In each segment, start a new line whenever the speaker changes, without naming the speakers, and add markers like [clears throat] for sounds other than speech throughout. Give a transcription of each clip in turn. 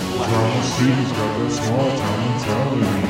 Drama City's got that small town mentality.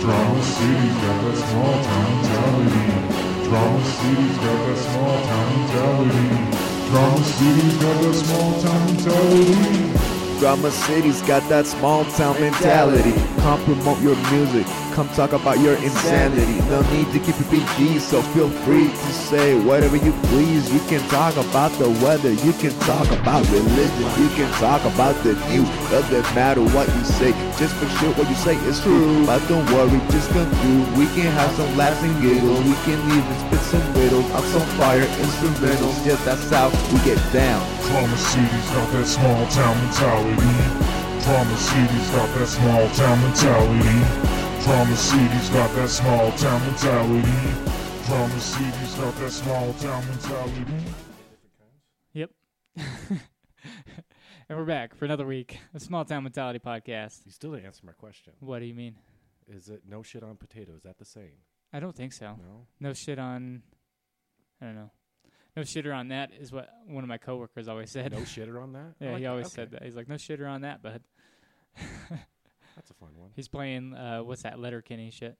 Drama City's got that small town mentality. Drama City's got that small town mentality. Drama City's got that small town mentality.
Drama City's got that small town mentality. Come promote your music, come talk about your insanity. No need to keep it PG, so feel free to say whatever you please. You can talk about the weather, you can talk about religion, you can talk about the news. Doesn't matter what you say, just make sure what you say is true. But don't worry, just conclude. We can have some laughs and giggles, we can even spit some riddles. I'm some fire instrumentals, yeah, that's how we get down.
Drama City's got that small town mentality. Drama City's got that small town mentality. Drama City's got that small town mentality. Drama City's got that small town mentality.
Yep. and we're back for another week. The Small Town Mentality Podcast.
You still didn't answer my question.
What do you mean?
Is it no shit on potato? Is that the same?
I don't think so. [laughs]
No.
No shit on. I don't know. No shitter on that is what one of my coworkers always said.
No shitter on that. I
yeah,
like
he
that.
always
Okay.
said that. He's like, no shitter on that, bud.
That's a fun one.
He's playing uh, what's that Letterkenny shit?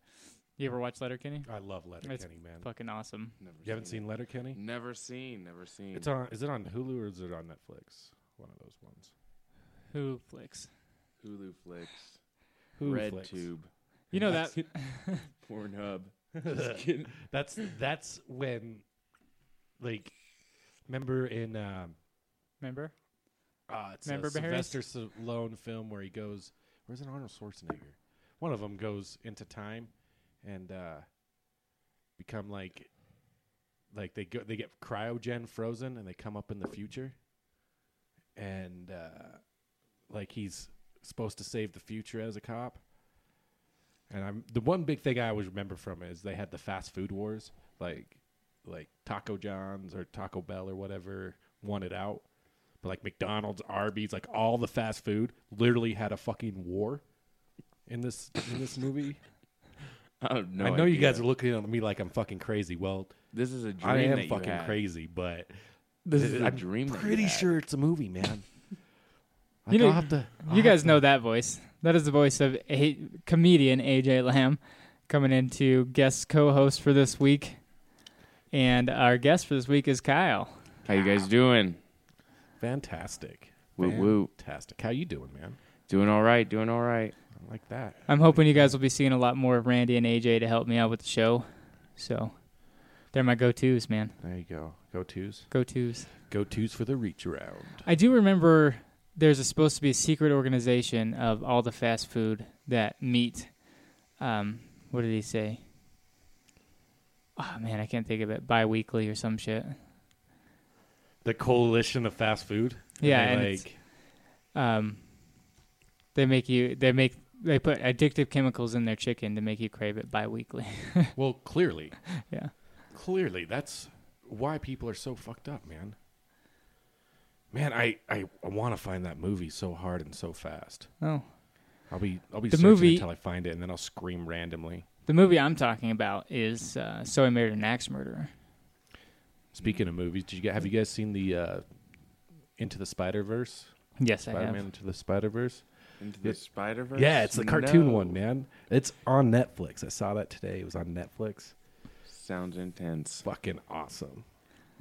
You ever watch Letterkenny?
Oh, I love Letterkenny, man.
Fucking awesome.
Never
You haven't seen Letterkenny?
Mm.
it. Never seen. Never seen.
It's on. Is it on Hulu or is it on Netflix? One of those ones.
Who flicks?
Hulu flicks.
Hulu
Red
flicks. [laughs]
tube.
You know that
[laughs] Pornhub. Just kidding.
That's that's when, like, remember in um,
[laughs] remember?
uh, it's
Remember
a
Beharis?
Sylvester Stallone film where he goes. Where's an Arnold Schwarzenegger? One of them goes into time, and uh, become like, like they go they get cryogen frozen and they come up in the future, and uh, like he's supposed to save the future as a cop. And I'm the one big thing I always remember from it is they had the fast food wars, like like Taco John's or Taco Bell or whatever wanted out. But like McDonald's, Arby's, like all the fast food literally had a fucking war in this in [laughs] this movie.
I have no
I know you
idea.
guys are looking at me like I'm fucking crazy. Well,
This is a dream.
I
that
am
you
fucking
had.
crazy, but
This is a
I'm
dream. that you
Pretty
had.
sure it's a movie, [laughs] man.
You
you
know-
know, have to, I'll
You
have
guys
to-
know that voice. That is the voice of a comedian AJ Lamb coming in to guest co-host for this week. And our guest for this week is Kyle.
How you guys doing?
fantastic.
Woo woo.
Fantastic. How you doing, man?
Doing all right. Doing all right.
I like that.
I'm hoping you guys will be seeing a lot more of Randy and AJ to help me out with the show. So they're my go-tos, man.
There you go. Go twos.
Go-tos.
Go twos for the reach around.
I do remember there's a, supposed to be a secret organization of all the fast food that meet. Um, what did he say? Oh man, I can't think of it. Bi-weekly or some shit.
The coalition of fast food.
Yeah,
And
and
they're
it's-
like
Um, they make you. They make. They put addictive chemicals in their chicken to make you crave it bi-weekly. [laughs]
well, clearly,
yeah.
clearly that's why people are so fucked up, man. Man, I I, I want to find that movie so hard and so fast.
Oh,
I'll be I'll be
The
searching
movie-
until I find it, and then I'll scream randomly.
the movie I'm talking about is uh, "So I Married an Axe Murderer."
Speaking of movies, did you guys, have you guys seen the uh, Into the Spider Verse?
Yes, I
Spider Man
have.
Into the Spider Verse.
Into the
Yeah.
Spider Verse.
Yeah, it's the cartoon one, man. It's on Netflix. I saw that today. It was on Netflix.
Sounds intense.
Fucking awesome.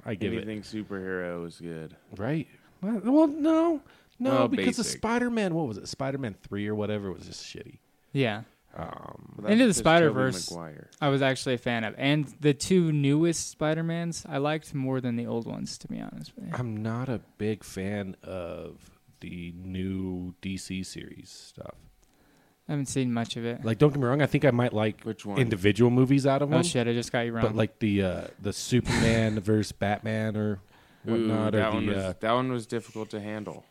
I give
Anything superhero is good.
it right. Well, well, no, no,
Well,
because the
basic.
Spider Man. What was it? Spider Man three or whatever was just shitty.
Yeah,
Well,
Into
that's
the
because Tobey
Spider-Verse-
Maguire.
I was actually a fan of, and the two newest Spider-Mans I liked more than the old ones, to be honest. With you.
I'm not a big fan of the new DC series stuff.
I haven't seen much of it.
Like, don't get me wrong. I think I might like
Which one?
individual movies out of them.
oh shit, I just got you wrong.
but like the uh, the [laughs] Superman versus Batman or
Ooh,
whatnot,
that
or
one
the
was
uh,
that one was difficult to handle.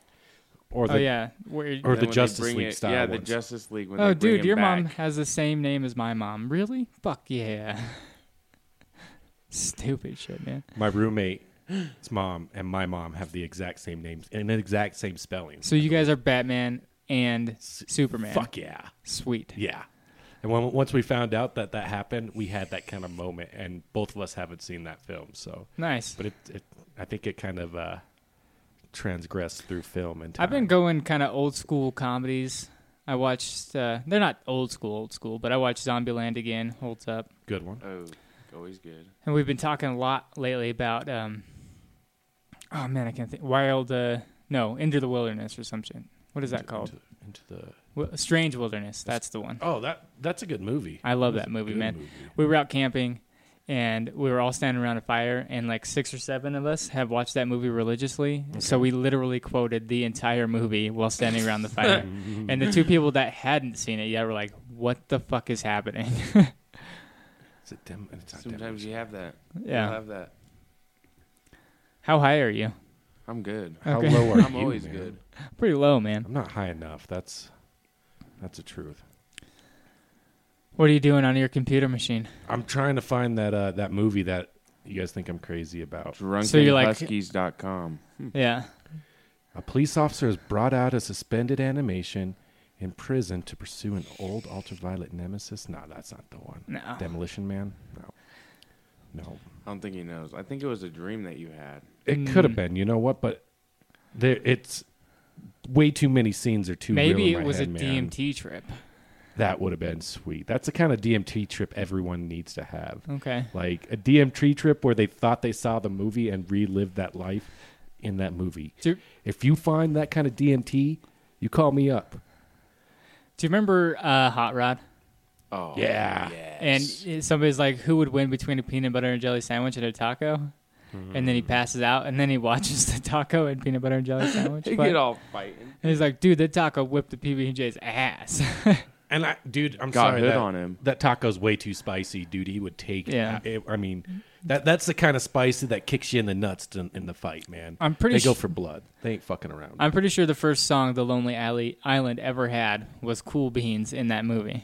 or
oh
the
yeah, Where,
or
Then
the
when they
Justice
bring
League
it-
style
Yeah, the
ones.
Justice League. When
oh
they bring
dude,
him
your mom
[laughs] back.
has the same name as my mom. Really? Fuck yeah. [laughs] Stupid shit, man.
my roommate's mom and my mom have the exact same names and the exact same spelling.
So you guys are Batman and Superman.
Fuck yeah,
Sweet.
yeah. And when, once we found out that that happened, we had that kind of moment, and both of us haven't seen that film, so.
Nice.
but it, it I think it kind of uh, transgressed through film and time.
I've been going kind of old school comedies. I watched. Uh, they're not old school, old school, but I watched Zombieland again. Holds up.
good one.
Oh, always good.
And we've been talking a lot lately about, um, oh man, I can't think. Wild, uh, no, Into the Wilderness or something. What is that called?
Into, into the
Wi- Strange Wilderness. That's the one.
oh that that's a good movie.
I love
That's
that
a
movie,
good
man. We were out camping, and we were all standing around a fire, and like six or seven of us have watched that movie religiously. So we literally quoted the entire movie while standing around the
[laughs]
fire. and the two people that hadn't seen it yet were like, "What the fuck is happening?" [laughs]
It's a dem- it's not
Sometimes
Sometimes
you have that. You'll
yeah.
have that.
How high are you?
I'm good.
How
Okay.
low are
I'm
you?
always
man?
good.
Pretty low, man.
I'm not high enough. That's that's the truth.
What are you doing on your computer machine?
I'm trying to find that uh, that movie that you guys think I'm crazy about.
like-
DrunkenHuskies.com.
Hmm.
Yeah.
A police officer is brought out of suspended animation in prison to pursue an old ultraviolet nemesis. No, that's not the one.
No.
Demolition Man. No, no.
I don't think he knows. I think it was a dream that you had.
It
Mm.
could have been. You know what? But there, it's way too many scenes are too. real
Maybe it
in my
was a
head, man.
DMT trip.
That would have been sweet. That's the kind of DMT trip everyone needs to have.
Okay.
like a DMT trip where they thought they saw the movie and relived that life in that movie.
Do, do
If you find that kind of DMT, you call me up.
you remember uh, Hot Rod?
Oh,
Yeah.
And somebody's like, who would win between a peanut butter and jelly sandwich and a taco? And
Mm.
then he passes out, and then he [laughs] watches the taco and peanut butter and
[laughs]
jelly sandwich.
They
fight.
get all fighting.
and he's like, dude, that taco whipped the PB and J's ass. [laughs]
And I, dude, I'm
Got
sorry
hood
that,
on him.
That taco's way too spicy, dude. He would take.
Yeah.
I, I mean, that that's the kind of spicy that kicks you in the nuts in, in the fight, man.
I'm pretty
They go
su-
for blood. They ain't fucking around.
I'm pretty sure the first song the Lonely Alley Island ever had was "Cool Beans" in that movie.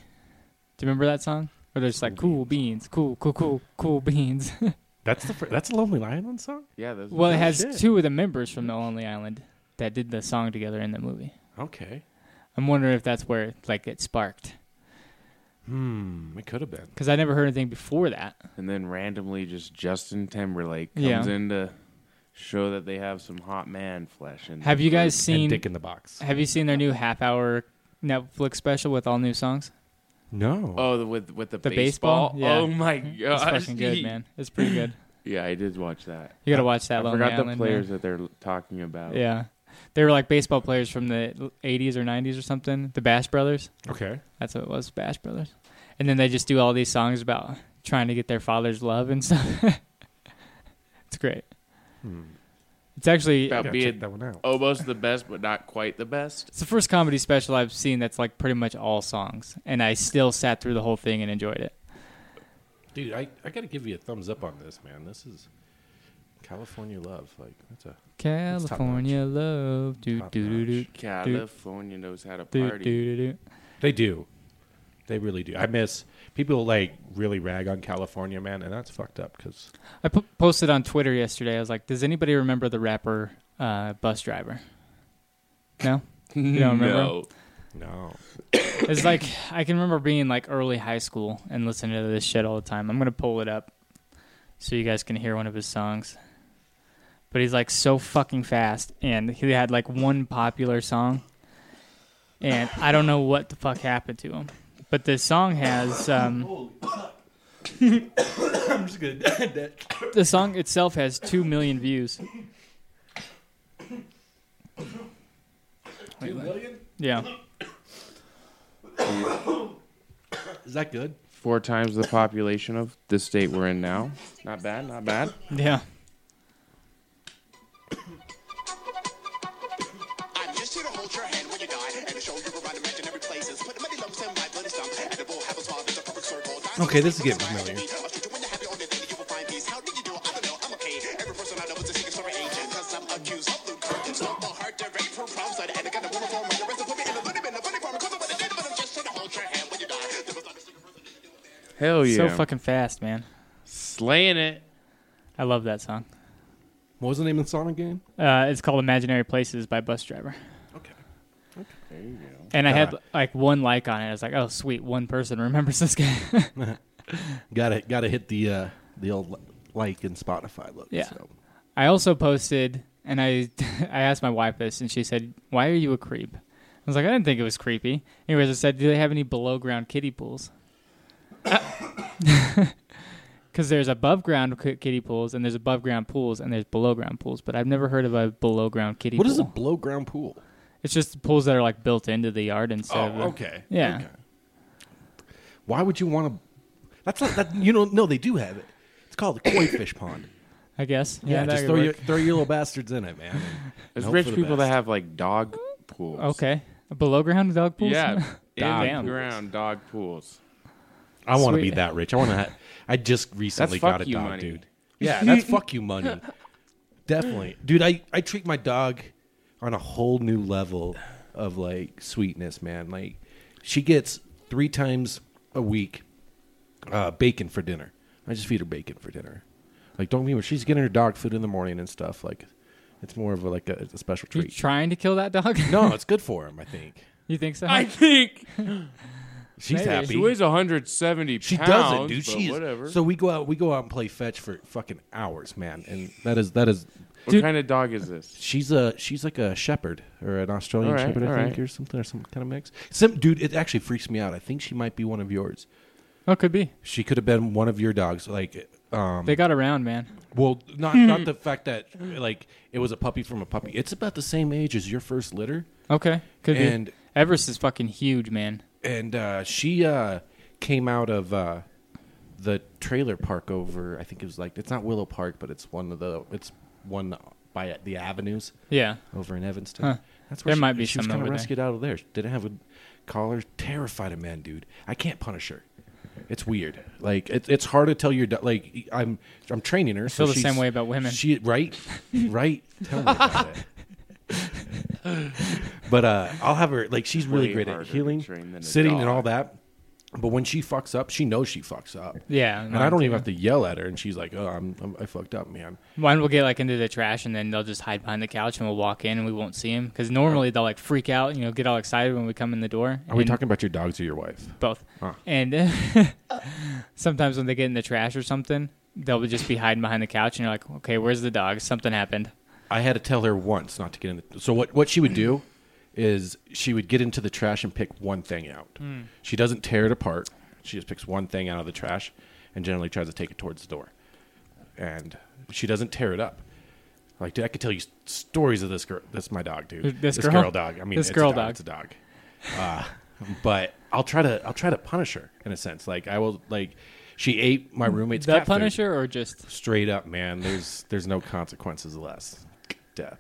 Do you remember that song? Or there's like "Cool Beans," "Cool, cool, cool, cool beans." [laughs]
that's the fir- that's a Lonely Island song.
Yeah, those
well, it has
those-
shit.
two of the members from the Lonely Island that did the song together in the movie.
Okay.
I'm wondering if that's where like it sparked
Hmm. It could have been.
because I never heard anything before that.
And then randomly, just Justin Timberlake comes
Yeah.
in to show that they have some hot man flesh. In
Have
them.
you guys
and
seen?
Dick in the Box.
Have you seen their new half-hour Netflix special with all new songs?
No.
Oh, the, with with the,
The
baseball.
baseball? Yeah.
Oh my
It's
gosh,
fucking good,
he-
man. It's pretty good.
Yeah, I did watch that.
You gotta watch that.
I
Lonely
forgot the
Island, man.
players that they're talking about.
Yeah. They were like baseball players from the 80s or 90s or something. The Bash Brothers.
Okay.
That's what it was, Bash Brothers. And then they just do all these songs about trying to get their father's love and [laughs] stuff. it's great.
Hmm.
It's actually
About
Gotta
being
check that one out.
almost Oh, the best, but not quite the best.
it's the first comedy special I've seen that's like pretty much all songs, and I still sat through the whole thing and enjoyed it.
Dude, I, I gotta give you a thumbs up on this, man. This is California love. Like that's a top-notch.
California love, do
Top
do do
notch.
California knows how to
do do
party.
do do.
they do. They really do. I miss people like really rag on California, man, and that's fucked up because
I po- posted on Twitter yesterday. I was like, "Does anybody remember the rapper uh, Bus Driver?" No. You
[laughs]
don't remember?
No.
no.
It's like I can remember being like early high school and listening to this shit all the time. I'm gonna pull it up so you guys can hear one of his songs. But he's like so fucking fast, and he had like one popular song, and I don't know what the fuck happened to him. But this song has um,
[coughs] I'm just gonna
the song itself has two million views.
two million?
Yeah,
Is that good?
Four times the population of the state we're in now. Not bad, not bad.
yeah.
I'm just here to hold your hand when you're gone and to show you around imaginary places. Put money lumps in my bloody stump and the bull have a small is a perfect circle. Diamonds
Okay, this is
are
getting familiar.
I'll treat you when you're happy on the day that you will find peace. How did you do? I don't know. I'm okay. Every person I know is a secret story agent because I'm accused of Luke Kirk. Stop my heart direct from prom side and I got a woman for my arrest. and Put me in a little bit of funny form because I'm what I did, but I'm just here to hold your hand when you die. There was not a secret person that you will find.
Hell yeah.
so fucking fast, man.
slaying it.
I love that song.
What was the name of the song again?
Uh, it's called "Imaginary Places" by Bus Driver.
Okay.
There you go.
And I had
Uh,
like one like on it. I was like, oh, sweet, one person [laughs] remembers this guy.
Gotta gotta hit the uh the old like in Spotify look.
Yeah.
So.
I also posted and I [laughs] I asked my wife this, and she said, "Why are you a creep?" I was like, "I didn't think it was creepy." Anyways, I said, "Do they have any below ground kiddie pools?" [coughs] Because there's above ground kiddie pools, and there's above ground pools, and there's below ground pools. But I've never heard of a below ground kiddie.
What
pool.
is a below ground pool?
It's just pools that are like built into the yard instead.
Oh,
of the-
okay.
Yeah.
Okay. Why would you want to? That's not, that. You don't know they do have it. It's called the koi fish pond.
I guess.
Yeah,
that
just
could
throw your,
work.
throw your little bastards in it, man.
[laughs]
and
There's
hope
rich
for the
people that
best.
have like dog pools.
Okay, below ground dog pools.
[laughs]
[laughs]
Yeah.
Dog
in
pools.
ground dog pools.
I want to
Sweet.
be that rich. I want to. I just recently
fuck
got a
you
dog,
money.
dude. Yeah,
[laughs]
that's fuck you money. Definitely, dude. I I treat my dog on a whole new level of like sweetness, man. Like she gets three times a week uh, bacon for dinner. I just feed her bacon for dinner. Like don't mean when she's getting her dog food in the morning and stuff. Like it's more of a, like a, it's a special
You
treat.
trying to kill that dog? [laughs]
no, it's good for him. I think
you think so?
[laughs]
I think
she's
Maybe.
happy.
she weighs 170
She
pounds.
doesn't, dude.
but
She's
whatever.
so we go out. We go out and play fetch for fucking hours, man. And that is that is.
what
Dude.
kind of dog is this?
She's a she's like a shepherd or an Australian
All right,
shepherd, I
all
think,
right.
or something or some kind of mix. Some dude, it actually freaks me out. I think she might be one of yours.
oh, could be.
She could have been one of your dogs. Like, um,
They got around, man.
well, not
[laughs]
not the fact that like it was a puppy from a puppy. It's about the same age as your first litter,
Okay, could
and
be. Everest is fucking huge, man.
and uh, she uh, came out of uh, the trailer park over. I think it was like it's not Willow Park, but it's one of the it's one by the avenues
Yeah.
over in Evanston.
Huh.
That's
There
she,
might be
she was
some
kinda
over there.
rescued out of there. She didn't have a collar. Terrified of men, dude. I can't punish her. It's weird. Like it, it's hard to tell your do- like I'm I'm training her. so
feel the
she's-
same way about women.
She right, right. Tell me about it.
[laughs]
But uh, I'll have her like she's really
Way
great at
harder to
healing,
train than a
sitting, and
dog.
all that. But when she fucks up, she knows she fucks up.
Yeah,
and
mine
I don't e- even
too.
have to yell at her, and she's like, "Oh, I'm, I'm I fucked up, man."
Mine will get like into the trash, and then they'll just hide behind the couch, and we'll walk in, and we won't see him because normally they'll like freak out, you know, get all excited when we come in the door.
Are we
and-
talking about your dogs or your wife?
both?
Huh.
And [laughs] sometimes when they get in the trash or something, they'll just be hiding behind the couch, and you're like, okay, where's the dog? Something happened.
I had to tell her once not to get in the. So what what she would do is she would get into the trash and pick one thing out.
Hmm.
She doesn't tear it apart. She just picks one thing out of the trash and generally tries to take it towards the door. And she doesn't tear it up. Like dude, I could tell you s- stories of this girl. That's my dog, dude.
This
girl?
girl?
dog. I mean,
This
it's
girl
a dog,
dog.
It's a dog. Uh, but I'll try to I'll try to punish her in a sense. Like I will like she ate my roommate's
That
cat food
Punisher or just
straight up, man. There's there's no consequences less death.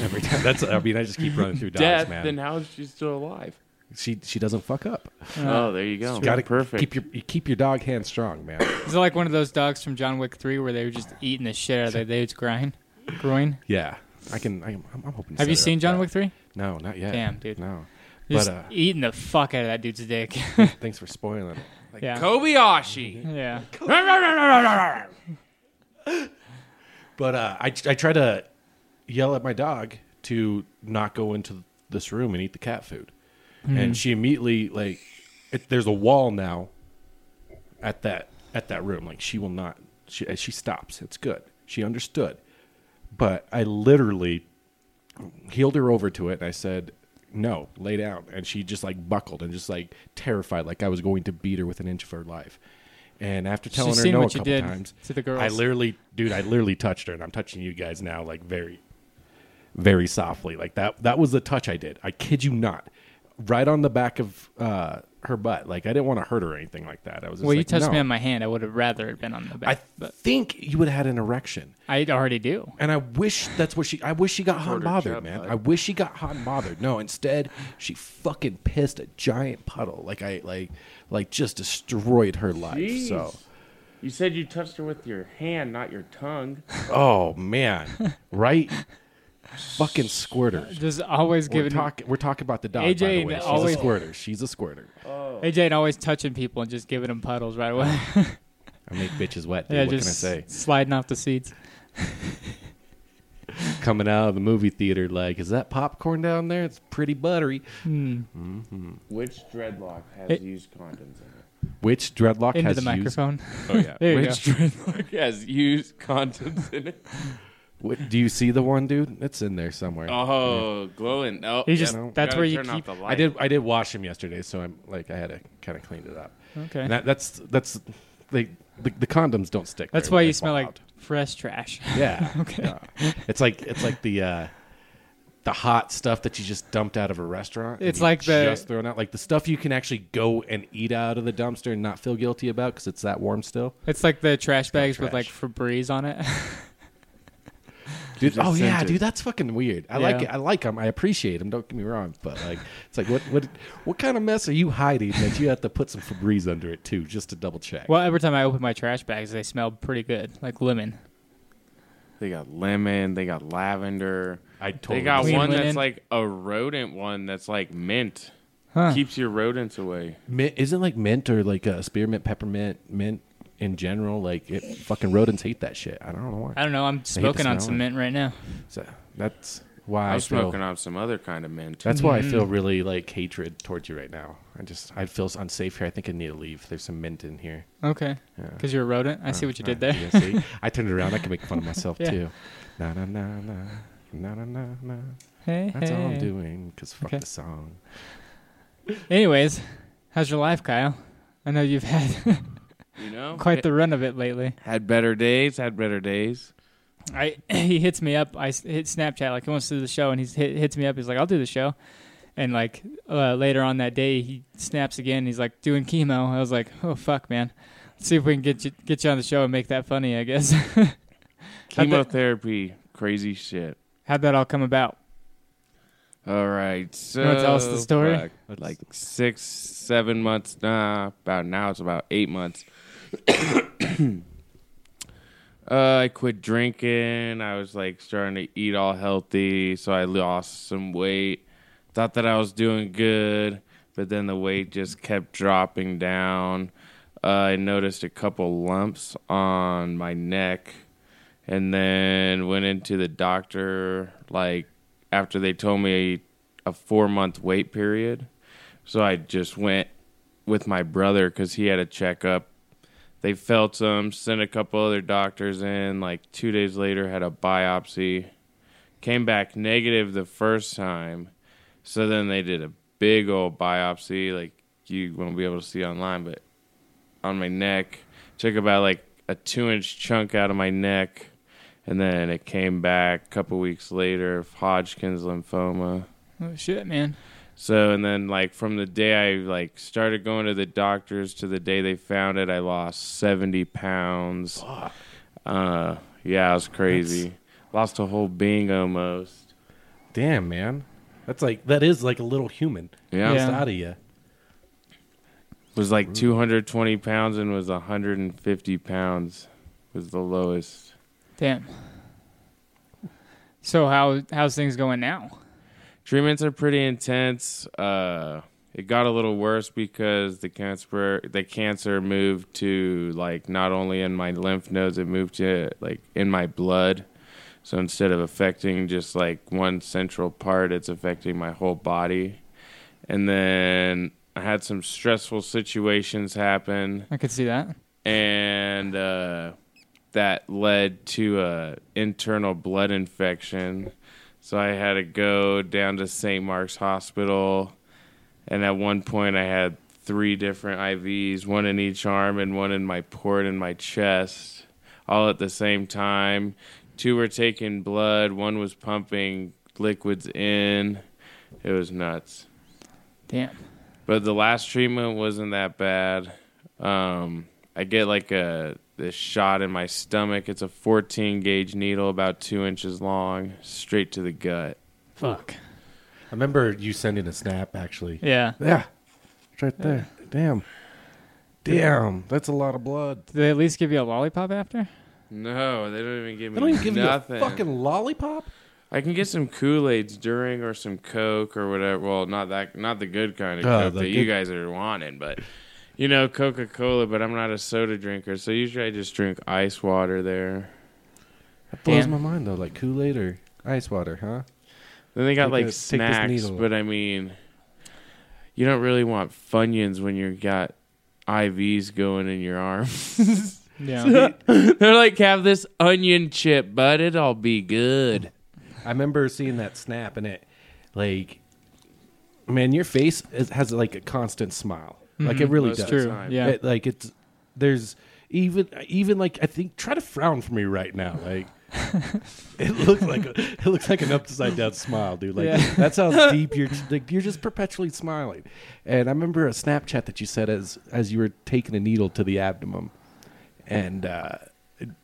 Every time. That's I mean I just keep running through dogs,
Death,
man.
then how is she still alive?
she she doesn't fuck up.
oh, there you go.
Got to
perfect.
Keep your you keep your dog hand strong, man.
is it like one of those dogs from John Wick Three where they were just eating the shit out of their dude's grind, groin?
yeah, I can. I, can- I'm, I'm hoping. to
Have
set
you
it up
seen
for
John
that.
Wick Three?
No, not yet.
Damn, dude.
No, but
Just
uh,
eating the fuck out of that dude's dick. [laughs]
thanks for spoiling it.
yeah.
Kobayashi.
Yeah.
But uh, I I try to yell at my dog to not go into this room and eat the cat food,
Hmm.
and she immediately like it, there's a wall now at that at that room. Like she will not. She uh, she stops. It's good. She understood, but I literally heeled her over to it and I said. No, lay down, and she just like buckled and just like terrified, like I was going to beat her with an inch of her life. And after telling her
seen
no
what you
a couple
did
times,
to the girls.
I literally, dude, I literally touched her, and I'm touching you guys now, like very, very softly, like that. That was the touch I did. I kid you not, right on the back of uh, her butt. Like I didn't want to hurt her or anything like that. I was. Just
Well, you
like,
touched
no.
me on my hand. I would have rather it been on the
I
back, but
think you would have had an erection,
I already do.
and I wish that's what she. I wish she got hot and
Order
bothered,
job,
man.
bud.
I wish she got hot and bothered. No, instead she fucking pissed a giant puddle. Like I like like just destroyed her life.
Jeez.
So.
You said you touched her with your hand, not your tongue.
Oh man, right? Fucking squirters.
Just always
We're,
giving
talk, we're talking about the dog. by
AJ
the way.
and
she's
always-
a squirter. She's a squirter.
AJ and always touching people and just giving them puddles right away.
I make bitches wet.
[laughs]
Dude.
yeah,
what
just
can I say?
sliding off the seats.
Coming out of the movie theater, like, is that popcorn down there? It's pretty buttery.
Which dreadlock has
It-
used condoms in
Which dreadlock
Into
has
the
used?
[laughs] microphone.
it? Oh yeah. [laughs]
There you
Which dreadlock has used condoms in it?
What, do you see the one dude? It's in there somewhere.
[laughs] Oh, glowing. Oh,
You just-
yeah.
that's
Gotta
where you
turn off
keep-
the
I
light.
did. I did wash him yesterday, so I'm like I had to kind of clean it up.
Okay.
And that, that's that's they the, the condoms don't stick.
That's
very
why
well.
you
They
smell
fall
like
out.
fresh trash. [laughs]
Yeah.
Okay.
yeah. It's like it's like the uh, the hot stuff that you just dumped out of a restaurant. and
It's
you
like the-
just thrown out like the stuff you can actually go and eat out of the dumpster and not feel guilty about because it's that warm still.
It's like the trash bags with like
trash.
Febreze on it. [laughs]
Dude,
just
oh yeah,
sent it.
dude, that's fucking weird. I like
Yeah.
it. I like them. I appreciate them. Don't get me wrong, but like, it's like what what what kind of mess are you hiding that you have to put some Febreze under it too, just to double check?
well, every time I open my trash bags, they smell pretty good, like lemon.
They got lemon. They got lavender.
I totally
they got
Clean
one
linen.
that's like a rodent one that's like mint.
Huh.
Keeps your rodents away.
mint, isn't like mint or like uh, spearmint, peppermint, mint in general. Like it, fucking rodents hate that shit. I don't know why.
I don't know. I'm smoking on
smell
some
it.
mint right now.
So that's why
I
I,
was
feel.
smoking on some other kind of mint.
That's why I
Mm.
feel really like hatred towards you right now. I just I feel unsafe here. I think I need to leave. There's some mint in here. Uh,
Okay. Because you're a rodent. I see what you did there.
Yeah, see? I turned Oh, it around. I can make
[laughs]
fun of myself
Yeah.
too. Na na na na na na na na.
[laughs] hey,
That's all I'm
hey.
doing. Cause fuck
Okay.
the song.
Anyways, how's your life, Kyle? I know you've had [laughs]
You know,
quite the run of it lately.
had better days. Had better days.
I [clears throat] he hits me up. I s- hit Snapchat like he wants to do the show, and he hit, hits me up. He's like, "I'll do the show," and like uh, later on that day, he snaps again. He's like, "Doing chemo." I was like, "Oh fuck, man." Let's see if we can get you get you on the show and make that funny. I guess. [laughs] How'd that-
Chemotherapy, crazy shit.
How'd that all come about?
All right, so
wanna tell us the story?
fuck, like six, seven months. Nah, about now it's about eight months. [coughs] uh, I quit drinking. I was like starting to eat all healthy, so I lost some weight. Thought that I was doing good, but then the weight just kept dropping down. Uh, I noticed a couple lumps on my neck, and then went into the doctor. Like after they told me a four month wait period, so I just went with my brother because he had a checkup. They felt him, sent a couple other doctors in. Like two days later, had a biopsy, came back negative the first time. So then they did a big old biopsy, like you won't be able to see online, but on my neck. Took about like a two inch chunk out of my neck. And then it came back a couple weeks later, Hodgkin's lymphoma.
Oh shit, man.
So and then like from the day I like started going to the doctors to the day they found it, I lost seventy pounds. Uh, yeah, it was crazy. Lost a whole being almost.
Damn man, that's like that is like a little human.
Yeah,
Yeah.
out of you.
was like two hundred twenty pounds and was hundred and fifty pounds was the lowest.
Damn. So how how's things going now?
treatments are pretty intense. Uh, it got a little worse because the cancer the cancer moved to like not only in my lymph nodes, it moved to like in my blood. So instead of affecting just like one central part, it's affecting my whole body. And then I had some stressful situations happen
I could see that.
and uh, that led to a internal blood infection. So I had to go down to St. Mark's Hospital, and at one point I had three different IVs, one in each arm and one in my port and my chest, all at the same time. Two were taking blood, one was pumping liquids in. It was nuts
Damn.
but the last treatment wasn't that bad. Um, I get like a this shot in my stomach. It's a 14 gauge needle, about two inches long, straight to the gut.
Fuck.
I remember you sending a snap actually.
Yeah.
Yeah, it's right there. Damn, damn, that's a lot of blood.
Did they at least give you a lollipop after?
No, they don't even give me.
They don't even give
nothing.
you a fucking lollipop.
I can get some Kool Aids during, or some Coke, or whatever. Well, not that, not the good kind of
Oh,
Coke
the
that you
good-
guys are wanting, but you know, Coca Cola. But I'm not a soda drinker, so usually I just drink ice water there.
That blows
Damn.
my mind though. Like Kool Aid or ice water, huh?
Then they got
Take
like
this- take this
snacks,
needle.
but I mean, you don't really want funyuns when you got IVs going in your arm. [laughs]
Yeah.
They're like, have this onion chip, but it'll be good.
I remember seeing that snap and it, like, man, your face is, has like a constant smile. Like it really
Most
does.
of
the Mm-hmm. True, time. yeah.
It- like it's there's even even like I think try to frown for me right now. Like [laughs] it looks like a, it looks like an upside down smile, dude. Like
Yeah. [laughs]
that's how deep you're. Like you're just perpetually smiling. And I remember a Snapchat that you said as as you were taking a needle to the abdomen, and uh,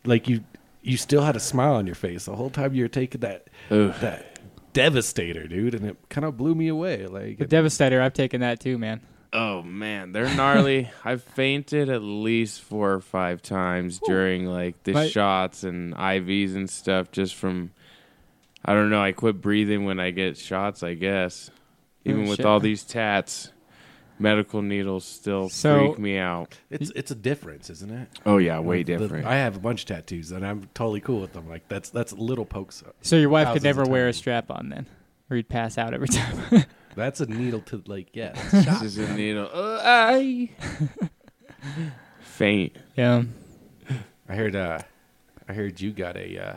like you you still had a smile on your face the whole time you were taking that
Ugh.
that devastator, dude. And it kind of blew me away. Like
[laughs] The Devastator, I've taken that too, man.
Oh man,
[laughs]
they're gnarly. I've fainted at least four or five times during like the
My-
shots and IVs and stuff just from I don't know, I quit breathing when I get shots, I guess. Even
Oh,
with
shit.
all these tats, medical needles still
So-
freak me out.
it's it's a difference, isn't it?
Oh yeah, way
The-
different.
I have a bunch of tattoos, and I'm totally cool with them. Like that's that's little pokes. Up.
So your wife could
Thousands
never
of
wear a
times.
strap on then, or you'd pass out every [laughs] time.
That's a needle to like,
[laughs]
yeah.
this is a needle. Uh, I faint.
yeah.
I heard. uh I heard you got a. uh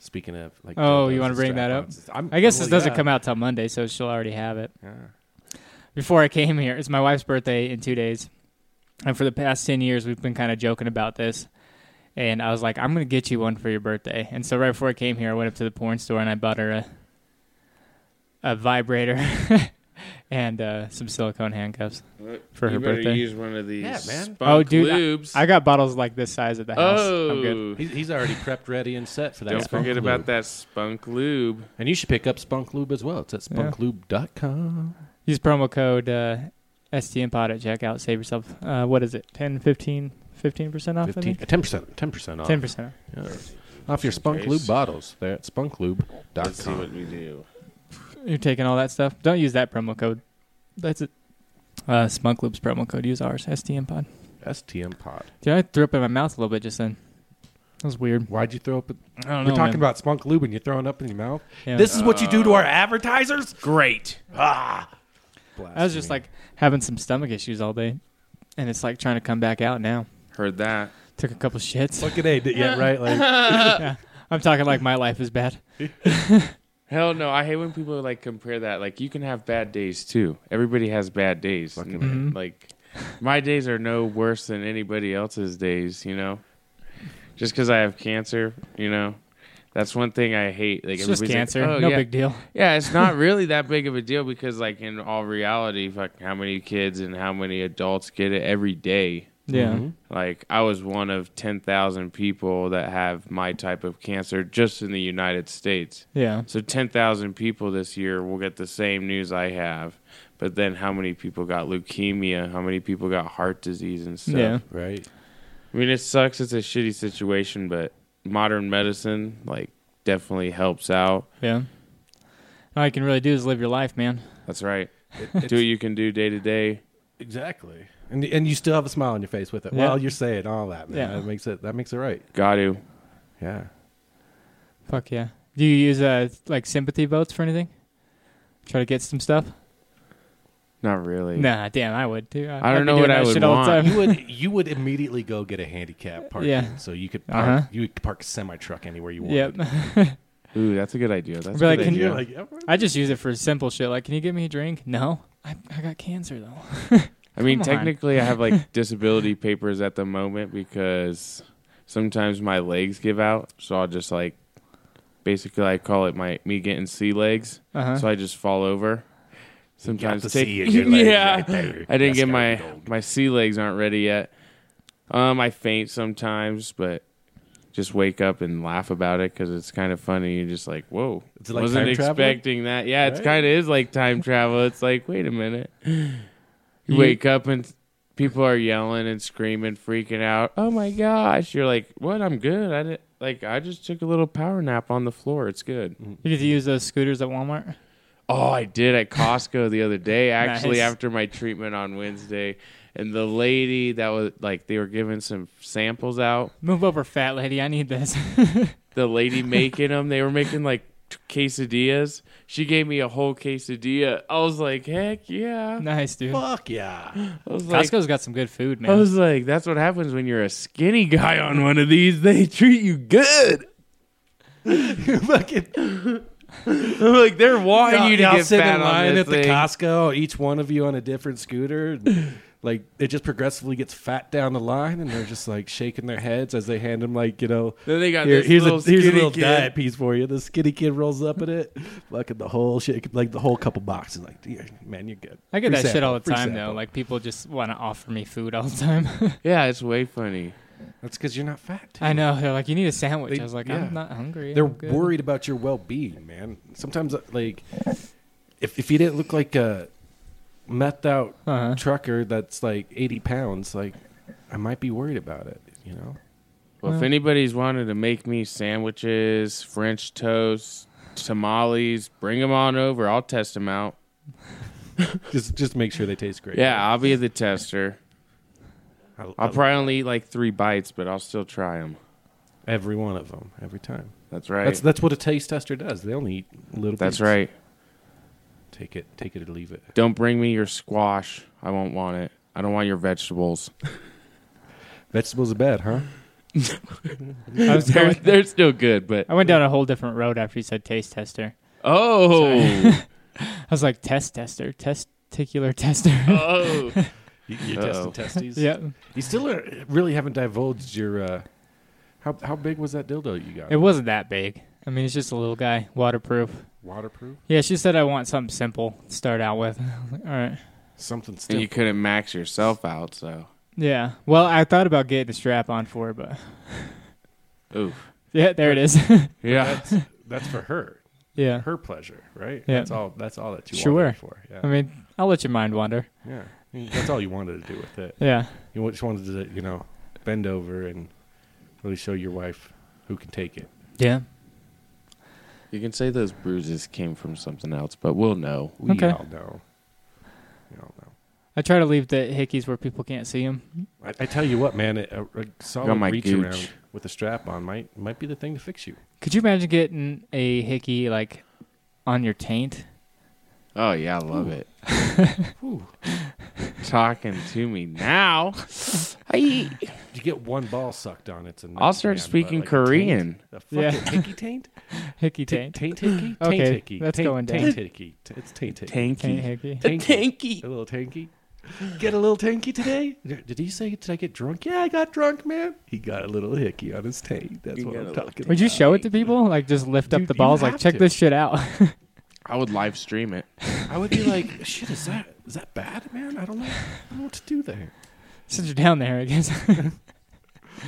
Speaking of, like,
Oh,
dildos
you wanna
and
bring that up?
strap-ons, I'm-
I guess
well,
this doesn't
yeah.
come out till Monday, so she'll already have it.
Yeah.
Before I came here, it's my wife's birthday in two days, and for the past ten years we've been kind of joking about this. And I was like, I'm gonna get you one for your birthday. And so right before I came here, I went up to the porn store and I bought her a a vibrator [laughs] and uh, some silicone handcuffs. For her
you better
birthday.
use one of these
Yeah, man.
spunk
Oh, dude, I-
lubes.
I got bottles like this size at the house. I'm good.
oh,
He's, he's already prepped, ready, and set for that.
don't
Spunk
forget
Lube.
about that spunk lube.
And you should pick up Spunk Lube as well. It's at
Yeah.
spunklube.com.
Use promo code uh, STMPOD at checkout. Save yourself, uh, what is it, 10, 15, 15% off?
15, 10%, 10% off.
10%. off.
Yeah. Off your Spunk
Case.
Lube bottles. They're at
Let's see
spunklube.com.
what we do.
You're taking all that stuff. Don't use that promo code. That's it. Uh, Spunk Loops promo code. Use ours, STMPOD.
STM Pod.
Dude, I threw up in my mouth a little bit just then. That was weird.
Why'd you throw up?
I don't
We're
know, man.
talking about Spunk Lube and you're throwing up in your mouth?
Yeah.
This is what you
Uh,
do to our advertisers?
Great.
I was just like having some stomach issues all day, and it's like trying to come back out now.
Heard that.
Took a couple shits.
Look at A. Yeah,
[laughs]
right? Like,
Yeah. I'm talking like my life is bad.
Hell no. I hate when people like compare that. Like you can have bad days too. Everybody has bad days. N- Like my days are no worse than anybody else's days, you know? Just because I have cancer, you know? That's one thing I hate. Like
It's just
everybody's like,
cancer.
"Oh,
no
yeah."
big deal.
Yeah, it's not really that big of a deal because, like, in all reality, fuck, how many kids and how many adults get it every day?
Yeah.
Like, I was one of 10,000 people that have my type of cancer just in the United States.
Yeah.
So 10,000 people this year will get the same news I have. But then how many people got leukemia? How many people got heart disease and stuff?
Yeah.
right.
I mean, it sucks. It's a shitty situation, but modern medicine, like, definitely helps out.
Yeah. All you can really do is live your life, man.
That's right. do what you can do day to day.
Exactly. And, and you still have a smile on your face with it
Yeah.
while you're saying all that, man.
Yeah.
That makes it that makes it right.
Got to.
Yeah.
Fuck yeah. Do you use uh like sympathy votes for anything? Try to get some stuff?
Not really.
Nah, damn, I would too.
I don't know what I would want.
you
[laughs]
would you would immedially go get a handicap parking,
Yeah.
so you could park,
Uh-huh.
you could park a semi truck anywhere [laughs] you want.
Yep.
Ooh, that's a good idea. That's a
Be like,
good
can
idea.
you-
Like, yeah, right.
[laughs] I just use it for simple shit. Like, can you get me a drink? No, I I got cancer though.
I mean,
Come on.
technically, I
[laughs]
have like disability papers at the moment because sometimes my legs give out, so I'll just like basically I call it my me getting sea legs,
Uh-huh.
so I just fall over. Sometimes
the
take
sea
[laughs]
in your leg
yeah.
right there.
I
That's
didn't get
gotta
my
be gold.
my sea legs aren't ready yet. Um, I faint sometimes, but just wake up and laugh about it because it's kind of funny. You're just like, whoa,
Is it like
wasn't
time traveling?
expecting that. Yeah, it's
Right.
kind of is like time travel. It's like, wait
[sighs]
a minute. You wake up and people are yelling and screaming, freaking out. Oh my gosh! You're like, what? I'm good. I didn't like. I just took a little power nap on the floor. It's good.
You get to use those scooters at Walmart.
Oh, I did at Costco the other
[laughs]
day, actually,
Nice.
after my treatment on Wednesday. And the lady that was like, they were giving some samples out.
Move over, fat lady. I need this. [laughs]
[laughs]
The lady making them, they were making like t- quesadillas. She gave me a whole quesadilla. I was like, heck yeah.
Nice, dude.
Fuck [laughs] yeah.
I was like,
Costco's got some good food,
I
man.
was like, that's what happens when you're a skinny guy on one of these. They treat you good.
[laughs] Fucking
[laughs] I'm like, they're wanting you to
y'all
get
sit
fat
in
on
line
this
at the
thing.
Costco, each one of you on a different scooter. and, like it just progressively gets fat down the line, and they're just like shaking their heads as they hand them like you know.
Then they got
Here,
this
here's a
little
here's a
skinny
little
kid.
diet piece for you. The skinny kid rolls up in it, fucking the whole shit, like the whole couple boxes. Like, "Here, man, you're good.
I get
Free
that shit
sample,
all the
free
time though.
sample."
Like people just want to offer me food all the time. [laughs]
Yeah, it's way funny.
that's because you're not fat. dude.
I know. They're like, you need a sandwich.
They-
I was like,
yeah.
I'm not hungry.
They're
I'm good."
worried about your well being, man. Sometimes, uh, like, if if you didn't look like a methed out
Uh-huh.
trucker that's like 80 pounds, like, I might be worried about it, you know?
Well, if anybody's wanted to make me sandwiches, French toast, tamales, bring them on over. I'll test them out.
Just just make sure they taste great.
Yeah, I'll be the tester.
I, I,
I'll probably only eat like three bites, but I'll still try them.
every one of them, every time.
That's right.
That's
That's,
that's what a taste tester does. They only eat little bits.
right.
Take it, take it or leave it.
Don't bring me your squash. I won't want it. I don't want your vegetables.
Vegetables are bad, huh?
[laughs] I, was
they're,
going,
they're still good, but
I went down a whole different road after you said taste tester.
[laughs]
[laughs]
oh,
I was like, test tester, testicular tester. [laughs]
oh,
You, you're
Uh-oh.
testing testes.
yeah.
You still are, really haven't divulged your. Uh, how how big was that dildo you got?
It wasn't that big. I mean, it's just a little guy, waterproof.
Waterproof.
Yeah, she said I want something simple to start out with. [laughs] I was like, All right.
Something still.
and you couldn't max yourself out, so
Yeah. Well, I thought about getting the strap on for it, but [laughs]
oof.
yeah, there it is. [laughs]
Yeah,
that's, that's for her,
yeah.
her pleasure, right?
Yeah.
That's all. That's all that you
Sure.
wanted it for. Yeah.
I mean, I'll let your mind wander.
yeah. I mean, That's all you wanted to do with it.
Yeah.
You just wanted to, you know, bend over and really show your wife who can take it.
Yeah.
you can say those bruises came from something else, but we'll know.
We
Okay.
all know. We all know.
I try to leave the hickeys where people can't see them.
I, I tell you what, man, a, a solid
my
reach
gooch.
around with a strap on might might be the thing to fix you.
Could you imagine getting a hickey like on your taint?
Oh yeah, I love it. Talking to me now. Hey.
You get one ball sucked on, it's a
I'll
man,
start
but,
speaking
like, a
Korean.
Taint, a fucking
Yeah.
hickey taint?
Hickey
T-
taint.
Taint hickey? Taint
Okay,
hickey.
that's
taint,
going down.
Taint hickey. T- It's taint hickey.
Taint
Tanky.
hickey.
Tanky. A little tanky. Get a little tanky [laughs] today? Did he say, did I get drunk? Yeah, I got drunk, man. He got a little hickey on his taint. That's
You
what
got a
I'm
little
talking about.
Would you show it to people? Like just lift
Dude,
up the
you
balls, like
have
check
to.
this shit out. [laughs]
I would live stream it.
I would be like, shit, is that is that bad, man? I don't know. I don't know what to do there.
Since you're down there, I guess. [laughs]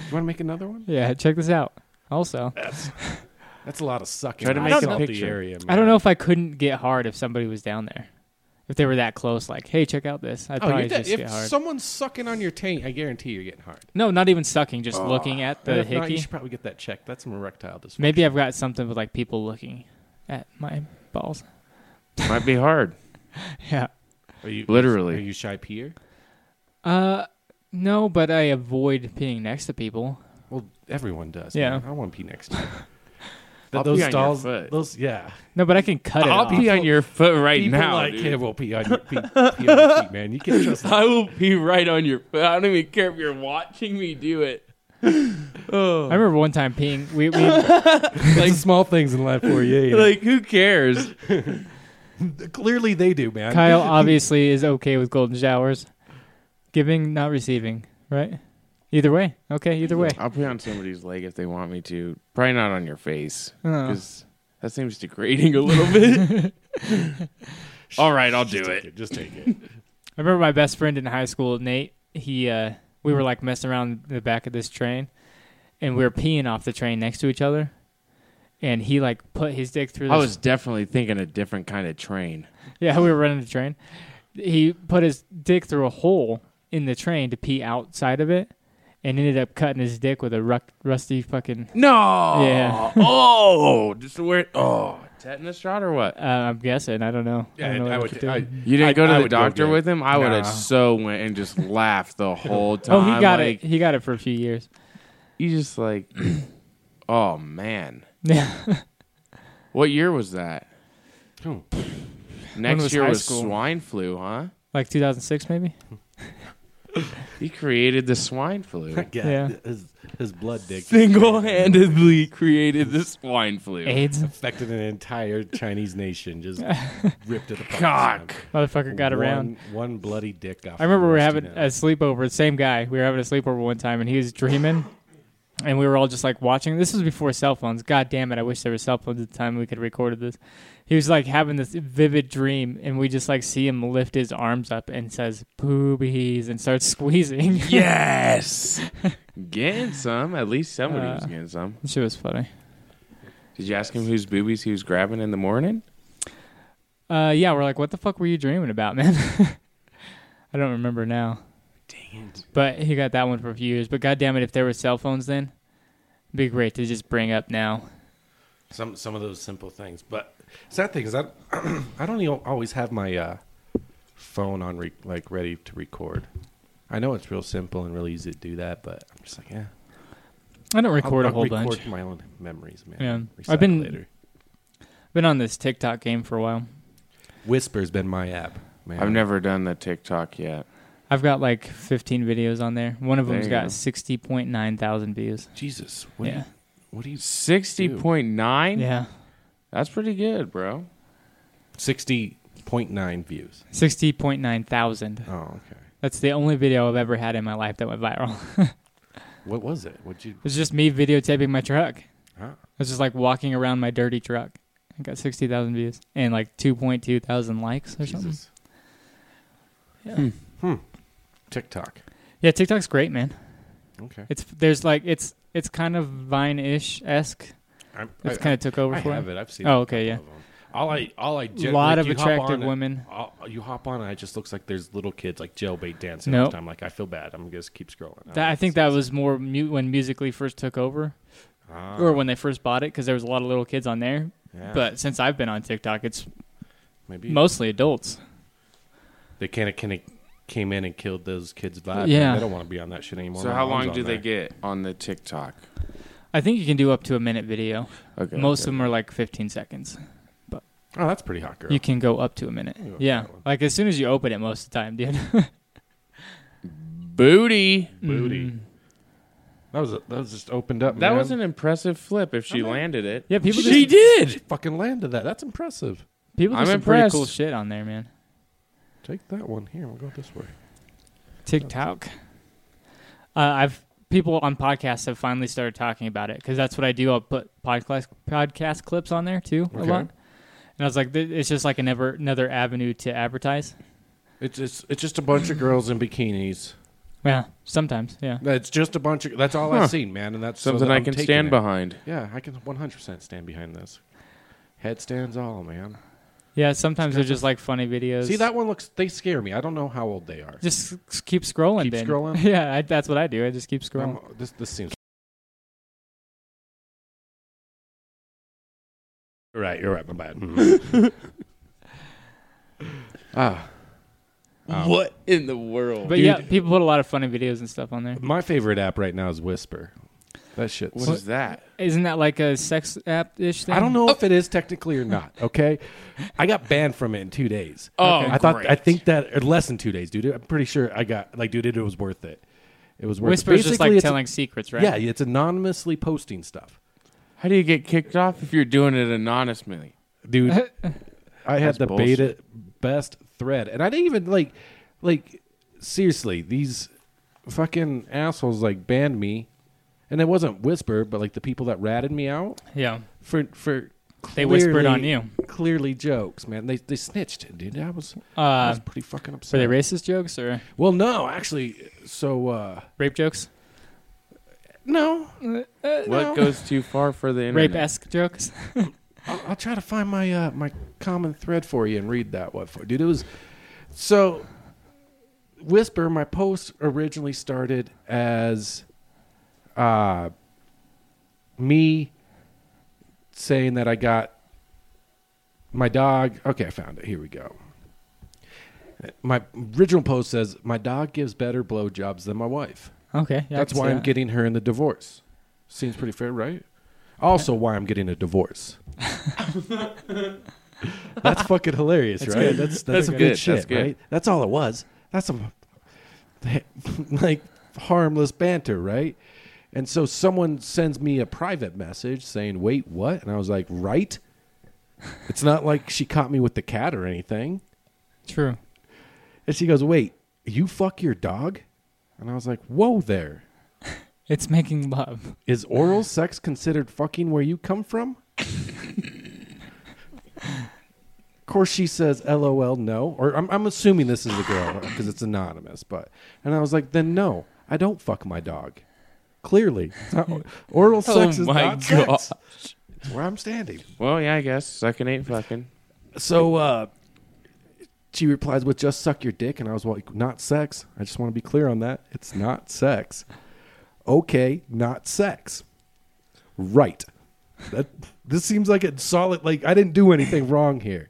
You want to make another one?
yeah, check this out. Also,
That's a lot of sucking.
Try to
I
make
don't
a
know.
picture.
Area,
I don't know if I couldn't get hard if somebody was down there. If they were that close, like, hey, check out this. I'd
Oh,
probably
you're de-
just
if
get hard.
someone's sucking on your taint, I guarantee you're getting hard.
no, not even sucking, just looking at
And
the
Oh, if not, you
hickey.
should probably get that checked. That's some erectile dysfunction.
Maybe I've got something with like people looking at my
[laughs]
balls.
Might be hard.
Yeah.
Are you
Literally.
Are you shy peer?
Uh, no, but I avoid peeing next to people.
Well, everyone does.
Yeah.
man. I want to pee next to you.
I'll
those
pee on your
stalls,
foot.
those yeah.
No, but I can cut it
I'll
off.
pee on your foot right
People
now.
like
dude.
him will pee on your pee, pee on your feet, man. You can't trust.
I will pee right on your foot. I don't even care if you're watching me do it.
I remember one time peeing. We,
[laughs]
[laughs] we
like small things in life for you.
Like, who cares?
clearly they do, man.
[laughs] Kyle obviously is okay with golden showers, giving not receiving, right? Either way, okay. Either way,
I'll pee on somebody's leg if they want me to. Probably not on your face.
No.
Because that seems degrading a little bit.
[laughs]
All right, I'll do [laughs] it.
Just take it.
I remember my best friend in high school, Nate. He, uh, we were like messing around in the back of this train, and we were peeing off the train next to each other. And he like put his dick through. This
I was definitely thinking a different kind of train.
[laughs] Yeah, we were running the train. He put his dick through a hole in the train to pee outside of it, and ended up cutting his dick with a ruck, rusty fucking.
No.
Yeah.
Oh, just where? Oh, tetanus shot or what?
Uh, I'm guessing. I don't know. I don't know what you're doing.
You didn't
I-
go to
I
the
would go
doctor
get-
with him? I would
Nah.
have so went and just laughed the whole time.
Oh, he got
like,
it. He got it for a few years.
[clears throat] You just like, oh man.
Yeah.
What year was that?
Hmm.
Next
was
year
high
was
school?
swine flu, huh?
Like 2006, maybe.
He created the swine flu.
Yeah.
His, his blood dick
Single-handedly created the swine flu.
AIDS
affected an entire Chinese nation. Just ripped it apart.
Cock.
motherfucker got
One-
around.
one bloody dick off.
I remember we
the
were
rest, you
having
know.
a sleepover. The same guy. We were having a sleepover one time, and he was dreaming, and we were all just like watching. This was before cell phones. God damn it! I wish there were cell phones at the time we could record this. He was like having this vivid dream, and we just like see him lift his arms up and says "boobies" and starts [laughs] squeezing.
Yes. [laughs] getting some. At least somebody was
Uh,
getting some.
She was funny.
Did you ask him whose boobies he was grabbing in the morning?
Uh, yeah, we're like, what the fuck were you dreaming about, man? [laughs] I don't remember now. Dang it. But he got that one for a few years. But goddamn it, if there were cell phones then, it'd be great to just bring up now.
some some of those simple things. But sad thing is I [clears throat] I don't even always have my uh, phone on re- like ready to record. I know it's real simple and real easy to do that, but I'm just like yeah.
I don't record
I'll,
a whole
I'll
bunch.
record my own memories, man.
Yeah.
Recite
I've been-
it later.
Been on this TikTok game for a while.
Whisper's been my app, man.
I've never done the TikTok yet.
I've got like 15 videos on there. One of
There
them's
you
got
go.
60.9 thousand views.
Jesus. What
Yeah.
Do you, what do you?
Sixty point nine.
Yeah.
That's pretty good, bro.
Sixty point nine views.
60.9 thousand.
Oh, okay.
That's the only video I've ever had in my life that went viral. [laughs]
What was it? What you?
it's just me videotaping my truck.
Huh?
I was just like walking around my dirty truck. I got 60,000 views and like 2.2 thousand likes or something.
Jesus.
Yeah.
Hmm. TikTok.
Yeah, TikTok's great, man.
Okay.
It's there's like it's it's kind of Vine-ish esque.
I'm,
It's kind of took over
I
for
have
me.
it. I've seen.
Oh,
a
okay,
couple of 'em. All I, all I, gen-
Lot
like,
of
you hop
attractive
on it- Oh,
women.
all- you hop on, and it just looks like there's little kids like jailbait dancing.
Nope.
Nope. I'm like, I feel bad. I'm gonna just keep scrolling.
That, I think that was more mu- when Musically first took over,
Ah,
or when they first bought it, because there was a lot of little kids on there.
yeah.
But since I've been on TikTok, it's
maybe
mostly adults.
they kind of kind of came in and killed those kids' vibe.
Yeah.
Yeah, they don't want to be on that shit anymore.
So
My
how
mom's
long
on
do they
there.
get on the TikTok?
I think you can do up to a minute video.
Okay.
Most of
okay.
them are like 15 seconds.
Oh, that's pretty hot, girl.
You can go up to a minute.
Ooh,
Yeah,
that one.
like as soon as you open it, most of the time, dude.
booty.
Booty.
Mm.
That was a, that was just opened up.
That
man.
was an impressive flip if she landed it.
[laughs] Yeah, people
She
just-
did.
fucking landed that. That's impressive.
People do
I'm
some pretty cool
impressed.
shit on there, man.
Take that one here. We'll go this way.
TikTok. Uh, I've people on podcasts have finally started talking about it because that's what I do. I'll put podcast podcast clips on there too a
Okay.
lot. And I was like, th- it's just like another another avenue to advertise.
It's just it's just a bunch of girls in bikinis.
Yeah, sometimes. Yeah,
That's just a bunch of. That's all
Huh.
I've seen, man. And that's so
Something
that
I
I'm
can
taking
stand
it.
behind.
Yeah, I can 100% stand behind this. Headstands all, man.
yeah. Sometimes they're just like funny videos.
See that one looks. They scare me. I don't know how old they are.
Just s- keep scrolling.
Keep
then. [laughs]
scrolling?
yeah, I, that's what I do. I just keep
I'm-
scrolling.
this this seems. You're Right, you're right. My bad. Mhm.
Mm-hmm.
[laughs] Ah, Um,
what in the world?
but yeah, people put a lot of funny videos and stuff on there.
my favorite app right now is Whisper. That shit.
what is Oh. that?
Isn't that like a sex app ish thing?
I don't know if it is technically or not. Okay, I got banned from it in two days.
Oh,
I thought I
great.
think that or less than two days, dude. I'm pretty sure I got like, dude, it, was worth it. It was worth
Whisper's
it.
just like
it's-
telling secrets, right?
Yeah, it's anonymously posting stuff,
How do you get kicked off if you're doing it anonymously?
dude.
[laughs]
I had
That's
the
bullshit.
beta best thread, and I didn't even like, like, seriously, these fucking assholes like banned me, and it wasn't Whisper, but like the people that ratted me out.
yeah.
for for
They whispered
clearly-
on you.
Clearly jokes, man. They they snitched, dude. I was I
Uh,
was pretty fucking upset.
were they racist jokes or
well, no, actually. So uh
rape jokes?
no,
What goes too far for the internet?
Rape esque jokes.
I'll, I'll try to find my uh my common thread for you and read that one for dude. It was so. Whisper, my post originally started as uh, me saying that I got my dog. Okay, I found it. Here we go. My original post says, My dog gives better blowjobs than my wife.
[laughs] Okay, yeah, I
That's
can
why
see
I'm
that.
getting her in the divorce. Seems pretty fair, right? Also, why I'm getting a [laughs] divorce. that's fucking hilarious,
That's
right?
good.
That's
That's
that's, good,
good. That's
shit,
good.
right? That's all it was. That's some [laughs] like harmless banter, right? And so someone sends me a private message saying, "Wait, what?" And I was like, "Right." It's not like she caught me with the cat or anything.
True.
And she goes, "Wait, you fuck your dog?" And I was like, "Whoa, there."
It's making [laughs] love.
Is oral sex considered fucking where you come from? of course, she says, "LOL, no." Or I'm, I'm assuming this is a girl because it's anonymous. But and I was like, "Then no, I don't fuck my dog." Clearly, It's not- oral sex is
my
not sex. It's where I'm standing.
Well, yeah, I guess sucking ain't fucking.
So uh, she replies with just suck your dick. And I was like, not sex. I just want to be clear on that. It's not sex. Okay, not sex. Right. That this seems like a solid like I didn't do anything wrong here.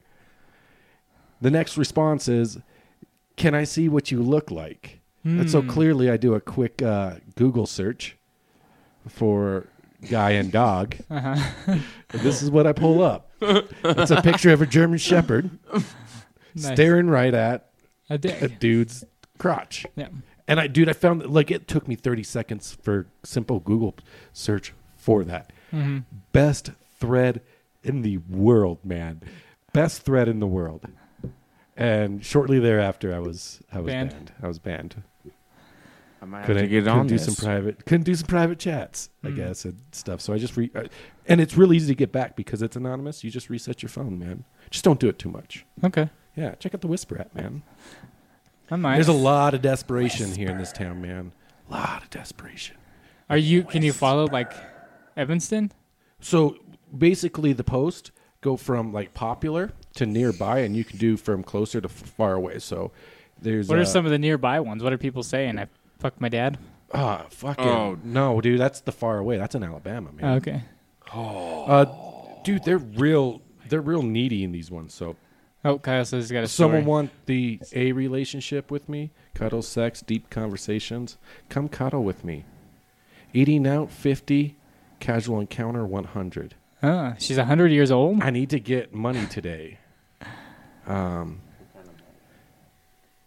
The next response is, Can I see what you look like? And so clearly I do a quick uh, Google search for guy and dog.
Uh-huh.
And This is what I pull up. It's a picture of a German shepherd
Nice.
staring right at
A
a
dick.
dude's crotch.
Yeah.
And I, dude, I found that, like it took me 30 seconds for simple Google search for that.
Mm-hmm.
Best thread in the world, man. Best thread in the world. And shortly thereafter, I was I was
Banned.
banned. I was banned.
I might
Couldn't
have to get
couldn't
on
do
this. Hmm.
some private couldn't do some private chats, I guess, and stuff. So I just re, I- and it's really easy to get back because it's anonymous. You just reset your phone, man. Just don't do it too much.
Okay.
Yeah, check out the Whisper app, man.
I might.
There's a lot of desperation here in this town, man. A lot of desperation.
Are you? Can you follow like Evanston?
So basically, the post go from like popular to nearby, and you can do from closer to f- far away. So there's
What
uh,
are some of the nearby ones? What are people saying? I fucked my dad.
Ah, fucking
Oh.
no, dude, that's the far away. That's in Alabama, man.
Oh, okay.
Uh, dude, they're real. They're real needy in these ones. So
Oh, Kyle says he's got a
Someone
story.
want the a relationship with me? Cuddle, sex, deep conversations. Come cuddle with me. Eating out fifty, casual encounter one hundred.
Huh, Ah, she's hundred years old.
I need to get money today. Um,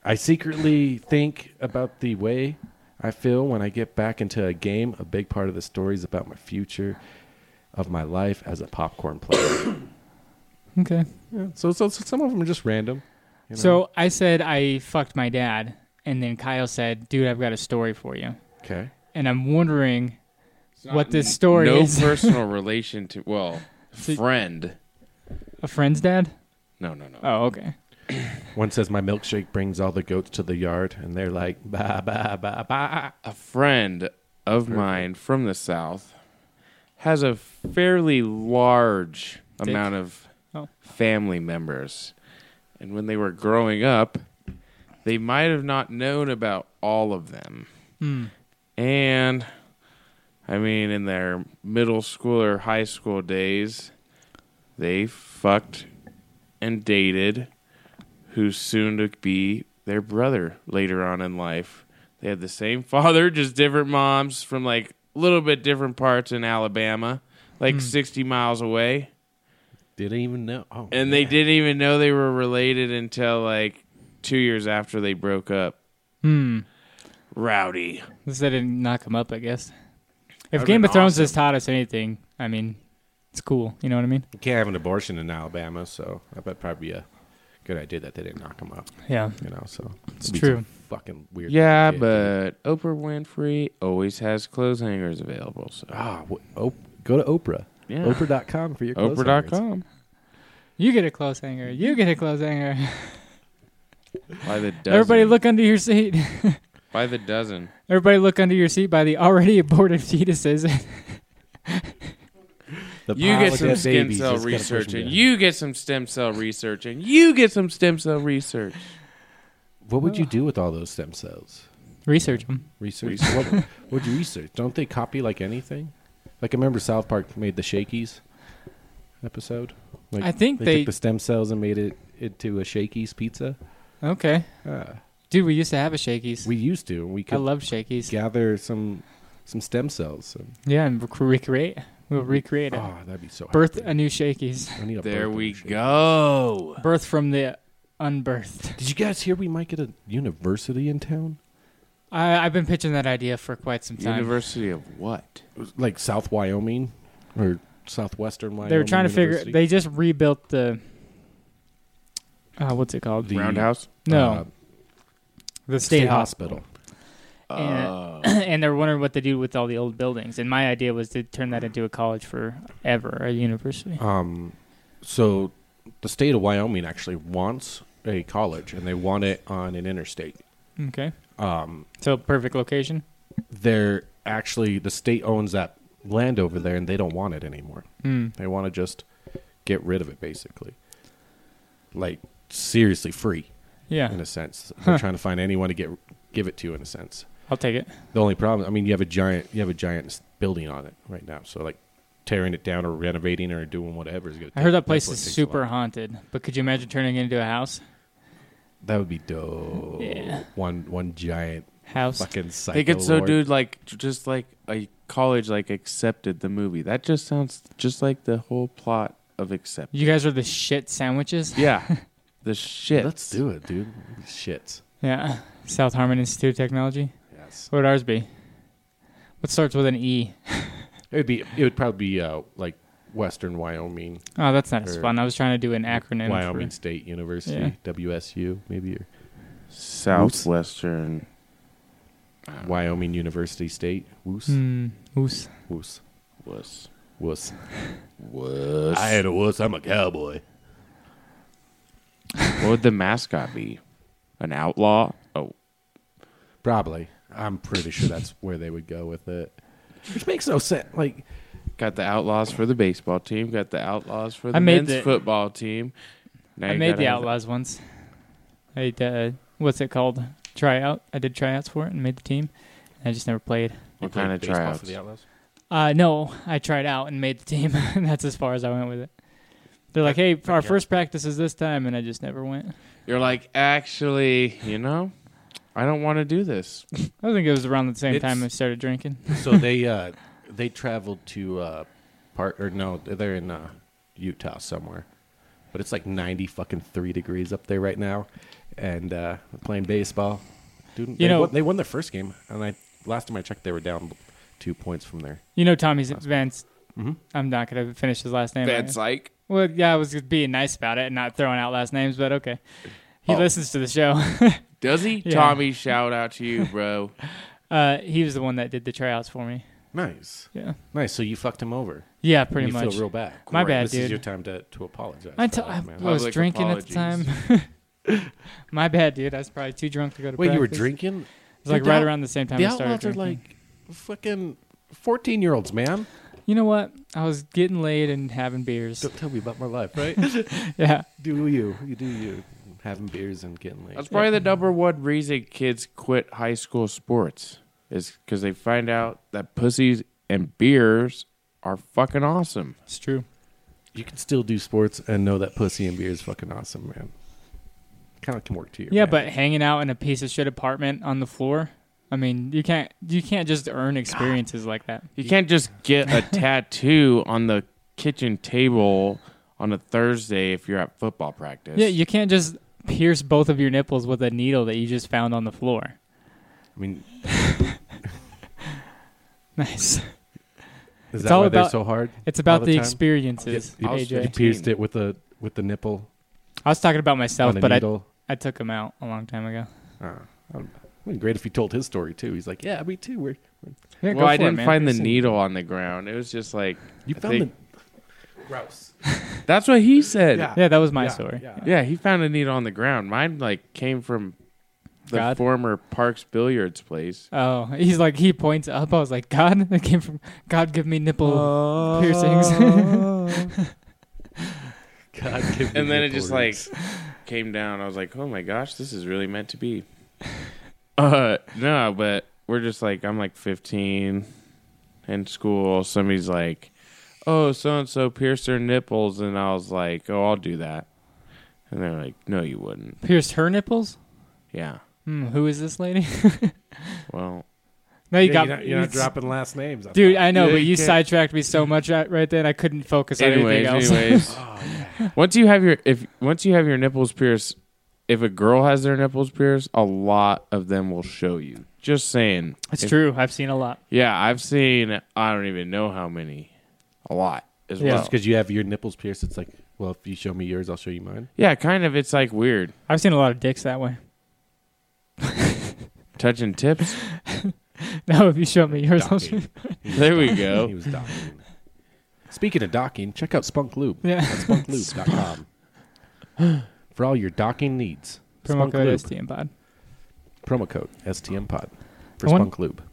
I secretly think about the way I feel when I get back into a game. A big part of the story is about my future, of my life as a popcorn player.
Okay.
[coughs] yeah, so, so, so some of them are just random. you know?
So I said I fucked my dad, and then Kyle said, "Dude, I've got a story for you."
okay.
And I'm wondering what this story
no
is.
personal relation to well,
So-
friend.
a friend's dad.
No, no, no.
Oh, okay.
One says, My milkshake brings all the goats to the yard, and they're like, Bah, bah, bah, bah.
a friend of mine from the south has a fairly large
Dick.
amount of
Oh.
family members and when they were growing up they might have not known about all of them and i mean in their middle school or high school days they fucked and dated who's soon to be their brother later on in life. They had the same [laughs] father, just different moms from like a little bit different parts in Alabama, like 60 miles away.
Didn't even know. Oh,
And they didn't even know they were related until like two years after they broke up.
Hmm.
Rowdy.
This I didn't knock him up, I guess. If
That'd've
Game
been
of Thrones
awesome.
has taught us anything, I mean, it's cool. You know what I mean?
you can't have an abortion in Alabama, so that'd probably be a good idea that they didn't knock him up.
Yeah.
You know, so
It's
It'd be
true.
some Fucking weird.
Yeah,
kid,
but Oprah Winfrey always has clothes hangers available. So
dude. ah, wh- op- go to Oprah.
Yeah.
Oprah.com for your clothes hangers.
Oprah.com.
You get a close hanger. You get a close hanger.
By the dozen.
Everybody look under your seat. [laughs]
By the dozen.
Everybody look under your seat by the already [laughs] aborted fetuses. [laughs]
The
You
pile
get
of
some
dead
stem
babies
cell
that's gotta push
research,
them
and
down.
you get some stem cell research, and you get some stem cell research.
What would
[laughs]
you do with all those stem cells?
Research them.
Research. what would you research? Don't they copy like anything? Like I remember South Park made the Shakies episode. Like
I think
they,
they-
took the stem cells and made it into a Shakey's pizza.
Okay.
Ah.
Dude, we used to have a Shakey's.
we used to. and We could
I love Shakey's. Yeah,
gather some some stem cells. And
and rec- recreate. We'll recreate it.
Oh, that'd be so.
Birth
happy.
a new Shakey's.
I need a
There
birth
we
initiative.
go.
Birth from the unbirthed.
Did you guys hear we might get a university in town?
I, I've been pitching that idea for quite some time.
University of what?
Like South Wyoming or Southwestern Wyoming.
they were trying to figure.
University?
They just rebuilt the. Uh, what's it called?
The-
Roundhouse?
no,
uh,
the
state, uh.
state, hospital.
hospital.
And, [clears throat] and they're wondering what they do with all the old buildings. And my idea was to turn that into a college forever, a university.
Um, so the state of Wyoming actually wants a college, and they want it on an interstate.
Okay.
Um,
So perfect location.
they're actually the state owns that land over there, and they don't want it anymore.
Hmm.
They want to just get rid of it, basically. Like seriously free, in
Yeah,
a sense. They're trying to find anyone to get give it to, in a sense.
I'll take it.
The only problem, I mean, you have a giant, you have a giant building on it right now. So like, tearing it down or renovating or doing whatever is going to.
I heard that place is super haunted, but could you imagine turning it into a house?
That would be dope.
Yeah.
One one giant
House.
fucking psycho.
They could so
lord.
dude like j- just like a college like accepted the movie. That just sounds just like the whole plot
[laughs]
of accept.
You guys are the shit sandwiches.
Yeah. [laughs] the shit.
Let's do it, dude. Shit.
Yeah. South Harmon Institute of Technology.
Yes.
What would ours be? What starts with an E?
It would be. It would probably be uh, like Western Wyoming,
Oh, that's not as
Or-
fun. I was trying to do an acronym.
Wyoming
For,
State University,
Yeah.
WSU, maybe or
Southwestern.
Wyoming University State. Woos.
Hmm. Oos.
Woos.
was
Woos.
was
I had a wuss. I'm a cowboy.
What would the mascot be? An outlaw? Oh,
Probably. I'm pretty sure that's where they would go with it. Which makes no sense. Like,
got the outlaws for the baseball team. Got the outlaws for the
I made
men's
the-
football team. Now
I
you
made
gotta
the
have-
Outlaws once. I did, uh, what's it called? Tryout. I did tryouts for it and made the team. I just never played.
What kind of
Baseball for
tryouts?
the Outlaws?
Uh, no, I tried out and made the team. [laughs] that's as far as I went with it. They're like, hey, our first practice is this time, and I just never went.
You're like, actually, you know, I don't want to do this.
I think it was around the same
It's-
time I started drinking.
so they uh, they traveled to uh, part or no, they're in uh, Utah somewhere, but it's like ninety fucking three degrees up there right now, and uh, playing baseball. Dude, they
know-
won, they won their first game, and I last time I checked, they were down two points from there.
You know, Tommy's Vance.
Mm-hmm.
I'm not going to finish his last name.
That's like,
Well, yeah, I was just being nice about it and not throwing out last names, but okay. He
Oh.
listens to the show.
does he?
Yeah.
Tommy, shout out to you,
[laughs]
bro.
uh, he was the one that did the tryouts for me.
Nice,
Yeah.
nice. So you fucked him over.
Yeah, pretty
you
much.
feel real bad.
My bad,
this
dude.
is your time to, to apologize.
I,
for
t-
that,
I
man.
was
Public
drinking at the
apologies.
time.
[laughs]
[laughs] My bad, dude. I was probably too drunk to go to
Wait, you were
practice.
drinking?
It was like
The
right
out-
around the same time
The
I started
Outlaws are
drinking.
like fucking fourteen year olds, man.
you know what? I was getting laid and having beers.
Don't tell me about my life, right?
[laughs] yeah.
do you? You do you? Having beers and getting
That's
late.
probably the number one reason kids quit high school sports is because they find out that pussies and beers are fucking awesome.
It's true.
You can still do sports and know that pussy and beer is fucking awesome, man. Kind of can work to you.
Yeah, but hanging out in a piece of shit apartment on the floor, I mean, you can't you can't just earn experiences like that.
You can't just get a tattoo on the kitchen table on a Thursday if you're at football practice.
Yeah, you can't just pierce both of your nipples with a needle that you just found on the floor. [laughs]
I mean,
Nice.
is
all
that why they're
about-
so hard?
It's about
all
the,
time?
experiences,
Yeah,
I was
AJ.
You pierced it with the with the nipple
I was talking about myself,
on a
but I,
needle.
I took him out a long time ago.
Uh, I don't- I mean, great if he told his story too. He's like, yeah, me too. We're, we're-
Yeah,
well, I didn't find the needle on the ground. It was just like
you
I
found
think-
the grouse.
that's what he said.
Yeah.
Yeah, that was my story.
[laughs] Yeah, he found a needle on the ground. Mine like came from the
God.
former Parks Billiards place.
Oh, [laughs] he's like he points up. I was like, God, [laughs] that came from God. Give me nipple
Uh,
piercings. [laughs]
God, give me
And then it just
nipple
like
rings.
came down. I was like, "Oh my gosh, this is really meant to be." [laughs] Uh no, but we're just like I'm like 15 in school. Somebody's like, "Oh, so and so pierced their nipples," and I was like, "Oh, I'll do that." And they're like, "No, you wouldn't."
Pierced her nipples.
Yeah.
Hmm, who is this lady?
Well,
[laughs] No, you
Yeah,
got
you're not, you're not dropping last names, I
Dude,
thought.
I know,
Yeah,
but
you
you
can't-
sidetracked me so much right right then. I couldn't focus on
anyways,
anything else. Oh,
anyways, once you have your if once you have your nipples pierced, if a girl has their nipples pierced, a lot of them will show you. Just saying.
[laughs] it's
If-
true. I've seen a lot.
Yeah, I've seen. I don't even know how many. A lot as
Yeah.
well.
Just because you have your nipples pierced, it's like, well, if you show me yours, I'll show you mine.
Yeah, kind of. It's like weird
I've seen a lot of dicks that way. [laughs]
touching tips.
Now, if you show me yours, I'll show
Docking.
you. [laughs]
there we
He
go.
was docking. Speaking of docking, check out Spunk Lube.
yeah.
at spunklube.com
[gasps]
for all your docking needs.
Promo
Spunk
code
Lube.
STM Pod.
Promo code STM Pod for
I want-
Spunk Lube.
I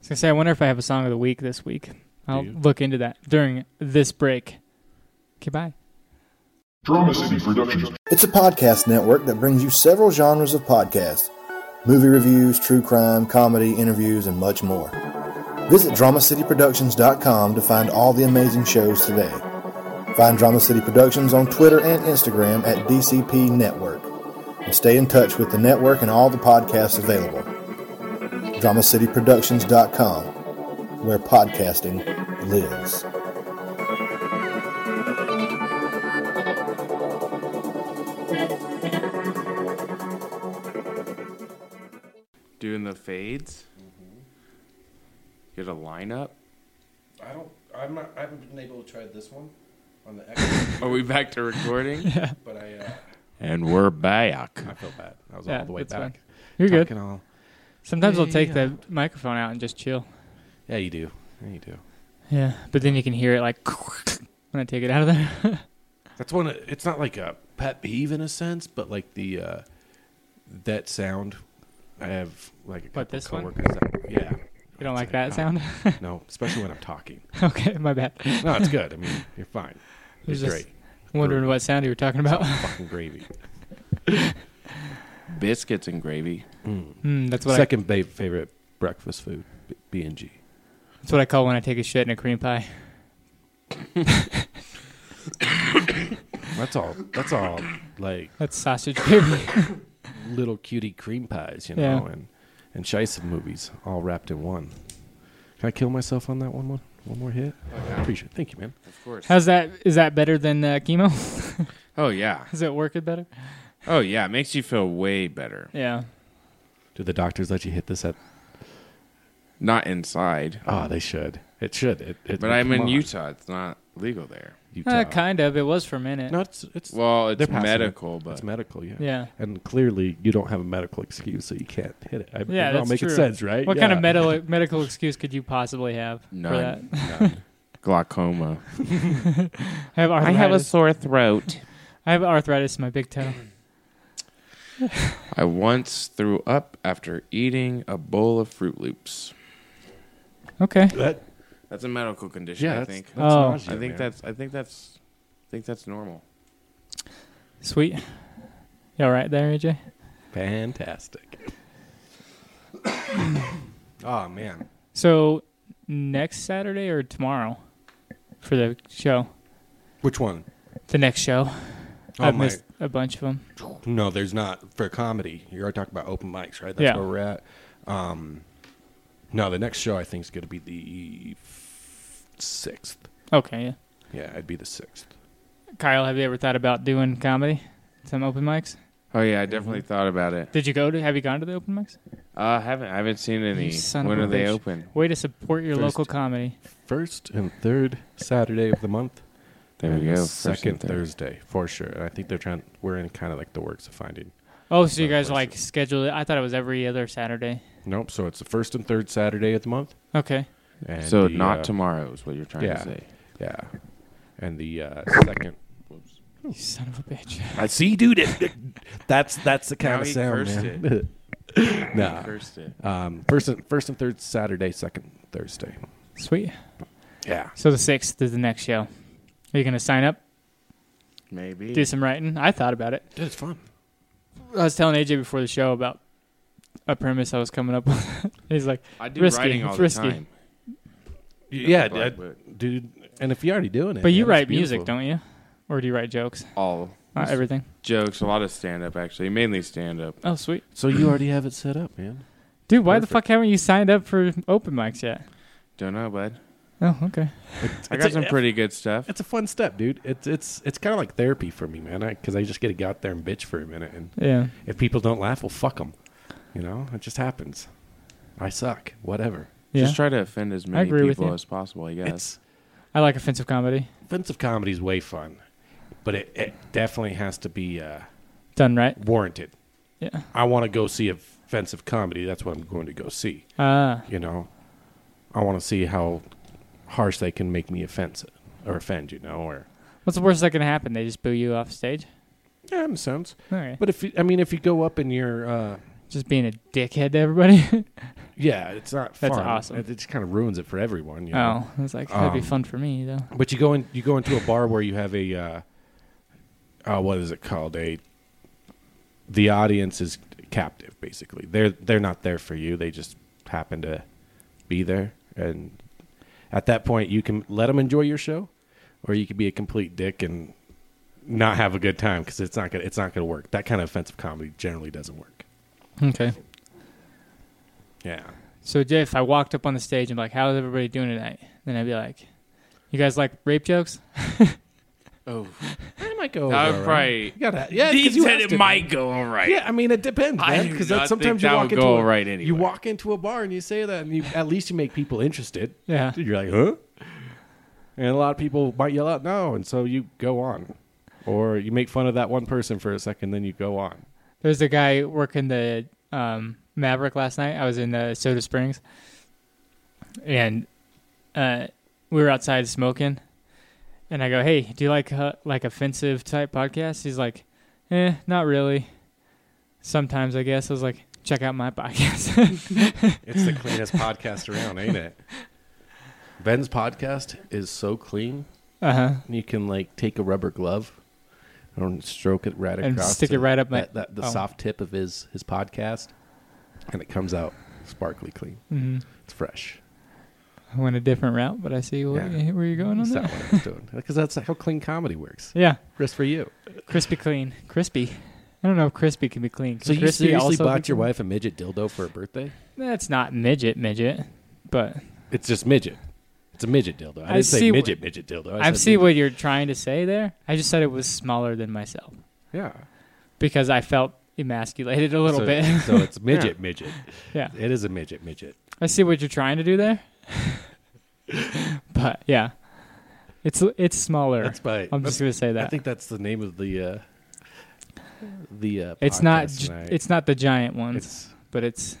was gonna say, I wonder if I have a song of the week this week. I'll
you?
look into that during this break. Okay, bye.
Drama City Productions.
It's a podcast network that brings you several genres of podcasts movie reviews, true crime, comedy, interviews, and much more. Visit DramaCityProductions.com to find all the amazing shows today. Find Drama City Productions on Twitter and Instagram at DCP Network. And stay in touch with the network and all the podcasts available. DramaCityProductions.com, where podcasting lives.
Doing the fades. Get a lineup.
I don't. I'm not. I haven't been able to try this one on the X,
Are we back to recording?
but I. Uh,
And we're back.
[laughs] I feel bad. I was
Yeah,
all the way
that's
back.
You're good.
Talking all-
Sometimes I'll take the microphone out and just chill.
Yeah, you do. Yeah, you do.
Yeah, but then you can hear it like [laughs] when I take it out of there. [laughs]
That's one. of- It's not like a pet peeve in a sense, but like the uh, that sound. I have like a couple
this one?
coworkers that- yeah.
You don't like that sound? [laughs]
[laughs] No, especially when I'm talking.
okay, my bad.
No, it's good. I mean, you're
[laughs]
fine.
was
It's
just-
great.
[laughs] Wondering what sound you were talking about. [laughs]
Fucking gravy.
Biscuits and gravy.
Mm, that's what
Second ba- favorite breakfast food, B- B&G.
I, that's what I call when I take a shit in a cream pie.
That's all. That's all. Like
That's sausage gravy.
[laughs] little cutie cream pies, you
Yeah.
know, and and Shice movies all wrapped in one. Can I kill myself on that one more one more hit? Appreciate. It. Thank you, man.
Of course.
How's that? Is that better than uh, chemo? [laughs]
Oh yeah.
Is it working better?
Oh yeah. It makes you feel way better.
Yeah.
Do the doctors let you hit this at?
Not inside.
Oh, they should. It should. It, it,
But I'm
come
in
on.
Utah. It's not legal there.
Utah.
Uh, kind of. It was for a minute.
No, it's it's
Well, it's
They're passing it.
medical, but
it's medical. Yeah.
Yeah.
And clearly, you don't have a medical excuse, so you can't hit it. I,
Yeah,
it all
that's
making
true.
sense, right?
What kind of
Yeah.
medical medical excuse could you possibly have for that? [laughs]
none. none. Glaucoma.
I have arthritis. I have,
sore throat.
arthritis in my big [clears throat] toe.
I once threw up after eating a bowl of Fruit Loops.
Okay.
That,
That's a medical condition.
yeah,
I
that's,
think.
that's
Oh.
nausea,
I think
man.
that's. I think that's. I think that's normal.
Sweet. You all right there, AJ?
Fantastic. [coughs] oh man,
So next Saturday or tomorrow for the show?
which one?
The next show.
Oh
I've
my!
missed a bunch of them.
No, there's not for comedy. You're talking about open mics, right? That's
Yeah.
where we're at. Um, no, the next show I think is going to be the f- sixth.
Okay. Yeah.
Yeah, I'd be the sixth.
Kyle, have you ever thought about doing comedy? Some open mics?
Oh yeah, I definitely thought about it. Uh,
Did you go to? Have you gone to the open mics?
I haven't. I haven't seen any.
You son of
when
a
are they
bitch.
open?
Way to support your
First-
local comedy.
First and third Saturday of the month.
There
and
we
the
go. First and
Second
third.
Thursday for sure. And I think they're trying. We're in kind of like the works of finding.
Oh, so you
Third
guys
person.
like schedule it? I thought it was every other Saturday.
Nope. So it's the first and third Saturday of the month.
Okay.
And
So
the,
not
uh,
tomorrow is what you're trying
yeah.
to say.
Yeah. And the uh, second.
You son of a bitch.
I see,
[laughs]
dude. It, that's that's the kind
Now
of
he
sound,
cursed
man. [laughs] nah.
Cursed it.
Um, first and first and third Saturday, second Thursday.
Sweet.
Yeah.
So the sixth is the next show. Are you gonna sign up?
Maybe.
Do some writing? I thought about it.
Dude, it's fun.
I was telling AJ before the show about a premise I was coming up with. [laughs] He's like,
I do
risky,
writing all
it's
the
risky.
time.
Yeah, d-
But- but
dude. And if you're already doing it,
"But you
man, it's
write music,
beautiful.
don't you? Or do you write jokes?
all
Not everything."
jokes, a lot of stand up actually, mainly stand up.
Oh, sweet.
So you already have it set up, man.
Dude, why the
Perfect.
fuck haven't you signed up for open mics yet?
Don't know, bud.
Oh, okay.
I
It's a-
got some pretty good stuff.
It's a fun step, dude. It's it's it's kind of like therapy for me, man. Because I, just get to go out there and bitch for a minute, and
Yeah.
if people don't laugh, well, fuck them. You know, it just happens. I suck. Whatever.
Yeah.
Just try to offend as many
agree with
people
you.
as possible. I guess.
It's
I like offensive comedy.
offensive comedy is way fun, but it, it definitely has to be uh,
Done right.
warranted.
Yeah.
I want to go see offensive comedy. That's what I'm going to go see.
Ah,
You know, I want to see how harsh they can make me offensive or offend. You know, or
what's the worst that can happen? They just boo you off stage?
yeah, in a sense.
All right.
But if you, I mean, if you go up in your uh,
Just being a dickhead to everybody? [laughs]
Yeah, it's not
That's
fun.
awesome.
It, it just kind of ruins it for everyone. You know?
Oh, I was like, that'd be
Um,
fun for me, though.
But you go in, you go into a bar where you have a, uh, uh, what is it called? A the audience is captive. Basically, they're they're not there for you. They just happen to be there, and at that point, you can let them enjoy your show, or you could be a complete dick and not have a good time because it's not gonna it's not gonna work. That kind of offensive comedy generally doesn't work.
Okay.
Yeah,
So Jay, if I walked up on the stage and be like, "How's everybody doing tonight?" Then I'd be like, "You guys like rape jokes?" [laughs]
oh,
I might go.
Oh,
that
over,
would
right?
probably.
You gotta, yeah, 'cause
he
you
said
asked
it
man.
might go all right.
Yeah, I mean it depends,
I
man.
do
Because
not think
sometimes you
that
walk
would
into
go
a,
right anyway.
You walk into a bar and you say that, and you at least you make people interested.
Yeah.
Dude, you're like, huh? And a lot of people might yell out no, and so you go on, or you make fun of that one person for a second, then you go on.
There's a guy working the um, Maverick last night. I was in uh, Soda Springs, and uh, we were outside smoking. And I go, "Hey, do you like uh, like offensive type podcasts?" He's like, "Eh, not really. Sometimes, I guess." I was like, "Check out my [laughs] podcast."
It's the
[laughs]
cleanest podcast around, ain't it? Ben's podcast is so clean.
uh huh.
You can like take a rubber glove and stroke it right
And
across
stick it right up my-
that, that, the
oh.
soft tip of his his podcast, and it comes out sparkly clean.
hmm
It's fresh.
I went a different route, but I see where,
Yeah.
where you're going on
That's
that.
not what I'm
[laughs]
doing. Because that's how clean comedy works.
Yeah.
Risk for you.
Crispy clean. Crispy. I don't know if crispy can be clean. Can
So you
crispy
seriously
also be
bought your
clean?
wife a midget dildo for a birthday?
That's not midget, midget. But
It's just midget. It's a midget dildo. I,
I
didn't
see
say
what-
midget midget dildo.
I
said
see
midget.
what you're trying to say there. I just said it was smaller than myself
Yeah.
because I felt emasculated a little
So-
bit.
[laughs]
[laughs]
so it's midget midget.
yeah.
It is a midget midget.
I see what you're trying to do there. but yeah. It's it's smaller.
That's by.
I'm just going to say
I
that.
think that's the name of the. Uh, the uh,
It's not
podcast
gi-
tonight.
it's not the giant ones,
It's-
but it's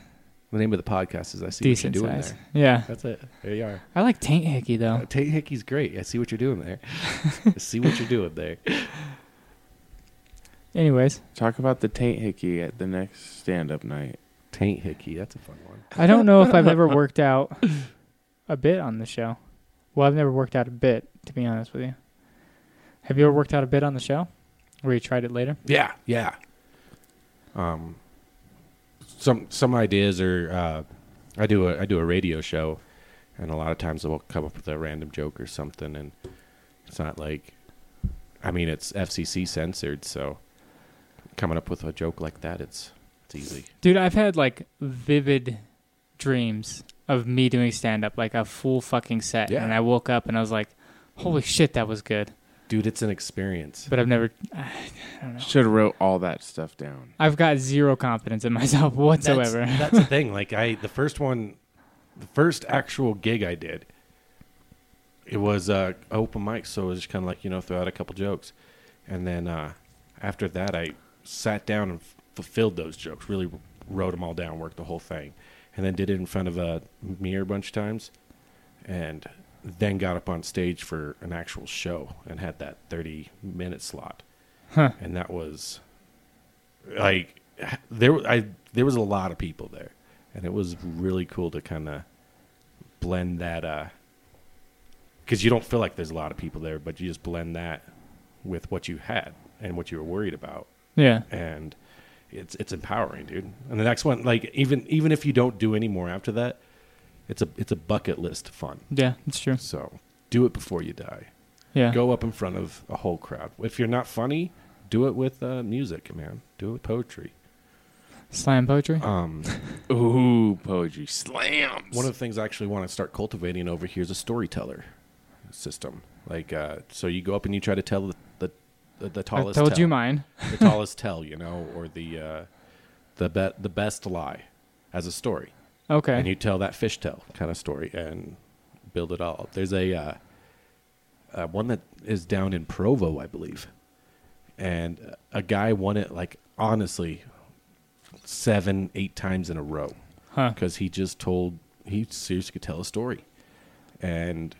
the name of the podcast is I see
decent
what you're doing
size. Oh.
there.
Yeah.
That's it. There you are.
I like taint hickey though.
Uh, Tate Hickey's great. I see what you're
[laughs]
doing there. I see what you're doing there.
Anyways,
Talk about the taint hickey at the next stand-up night.
Taint Hickey. That's a fun one.
I don't know if I've [laughs] ever worked out a bit on the show. Well, I've never worked out a bit, to be honest with you. Have you ever worked out a bit on the show? Where you tried it later?
Yeah, yeah. Um, some some ideas are uh, I do a I do a radio show, and a lot of times I'll come up with a random joke or something, and it's not like, I mean, it's FCC censored, so coming up with a joke like that, it's it's easy.
Dude, I've had like vivid dreams of me doing stand up, like a full fucking set.
Yeah.
And I woke up and I was like, holy shit, that was good.
Dude, it's an experience.
But I've never,
Should have wrote all that stuff down.
I've got zero confidence in myself [laughs]
That's-
whatsoever.
That's, the thing. Like I, the first one, the first actual gig I did, it was uh, open mic, so it was just kind of like you know throw out a couple jokes, and then uh, after that I sat down and f- fulfilled those jokes, really wrote them all down, worked the whole thing, and then did it in front of a mirror a bunch of times, and then got up on stage for an actual show and had that thirty minute slot, and that was like there I there was a lot of people there, and it was really cool to kind of blend that uh because you don't feel like there's a lot of people there, but you just blend that with what you had and what you were worried about,
yeah.
and it's it's empowering, dude. And the next one, like even even if you don't do any more after that, it's a it's a bucket list fun.
Yeah, it's true.
So do it before you die.
Yeah.
Go up in front of a whole crowd. If you're not funny, do it with uh, music, man. Do it with poetry.
Slam poetry.
Um,
Ooh, do poetry slams.
One of the things I actually want to start cultivating over here is a storyteller system. Like, uh, so you go up and you try to tell the the, the, the
I
tallest.
told
tale.
you mine.
the tallest tell, you know, or the uh, the be- the best lie as a story,
Okay.
and you tell that fish tell kind of story and build it all. up. There's a uh, uh, one that is down in Provo, I believe, and uh, a guy won it like honestly seven, eight times in a row
Huh.
because he just told he seriously could tell a story and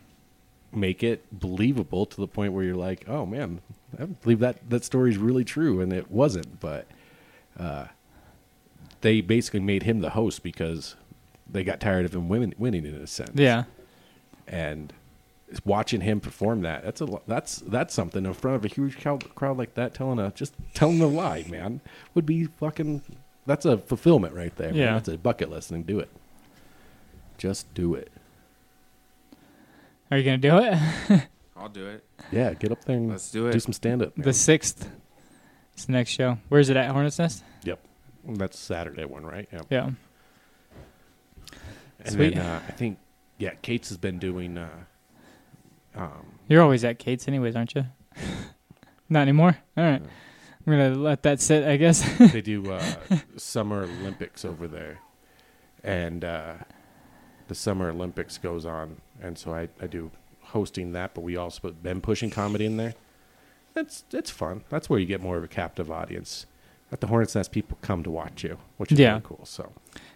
make it believable to the point where you're like, oh man, I believe that that story's really true, and it wasn't. But uh, they basically made him the host because they got tired of him winning, winning in a sense.
yeah.
and watching him perform that that's a lo- that's that's something in front of a huge crowd, crowd like that telling a just telling a lie man would be fucking that's a fulfillment right there man.
Yeah.
that's a bucket list and do it just do it
Are you gonna do it? [laughs]
I'll do it.
Yeah, get up there and
Let's do it.
Do some stand up.
the sixth. It's the next show. Where's it at? Hornets Nest.
Yep. That's Saturday one, right? Yep.
Yeah.
And
Sweet.
then uh, I think yeah, Kate's has been doing uh
[laughs] You're always at Kate's, anyways, aren't you? [laughs] Not anymore. All right. I'm gonna let that sit, I guess. [laughs]
they do uh summer Olympics over there. And uh the summer Olympics goes on and so I, I do hosting that, but we also put been pushing comedy in there. That's that's fun. That's where you get more of a captive audience. At the Hornets Nest people come to watch you, which is
Yeah.
really cool. So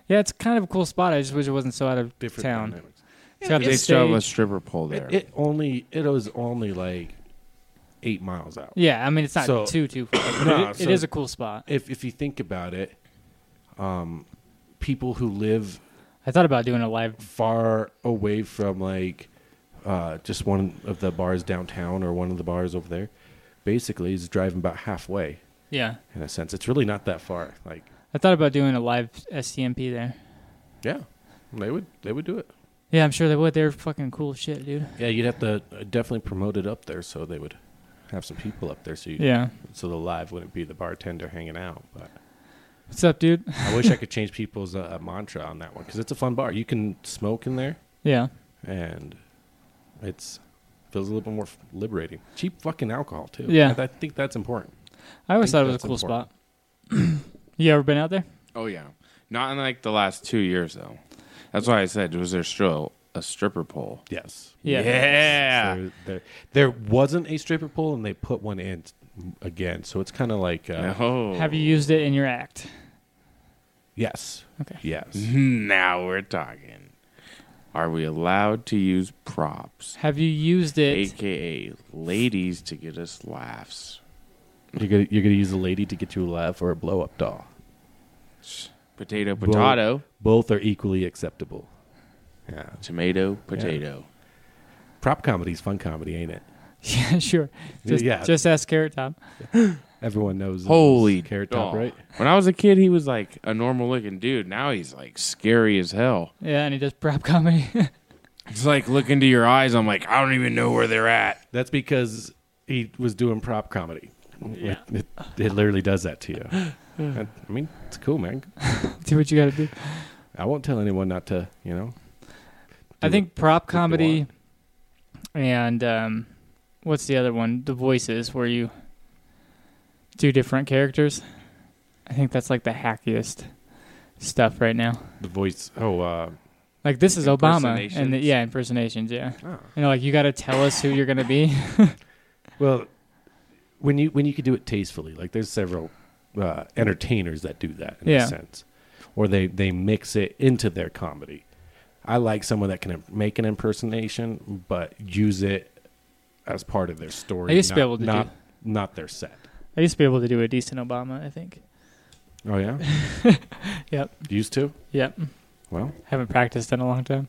yeah, it's kind of a cool spot. I just wish it wasn't so out of
different
town.
dynamics.
It's got a
They
big
still have a
stage.
stripper pole there.
It, it only it was only like eight miles out.
Yeah, I mean it's not
So-
too too
[coughs]
far. but
No,
it, it
so-
is a cool spot.
if if you think about it, um, people who live
I thought about doing a live.
far away from like uh, just one of the bars downtown or one of the bars over there, basically is driving about halfway
Yeah,
in a sense. It's really not that far. Like,
I thought about doing a live STMP there.
yeah, they would they would do it.
Yeah, I'm sure they would. They're fucking cool shit, dude.
Yeah, you'd have to uh, definitely promote it up there so they would have some people up there. So you,
Yeah.
so the live wouldn't be the bartender hanging out, but.
What's up, dude? [laughs]
I wish I could change people's uh, mantra on that one because it's a fun bar. You can smoke in there,
Yeah.
and it's feels a little bit more f- liberating. Cheap fucking alcohol too.
Yeah.
I, I think that's important.
I always
think
thought it was a
that's
cool
important.
spot. [coughs] you ever been out there?
oh yeah, not in like the last two years though. That's why I said was there still a stripper pole?
Yes.
Yeah.
Yeah.
There, there, there wasn't a stripper pole, and they put one in again. So it's kind of like uh,
Uh-huh.
Oh,
Have you used it in your act?
yes,
Okay.
yes.
Now we're talking. Are we allowed to use props,
Have you used it?
aka ladies, to get us laughs?
You're gonna you're gonna use a lady to get you a laugh or a blow up doll.
Potato,
Both-
potato,
Both are equally acceptable. Yeah.
tomato, potato.
Prop comedy's fun comedy, ain't it?
[laughs] Yeah, sure. Just,
Yeah.
just ask Carrot Top.
Everyone knows.
Holy
carrot
dog.
top, right?
When I was a kid, he was like a normal looking dude. Now he's like scary as hell.
Yeah, and he does prop comedy. [laughs]
It's like look into your eyes. I'm like, I don't even know where they're at.
That's because he was doing prop comedy. Yeah. It, it, it literally does that to you. I, I mean, it's cool, man.
do what you got to do.
I won't tell anyone not to, you know.
I
do
think prop
they
comedy and um, what's the other one? The voices, where you do different characters. I think that's like the hackiest stuff right now.
The voice. Oh, uh,
Like this is Obama, and the,
Impersonations.
yeah, impersonations. Yeah,
oh.
you know, like you got to tell us who you're gonna be. [laughs]
well, when you when you could do it tastefully, like there's several uh, entertainers that do that in
Yeah.
a sense, or they they mix it into their comedy. I like someone that can im- make an impersonation, but use it as part of their story.
I used to be
not-
able to do-
not not their set.
I used to be able to do a decent Obama. I think.
Oh yeah,
[laughs] Yep.
used to.
Yep.
Well,
Haven't practiced in a long time.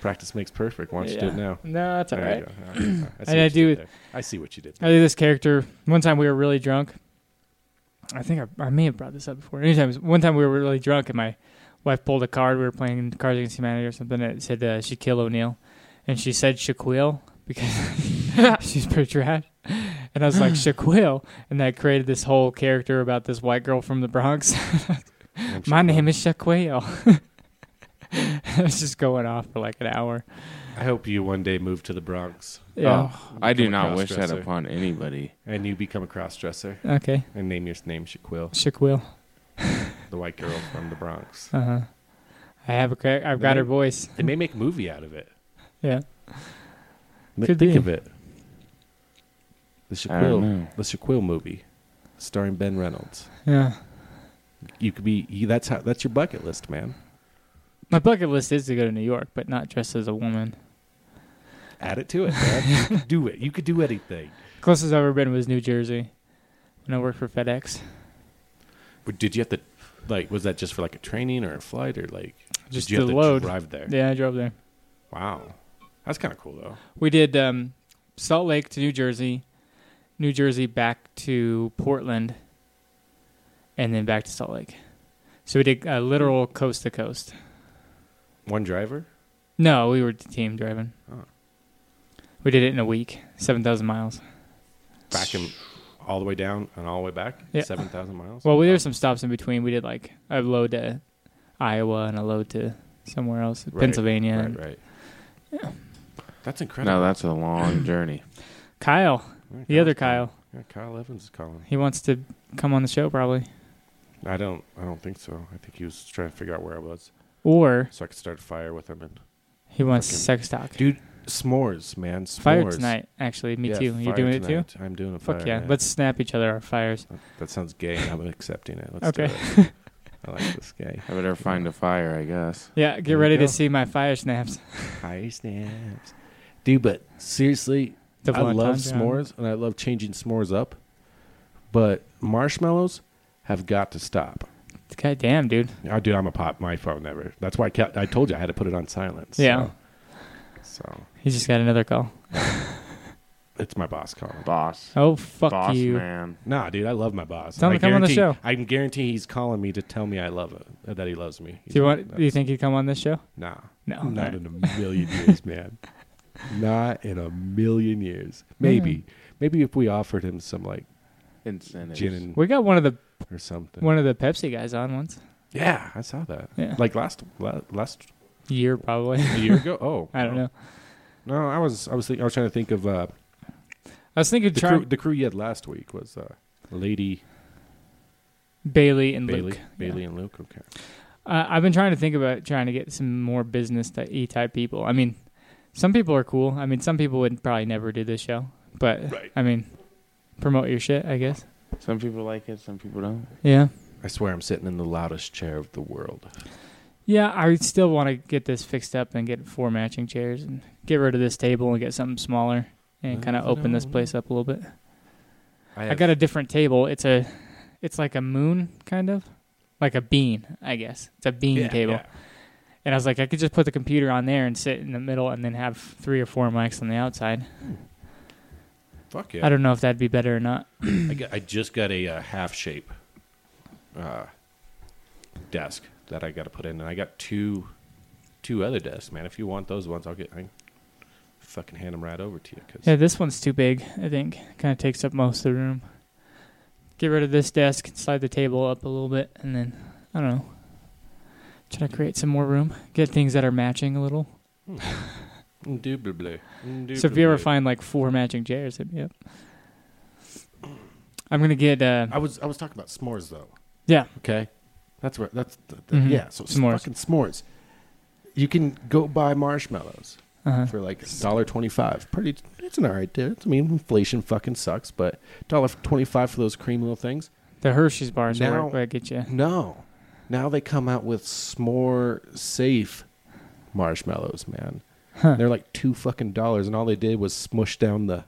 practice makes perfect. Why don't you do
Yeah.
it now?
No, that's all
There you
right.
go. I, see what
I
you
do-
did there. I see what you
[laughs]
did.
I did this character one time. We were really drunk. I think I, I may have brought this up before. Anytime, one time we were really drunk, and my wife pulled a card. We were playing Cards Against Humanity or something. And it said uh, Shaquille O'Neal, and she said Shaquille
[laughs]
because [laughs] she's pretty trash. And I was like Shaquille, and that created this whole character about this white girl from the Bronx.
I'm
[laughs] my
sure-
name is Shaquille. [laughs] I was just going off for like an hour.
I hope you one day move to the Bronx
Yeah.
Oh, I do
Become a
not wish that
crossdresser.
upon anybody.
and you become a crossdresser
Okay.
and name your name Shaquille,
Shook Will.
the white girl from the Bronx.
Uh huh. I have a crack. I've got her voice.
They may make a movie out of it.
Yeah.
Th-
Could
Think
be.
of it. The
I
Shaquille,
don't know.
the Shaquille movie, starring Ben Reynolds.
Yeah.
You could be. You, that's how. That's your bucket list, man.
My bucket list is to go to New York, but not dressed as a woman.
Add it to it. Man. you could do it. You could do anything.
Closest I've ever been was New Jersey when I worked for FedEx.
But did you have to? Like, was that just for like a training or a flight or like?
Just
did you have
the
to
load.
drive there?
Yeah, I drove there.
Wow, that's kind of cool though.
We did um, Salt Lake to New Jersey, New Jersey back to Portland, and then back to Salt Lake. So we did uh, literal coast to coast.
One driver.
No, we were team driving.
Oh.
We did it in a week, 7,000 miles.
back and all the way down and all the way back,
Yeah.
seven thousand miles.
Well, we, there's some stops in between. We did like a load to Iowa and a load to somewhere else,
Right,
Pennsylvania.
right,
and-
right. That's incredible.
No, that's a long journey.
Kyle,
Yeah,
the other
Kyle's
Kyle,
calling. Yeah, Kyle Evans is calling.
he wants to come on the show probably,
I don't. I don't think so. I think he was trying to figure out where I was,
or
so I could start a fire with him. And
he wants
Frickin-
sex talk.
dude, s'mores, man, s'mores.
Fire tonight, actually. Me
Yeah,
too. You're
fire
doing it too.
tonight. I'm doing a fire.
Fuck yeah. Let's snap each other our fires.
That sounds gay, and I'm accepting it. Let's
Okay. [laughs]
do it. I like this guy.
I better find a fire, I guess.
Yeah, get
There you
ready
go.
to see my fire snaps. [laughs]
Fire snaps, dude. But seriously,
The
I love
Valentine's round.
s'mores and I love changing s'mores up, but marshmallows have got to stop.
God damn, dude.
Oh, dude, I'm a pop. My phone never. That's why I, kept, I told you I had to put it on silence.
Yeah.
So, so
He just got another call.
it's my boss calling.
Boss.
Oh fuck
Boss
you.
man.
Nah, dude, I love my boss.
Tell him
I
to come on the
guarantee-
show.
I can guarantee he's calling me to tell me I love it, that he loves me.
Do you want do you think he'd come on this show?
Nah,
No. alright.
not in a million
[laughs]
years, man. Not in a million years. Maybe, maybe if we offered him some like
Incentives.
gin and
We got one of the
or something.
one of the Pepsi guys on once.
Yeah, I saw that.
Yeah.
Like last la- last
Year probably. [laughs]
a year ago. Oh,
I don't know.
know. No, I was I was think, I was trying to think of uh,
I was thinking
the
try
crew. The crew you had last week was uh, Lady
Bailey and
Bailey,
Luke.
Bailey and Luke. Okay,
Uh, I've been trying to think about trying to get some more business E type people. I mean, some people are cool. I mean, some people would probably never do this show, but
Right.
I mean, promote your shit, I guess.
Some people like it, some people don't.
Yeah.
I swear I'm sitting in the loudest chair of the world.
Yeah, I would still want to get this fixed up and get four matching chairs and get rid of this table and get something smaller and kind of
Moving
open this
on.
place up a little bit. I
have-
got a different table. It's a it's like a moon kind of like a bean, I guess. It's a bean
yeah,
table.
yeah.
And I was like, I could just put the computer on there and sit in the middle and then have three or four mics on the outside.
Fuck
I
yeah!
don't know if that'd be better or not.
I, got, I just got a uh, half shape uh, desk that I got to put in, and I got two two other desks, man. If you want those ones, I'll get. I can fucking hand them right over to you. 'cause-
Yeah, this one's too big, I think. Kind of takes up most of the room. Get rid of this desk, slide the table up a little bit, and then, I don't know, try to create some more room. Get things that are matching a little.
Indubitably.
So if you ever
Indubitably.
find like four matching chairs, hit me up. I'm going to get, uh,
I was I was talking about s'mores though.
yeah,
Okay, that's where that's the, the,
Mhm.
yeah. So s'mores.
S'mores.
fucking s'mores. You can go buy marshmallows
uh-huh.
for like dollar twenty five. Pretty, it's an alright deal. It's- I mean, inflation fucking sucks, but dollar twenty five for those cream little things.
the Hershey's bars are
Now-
where- where I get you.
No, now they come out with s'more safe marshmallows, man. They're like two fucking dollars, and all they did was smush down the,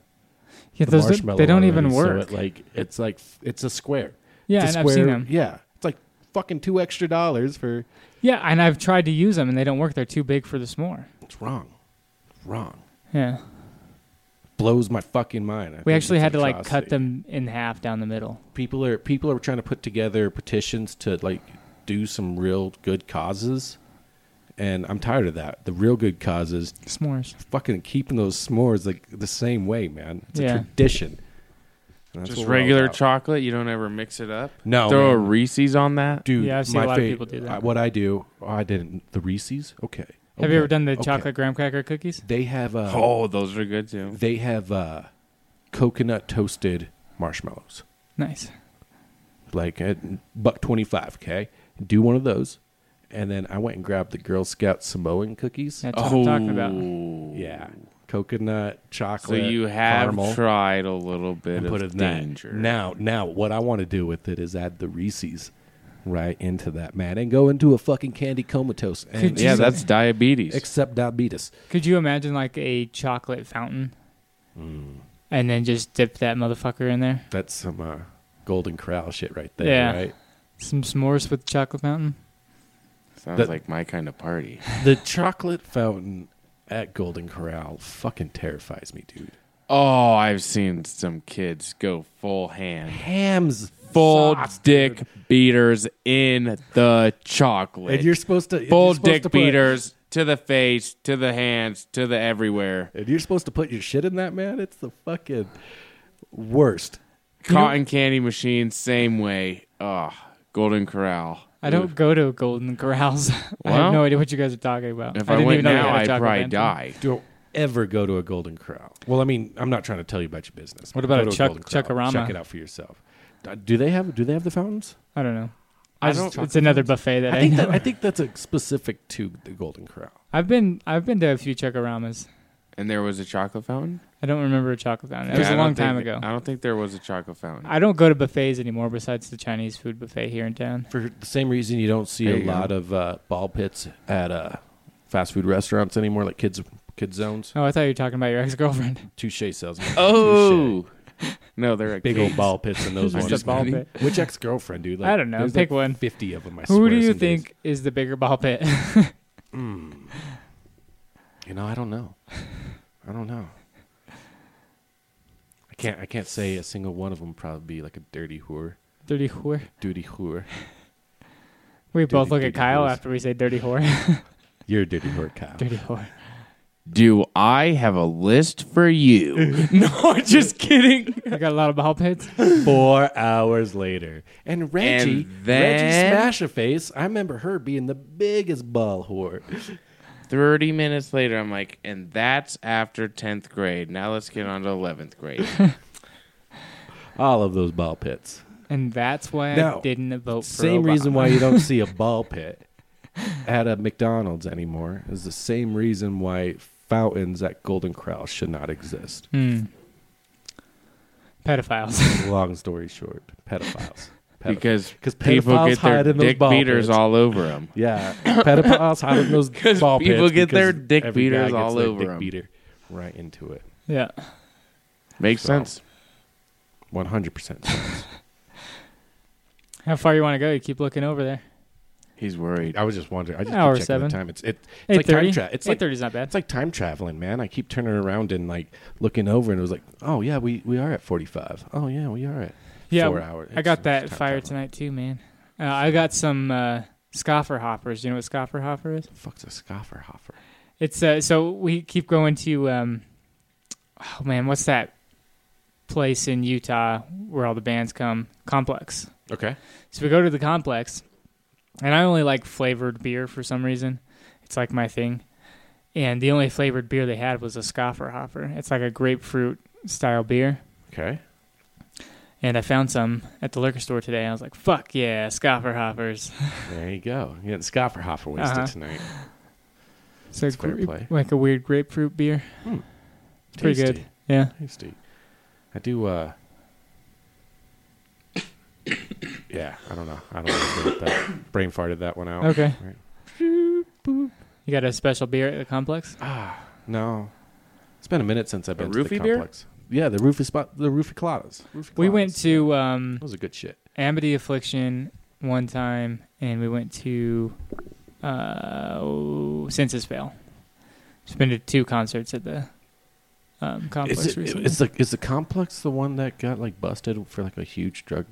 Yeah,
the
those don't-
marshmallow.
they don't even
already, so
work.
it, like it's like it's a square.
yeah, and
It's a
I've seen
square-
them.
Yeah, it's like fucking two extra dollars for.
Yeah, and I've tried to use them and they don't work. They're too big for the s'more.
It's wrong, wrong.
Yeah.
Blows my fucking mind. I
We
think
actually
it's
had
an
to like cut
atrocity.
them in half down the middle.
People are people are trying to put together petitions to like do some real good causes, and I'm tired of that. The real good causes,
S'mores.
fucking keeping those s'mores like the same way, man. It's
Yeah.
a tradition. And that's
Just
what we're all
regular
about.
chocolate. You don't ever mix it up.
No,
Throw a
man.
Reese's on that.
dude.
Yeah, I've seen a
my
lot of
fa-
people do that.
I- what I do, oh, I didn't the Reese's. Okay,
Have you ever done the
okay.
chocolate graham cracker cookies?
They have uh,
Oh, those are good too.
they have uh, coconut toasted marshmallows,
Nice.
like at buck twenty five. Okay, do one of those, and then I went and grabbed the Girl Scout Samoan cookies.
That's what
oh,
I'm talking about.
Yeah, coconut
So
chocolate.
you have
caramel.
tried a little bit
and
of
put it in that.
danger.
Now, now, what I want to do with it is add the Reese's right into that, man, and go into a fucking candy comatose. And
Could
yeah,
Jesus.
that's diabetes.
except diabetes.
Could you imagine like a chocolate fountain,
Mm.
and then just dip that motherfucker in there?
That's some uh, Golden Corral shit right there,
Yeah.
[laughs] right?
Some s'mores with chocolate fountain.
Sounds
that-
like my kind of [laughs] party.
The chocolate fountain at Golden Corral fucking terrifies me, dude.
Oh, I've seen some kids go full hand.
Hams
Full
sauce,
dick
dude.
beaters in the chocolate.
and you're supposed to
full
you're supposed
dick
to put-
beaters to the face, to the hands, to the everywhere.
And you're supposed to put your shit in that, man. It's the fucking worst.
Cotton candy machine, same way. Oh, Golden Corral.
I don't go to Golden Corrals. [laughs] I have
Well,
no idea what you guys are talking about.
If
I
I,
didn't
went
even know they
now,
had a
I'd
chocolate
probably
fountain.
die.
Don't ever go to a Golden Corral. Well, I mean, I'm not trying to tell you about your business.
What
but
about
go
a
to
Chuck-
Golden Corral.
Chuckarama?
Check it out for yourself. Uh, Do they have Do they have the fountains?
I don't know.
I
It's-
don't-
it's another buffet that I,
I think
know.
that, I think that's a specific to the Golden Corral.
[laughs] I've been I've been to a few Chuckoramas.
And there was a chocolate fountain?
I don't remember a chocolate fountain. It was
Yeah,
a
I
long
don't think-
time ago.
I don't think there was a chocolate fountain.
I don't go to buffets anymore besides the Chinese food buffet here in town.
For the same reason, you don't see
There
a
you go.
lot of uh, ball pits at uh, fast food restaurants anymore, like kids kids [laughs] zones.
Oh, I thought you were talking about your [laughs] ex girlfriend.
Touche salesman. Touche.
Oh no, they're at
Big old
Kate's.
ball pits [laughs] in those
Just
ones.
a ball pit.
Which ex girlfriend, dude?
I don't know.
there's
Pick
like
one.
Fifty of them. I
Who
swear
do you
some days.
think is the bigger ball pit?
You know, I don't know. I don't know. I can't. I can't say a single one of them probably be like a dirty whore,
[laughs] dirty whore.
dirty whore.
We both
Dirty,
look
dirty
at Kyle
whores.
after we say dirty whore.
You're a dirty whore,
[laughs]
Kyle.
dirty [laughs] whore.
Do I have a list for you?
[laughs]
no,
[laughs]
just kidding.
I got a lot of ball pits.
Four hours later, and Reggie,
then-
Reggie Smashaface. I remember her being the biggest ball whore.
30 minutes later, I'm like, and that's after 10th grade. Now let's get on to 11th
[laughs]
grade.
All of those ball pits.
And that's why
Now,
I didn't vote for
Same
Obama.
reason why you don't see a ball pit at a McDonald's anymore is the same reason why fountains at Golden Corral should not exist.
Hmm. Pedophiles. [laughs]
Long story short, pedophiles. Pedophiles.
because
'Cause
people
pedophiles
get
hide
their
in those
dick
ball
beaters
pits.
all over them.
yeah, pedophiles hide
[laughs]
in those ball pits.
people get their
because
dick
every guy
beaters
gets
all
their
over
dick
'em.
Beater right into it.
yeah.
Makes
So-
sense.
One hundred percent.
How far you want to go? You keep looking over there.
He's worried.
I was just wondering. I just
Hour
keep
seven.
checking the time. It's it, it's
Eight
like
thirty.
time tra- It's
Eight
like
thirty is not bad.
it's like time traveling, man. I keep turning around and like looking over, and it was like, oh yeah, we we are at forty five. Oh yeah, we are at
yeah,
four hours.
I got that fire tonight too, man. Uh, I got some uh, scoffer hoppers. You know what scoffer hopper is?
Fuck's a scoffer hoffer.
It's uh, so we keep going to um, oh man, what's that place in Utah where all the bands come? Complex.
Okay.
So we go to the complex, and I only like flavored beer for some reason. It's like my thing. And the only flavored beer they had was a scoffer hopper. It's like a grapefruit style beer.
Okay.
And I found some at the liquor store today. I was like, fuck yeah, scoffer hoppers.
There you go. You're getting scoffer hoffer wasted
Uh-huh.
tonight.
So
That's fair
grape-
play.
like a weird grapefruit beer.
Hmm.
It's pretty
Tasty.
good. Yeah.
Tasty. I do. uh [coughs] Yeah, I don't know. I don't know. what that. Brain farted that one out.
Okay.
Right.
You got a special beer at the complex?
Ah, no. It's been a minute since I've
A
been to the
roofie beer?
complex. Yeah, the roofie spot, the roofie coladas. Roofie
We went
coladas.
to um,
Those are good shit.
Amity Affliction one time, and we went to uh, Census Fail. It's been to two concerts at the um, complex
Is, it,
recently.
is the is the complex the one that got like busted for like a huge drug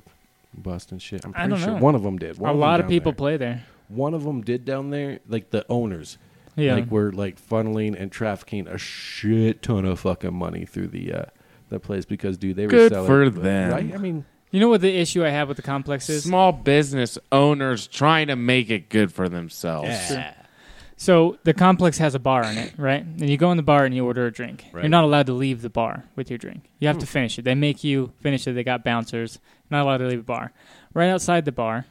bust and shit? I'm
I
pretty
don't
sure
know.
one of them did. One
a
them
lot of
down
people
there.
play there.
One of them did down there. Like the owners,
Yeah,
like were like funneling and trafficking a shit ton of fucking money through the uh the place because dude they were
Good
selling
for them.
right. I mean,
you know what the issue I have with the complex is?
Small business owners trying to make it good for themselves.
yeah.
So the complex has a bar in it, right? And you go in the bar and you order a drink. You're
Right. Hmm.
not allowed to leave the bar with your drink. You have to finish it. They make you finish it. They got bouncers. You're not allowed to leave the bar. Right outside the bar,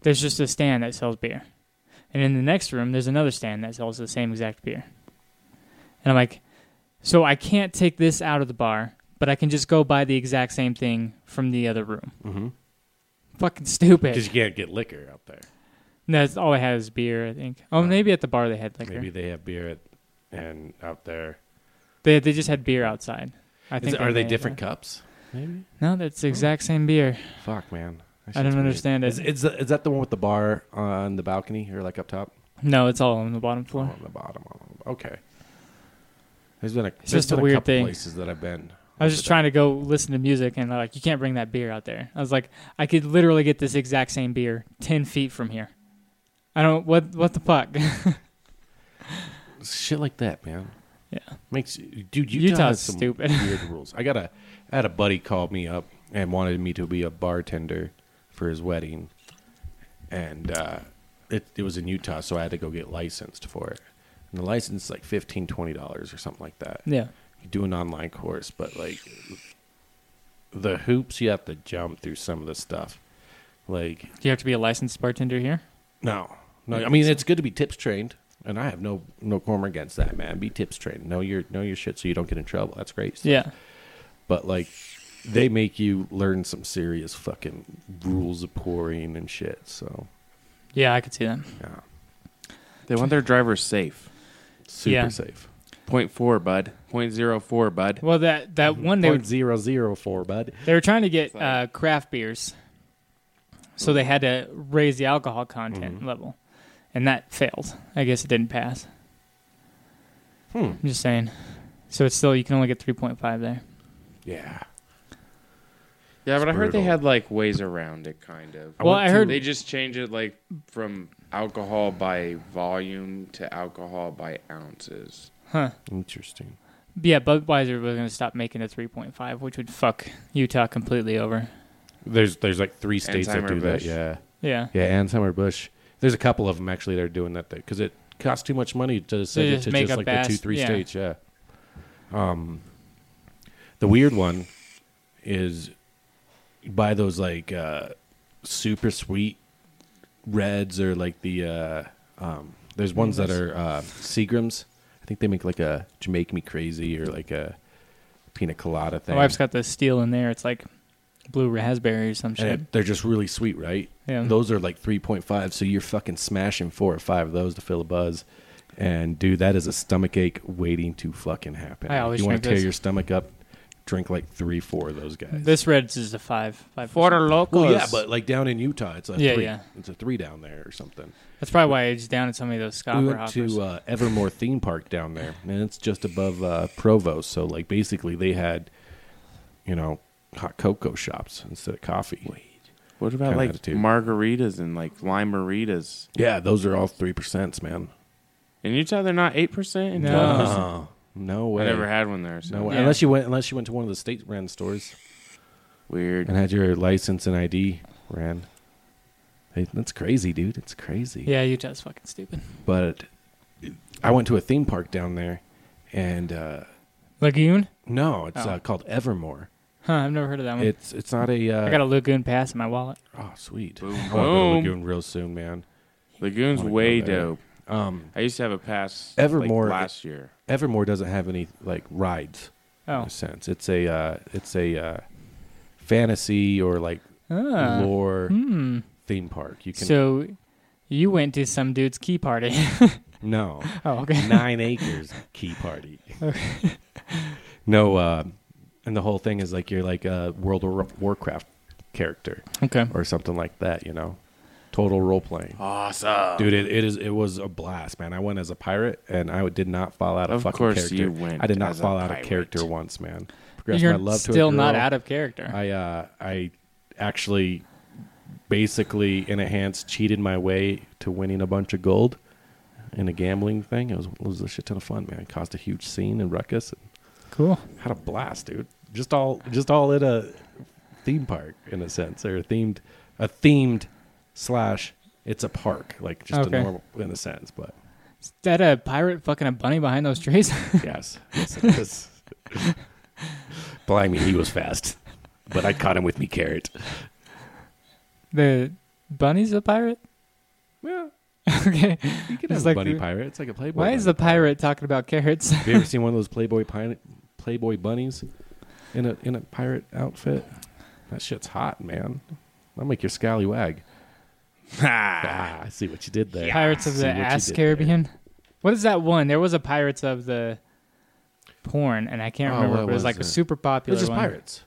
there's just a stand that sells beer. And in the next room, there's another stand that sells the same exact beer. And I'm like, so I can't take this out of the bar, but I can just go buy the exact same thing from the other room.
Mhm.
Fucking stupid.
because you can't get liquor out there.
No, that's all I had is beer, I think. Oh, maybe at the bar they had liquor.
Maybe they have beer at, and out there.
They they just had beer outside. I
Is
think.
it- are
may
they
have
different
done.
cups? Maybe.
No, that's the exact same beer.
Fuck, man. That
I
shit's
don't
weird.
understand it.
Is, is, the- is that the one with the bar on the balcony or like up top?
No, it's all on the bottom floor.
On the bottom. on the- Okay. There's been a,
It's
there's
just a
been
weird
couple
thing.
places that I've been.
I was just trying to go listen to music, and they're like, you can't bring that beer out there. I was like, I could literally get this exact same beer ten feet from here. I don't what what the fuck. [laughs]
shit like that, man.
Yeah.
makes dude Utah
Utah's
has some
stupid. [laughs]
weird rules. I got a I had a buddy called me up and wanted me to be a bartender for his wedding, and uh, it it was in Utah, so I had to go get licensed for it. And the license is like fifteen twenty dollars or something like that.
yeah,
You do an online course, but like the hoops you have to jump through some of the stuff, like
do you have to be a licensed bartender here?
no, no. I mean, it's good to be tips trained, and I have no no corner against that, man. Be tips trained. Know your know your shit, so you don't get in trouble. That's great.
Yeah,
But like, they make you learn some serious fucking rules of pouring and shit. So
yeah, I could see that.
yeah,
They want their drivers safe.
super
Yeah.
safe.
Point four, bud. Point zero four, bud.
Well, that that one they were,
Point zero zero four, bud.
they were trying to get uh, craft beers, so they had to raise the alcohol content
Mm-hmm.
level, and that failed. I guess it didn't pass.
Hmm.
I'm just saying. So it's still you can only get 3.5 there.
Yeah.
Yeah, but I heard they
brutal.
had like ways around it, kind of.
Well, I heard
They just change it like from alcohol by volume to alcohol by ounces.
Interesting.
yeah, Budweiser was going to stop making a 3.5, which would fuck Utah completely over.
There's there's like three states that do that.
Anheuser-Busch.
Yeah.
Yeah.
Yeah, Anheuser Busch. There's a couple of them actually that are doing that because it costs too much money to send it
just
to
make
just
up
like
ass-
the two three
yeah.
states. Yeah. Um, the weird one is you buy those like uh, super sweet reds or like the uh, um, there's ones that are uh, Seagrams. I think they make like a Jamaica Me Crazy or like a pina colada thing.
My wife's got the steel in there. It's like blue raspberry or some
And
shit.
it- they're just really sweet, right?
Yeah.
Those are like 3.5, so you're fucking smashing four or five of those to fill a buzz. And dude, that is a stomach ache waiting to fucking happen.
I
If
always
you wanna
drink
tear
this.
your stomach up, drink like three, four of those guys.
This Reds is a 5. 5
locos.
well, yeah, but like down in Utah, it's a
Yeah,
three.
yeah.
It's a three down there or something.
That's probably why it's down at so many of those scopper
we went
hoppers.
to uh, Evermore Theme Park down there, and it's just above uh, Provo. So like basically, they had, you know, hot cocoa shops instead of coffee.
What about
Kinda
like
attitude.
margaritas and like limeritas?
Yeah, those are all three percents, man.
In Utah, they're not eight percent.
No.
Oh, no way.
I never had one there. So
No way.
Yeah.
Unless you went, unless you went to one of the state ran stores
weird.
and had your license and ID ran. Hey, that's crazy, dude. It's crazy.
yeah, Utah's fucking stupid.
But I went to a theme park down there, and uh,
Lagoon?
no, it's
Oh.
uh, called Evermore.
Huh, I've never heard of that one.
It's it's not a. Uh,
I got a Lagoon Pass in my wallet.
oh, sweet.
Boom,
I wanna go to
boom.
Lagoon real soon, man.
Lagoon's
Wanna go
way
there.
dope.
Um,
I used to have a pass like,
Evermore-
last year.
Evermore doesn't have any like rides in
Oh.
a sense. It's a uh, it's a uh, fantasy or like
Ah.
lore
Hmm.
theme park. You can
So you went to some dude's key party. [laughs]
no.
oh, okay.
nine acres key party. no, uh, and the whole thing is like you're like a World of Warcraft character
Okay.
or something like that. You know, total role playing.
Awesome.
Dude, it, it is it was a blast, man. I went as a pirate, and I did not fall out of,
Of
fucking
course
character.
you went
I did not
as a
fall out of
pirate.
character once, man. Progressed
You're
my love to a
still not
girl.
out of character.
I uh, I actually basically in a hands cheated my way to winning a bunch of gold in a gambling thing. It was, it was a shit ton of fun, man. It caused a huge scene and ruckus. And
cool.
had a blast, dude. Just all just all at a theme park in a sense, or a themed a themed slash. It's a park, like just
Okay.
a normal in a sense, but [laughs]
Is that a pirate fucking a bunny behind those trees? [laughs]
Yes. yes, it is. Blimey, he was fast. But I caught him with me carrot.
the bunny's a pirate? [laughs]
Well,
okay.
you can
It's
have
like
a bunny
the-
pirate. It's like a Playboy.
Why is the
bunny.
pirate talking about carrots? [laughs]
Have you ever seen one of those Playboy pine, Playboy bunnies in a in a pirate outfit? That shit's hot, man. That'll make your scallywag. Ah, I see what you did there.
Pirates of
See
the
what you
Ass
did
Caribbean? What is that one? There was a Pirates of the porn, and I can't
Oh,
remember,
what
but it was
was
like a
it?
super
There. It
popular
was just
one.
pirates.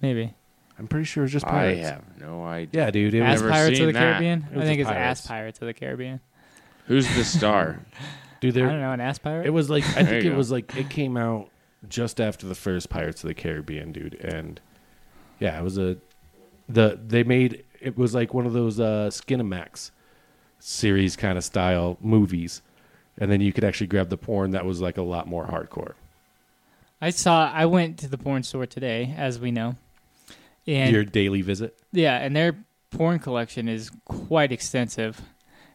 Maybe.
I'm pretty sure it was just
I
pirates.
have no idea.
Yeah, dude. It
I've
Ass
was,
never
Pirates of
seen
the
that.
Caribbean?
It
I
was
think
the
it's
pirates.
Ass Pirates of the Caribbean.
Who's the star? [laughs]
dude.
I
There,
don't know, an ass pirate?
It was like I [laughs]
There
think
you
it
go.
was like it came out just after the first Pirates of the Caribbean, dude. And yeah, it was a the they made it was like one of those uh Skinamax series kind of style movies. And then you could actually grab the porn that was like a lot more hardcore.
I saw. I went to the porn store today, as we know, and
Your daily visit.
yeah, and their porn collection is quite extensive.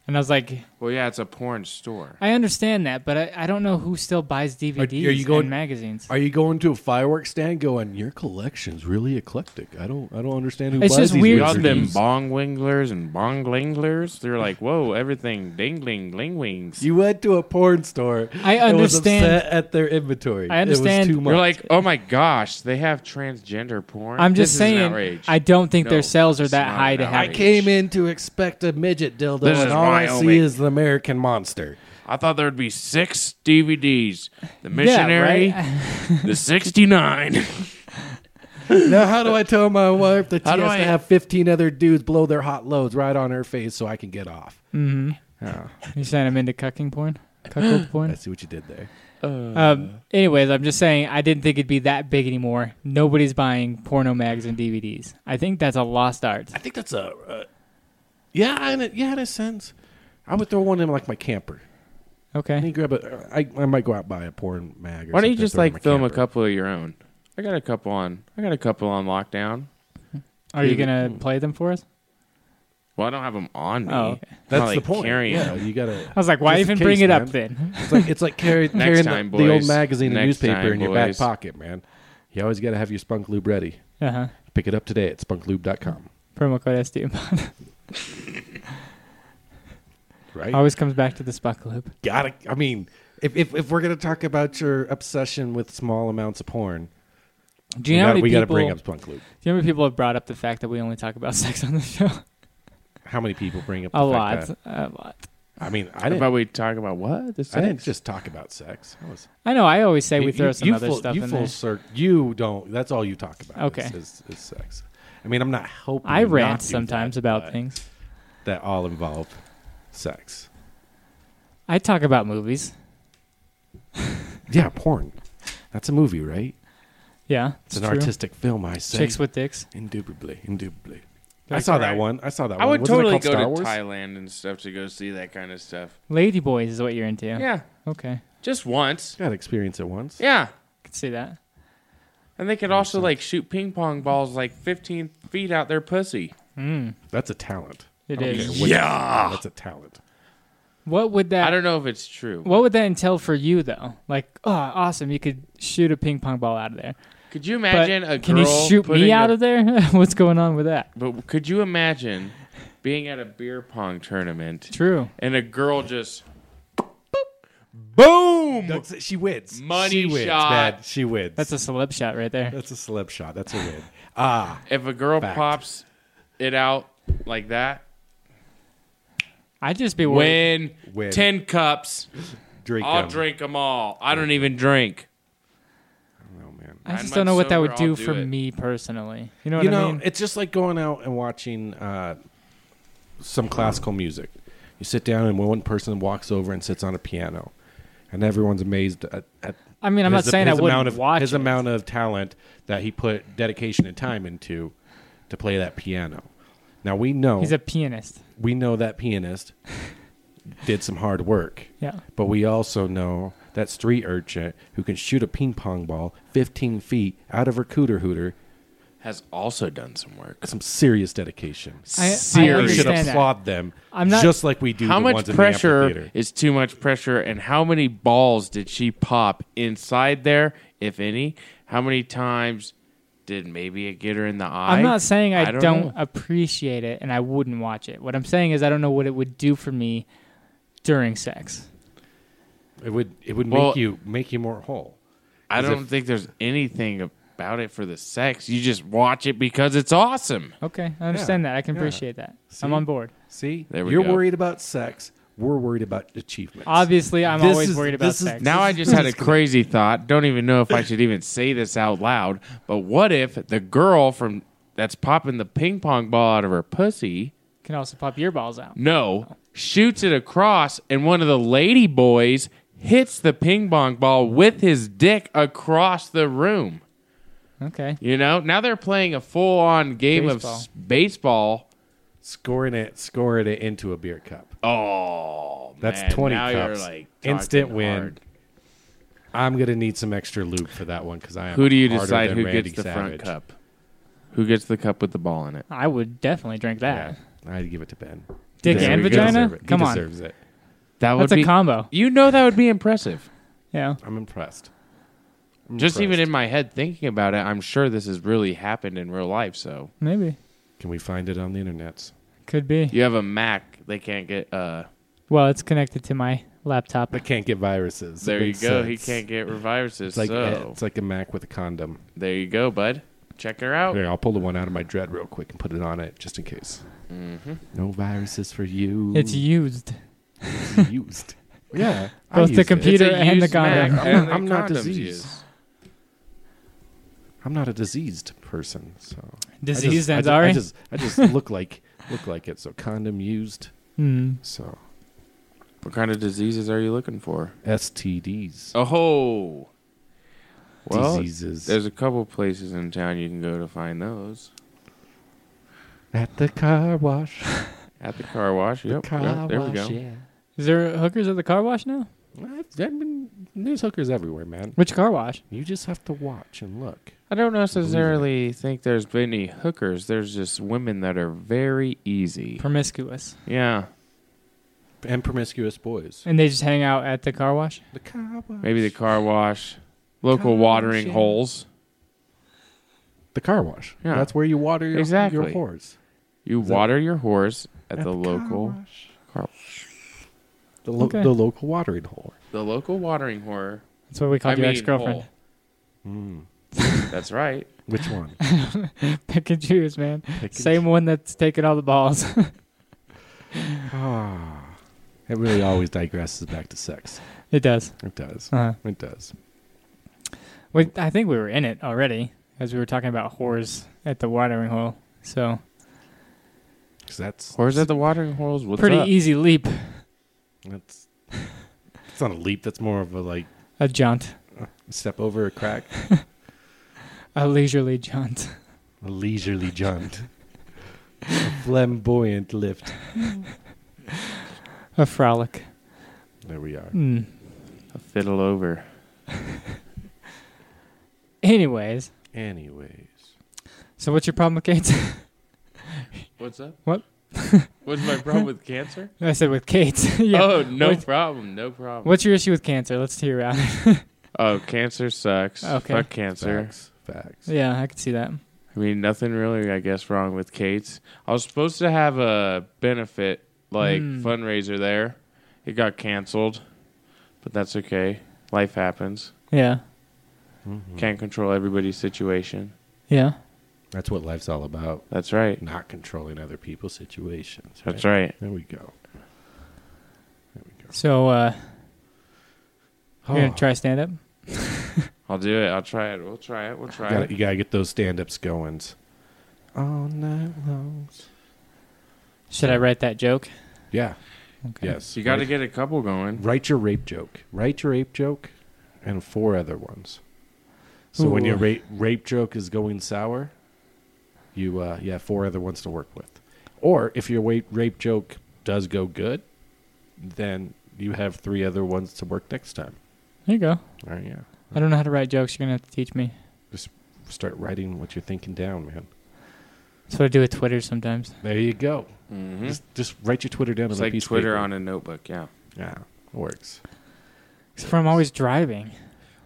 And I was like,
Well, yeah, it's a porn store.
I understand that, but I, I don't know who still buys DVDs
are you going-
and magazines.
Are you going to a fireworks stand going, Your collection's really eclectic. I don't I don't understand who
It's
buys
just
these
weird-
We all
wizard
them
dudes."
bong winglers and bong linglers. They're like, whoa, everything ding ding ling wings.
You went to a porn store.
I
and was
understand-
upset at their inventory.
I understand-
It was too much.
You're like, oh my gosh, they have transgender porn.
I'm just
This is an
saying,
outrage.
I don't think
No,
their sales are
it's
that
not
high to
an
have.
outrage.
came in to expect a midget dildo,
This
and
is
all I see
Wyoming.
is the American Monster.
I thought there'd be six DVDs: the missionary,
[laughs]
the '69.
Now, how do I tell my wife that she
How do
has
I-
to have 15 other dudes blow their hot loads right on her face so I can get off?
Hmm.
You sent them into cucking
[gasps]
porn, cuckold
I
porn.
see what you did there. uh,
Um, anyways, I'm just saying, I didn't think it'd be that big anymore. Nobody's buying porno mags and DVDs. I think that's a lost art.
I think that's a. Uh, yeah, in a, yeah, in a sense. I would throw one in like my camper. I
Okay,
need to grab a. I, I might go out and buy a porn mag. Or
Eh. Why don't
something,
you just
throw it in
like
my
film a
camper.
couple of your own? I got a couple on. I got a couple on lockdown.
are you gonna play them for us?
Well, I don't have them on me.
Oh, okay.
I'm
That's
not,
the
like,
point.
Carrying
Yeah,
'em.
you gotta.
I was like, why
Just in
even bring
case,
it up
man.
then?
It's like it's
[laughs]
like carry, carrying the-
time,
the, old
boys.
magazine and
Next
newspaper
time,
in your back
boys.
pocket, man. You always gotta have your spunk lube ready.
Uh huh.
Pick it up today at spunklube.com.
Promo code
[laughs]
SDM.
Right?
Always comes back to the Spock loop.
gotta. I mean, if, if if we're gonna talk about your obsession with small amounts of porn,
Do you know
we,
how
gotta,
many
we
people?
gotta bring up spunk lube.
Do you know how many people have brought up the fact that we only talk about [laughs] sex on the show?
How many people bring up the
A
fact
lot,
that-
a lot.
I mean, I
How
didn't.
about we talk about what? The
I didn't
sex?
just talk about sex. I was,
I know. I always say we
you-
throw
you-
some
you
other
full-
stuff
you
in
full
there.
cir- you don't. That's all you talk about.
Okay.
Is, is, is sex. I mean, I'm not helping.
I
you not
rant
do
sometimes
that,
about
but
things.
that all involve sex.
I talk about movies.
Yeah, porn. That's a movie, right?
Yeah,
It's, an artistic film. I say.
Chicks with dicks.
Indubitably, indubitably. I
Like,
saw that
alright.
one. I saw that
I
one.
would
Wasn't it
totally
called
go
Star
to
Wars?
Thailand and stuff to go see that kind of stuff.
Lady boys is what you're into.
Yeah,
Okay,
just once.
Got to experience it once.
Yeah,
can see that.
and they could also like shoot ping pong balls like 15 feet out their pussy.
That's a talent.
It
I don't
is.
care what-
Yeah.
that's a talent.
What would that?
I don't know if it's true.
What would that entail for you though? Like, oh, awesome! You could shoot a ping pong ball out of there.
Could you
But
imagine a girl?
can you shoot me
putting
out
a-
of there? [laughs] What's going on with that?
But could you imagine being at a beer pong tournament
True.
and a girl just boom?
That's it. She wins.
Money
she wins,
shot.
man. She wins.
That's a celeb shot right there.
that's a celeb shot. That's a win. Ah,
If a girl
Fact.
pops it out like that,
I'd just be worried.
win,
Win.
ten cups.
drink.
I'll 'em.
them.
drink them all. I don't even drink.
Oh man.
I
nine
just don't know
months
what that would
sober,
do
I'll
for
do it.
me personally. You know what
You
I
know,
mean?
it's just like going out and watching uh, some classical music. You sit down and one person walks over and sits on a piano, and everyone's amazed at. at
I mean, I'm not
his-
saying I
his
wouldn't
amount of,
watch
his
it.
amount of talent that he put dedication and time into to play that piano. Now we know
He's a pianist.
we know that pianist did some hard work.
Yeah.
But we also know that street urchin who can shoot a ping pong ball 15 feet out of her cooter hooter
has also done some work.
Some serious dedication.
I
we should
understand that.
applaud them.
I'm not-
just like we do.
how
the
much
ones In the
pressure
amphitheater.
is too much pressure, and how many balls did she pop inside there, if any? How many times did maybe it get her in the eye?
I'm not saying I,
don't
don't,
know.
appreciate it and I wouldn't watch it. What I'm saying is I don't know what it would do for me during sex.
it would it would
Well-
make you make you more whole.
I
Is
don't
it-
think there's anything about it for the sex. You just watch it because it's awesome.
Okay, I understand that. I can
yeah.
appreciate that.
See?
I'm on board.
See,
There we
you're
go.
worried about sex. We're worried about achievements.
Obviously, I'm
This
always
is-
worried about
this is-
sex.
Now I just had a crazy thought. Don't even know if I should even say this out loud. But what if the girl from that's popping the ping pong ball out of her pussy?
can also pop your balls out.
No, shoots it across, and one of the lady boys hits the ping pong ball with his dick across the room.
Okay.
You know, now they're playing a full on game
Baseball.
of s- baseball.
Scoring it, scoring it into a beer cup.
Oh,
That's
man,
twenty
now
cups.
You're like
Instant
talking
win.
hard.
I'm gonna need some extra lube for that one because I am.
Who do you
harder
decide
than
who
Randy
gets the
Savage.
front cup? Who gets the cup with the ball in it?
I would definitely drink that.
Yeah, I'd give it to Ben.
Dick
There
and
we go.
Deserve
vagina?
it. He
Come on.
deserves it.
That would
That's a
be
combo.
You know that would be impressive.
Yeah.
I'm impressed. I'm
Just even
impressed.
in my head thinking about it, I'm sure this has really happened in real life. So
Maybe.
can we find it on the internet?
Could be.
you have a Mac, they can't get. uh
Well, it's connected to my laptop.
I can't get viruses.
There
It
you
makes
go. He
sense.
can't get reviruses.
It's like
so
it's like a Mac with a condom.
there you go, bud. Check her
Oh.
out.
Here, I'll pull the one out of my dread real quick and put it on it just in case.
Mm-hmm.
No viruses for you.
It's used.
[laughs] used. Yeah,
[laughs]
I
Both the
used it.
computer-
It's a
and the
used
condom.
Mac, and the
I'm not
condom's
diseased.
used.
I'm not a diseased person, so I
Diseased
just, I
and
ju-
sorry.
I just, I just look [laughs] like look like it. So condom used.
Hmm.
So
What kind of diseases are you looking for?
STDs,
Oh, well,
diseases
there's a couple places in town you can go to find those.
at the car wash.
At the car wash. Yep.
car
yep, there
wash,
we go.
Yeah.
Is there hookers at the car wash now?
I've, I mean, there's hookers everywhere, man.
Which car wash?
You just have to watch and look.
I don't necessarily think there's been any hookers. There's just women that are very easy.
Promiscuous.
Yeah.
And promiscuous boys.
And they just hang out at the car wash?
The car wash.
Maybe the car wash, local
Car wash,
watering
yeah.
holes.
the car wash.
Yeah.
That's where you water your
Exactly.
your horse.
You
that-
water your horse at, the,
car
local
wash.
car-
The, lo-
Okay.
the local watering hole.
the local watering whore.
That's what we
I
called your
mean,
ex girlfriend.
Hmm. hole. [laughs] That's right.
Which one?
[laughs] Pick and choose, man.
Pick and
Same one that's taking all the balls. [laughs]
Ah, it really always digresses back to sex.
it does.
It does.
Uh-huh.
It does.
We, I think we were in it already as we were talking about whores at the watering hole. So,
'Cause that's
Whores at the watering holes. What's
pretty e-
up?
easy leap.
that's. It's not a leap. That's more of a like
A jaunt.
step over a crack,
A leisurely jaunt. [laughs]
a leisurely jaunt, a flamboyant lift.
A frolic.
There we are.
Mm.
A fiddle over.
Anyways,
Anyways,
so what's your problem with Kate?
What's up?
What?
[laughs] What's my problem with cancer?
[laughs] I said with Kate. [laughs] yeah.
Oh, no
What-
problem. No problem.
What's your issue with cancer? Let's hear out.
Oh, cancer sucks.
Okay.
Fuck cancer.
facts,
[laughs]
facts.
yeah, I could see that.
I mean, nothing really, I guess, wrong with Kate's. I was supposed to have a benefit, like,
Mm.
fundraiser there. It got canceled, but that's okay. Life happens.
Yeah.
Can't control everybody's situation.
Yeah.
That's what life's all about.
That's right.
Not controlling other people's situations.
That's right.
There we go. There we go.
So, uh, you're
[sighs]
going
Oh,
to try stand up?
I'll do it. I'll try it. We'll try it. We'll try
you, gotta,
it.
you gotta get those stand-ups going. All night long.
Should I write that joke?
Yeah.
Okay.
Yes.
You got to get a couple going.
write your rape joke. Write your rape joke, and four other ones. So when your
Ooh.
rape rape joke is going sour, you uh, you have four other ones to work with. Or if your wait, rape joke does go good, then you have three other ones to work next time.
There you go.
All right, yeah.
I don't know how to write jokes. You're going to have to teach me.
start writing what you're thinking down, man.
That's what I do with Twitter sometimes.
There you go.
Mm-hmm.
Just, just write your Twitter down
It's
on a
like
piece of
Twitter
paper.
on a notebook, yeah.
Yeah, works.
Except for I'm always driving.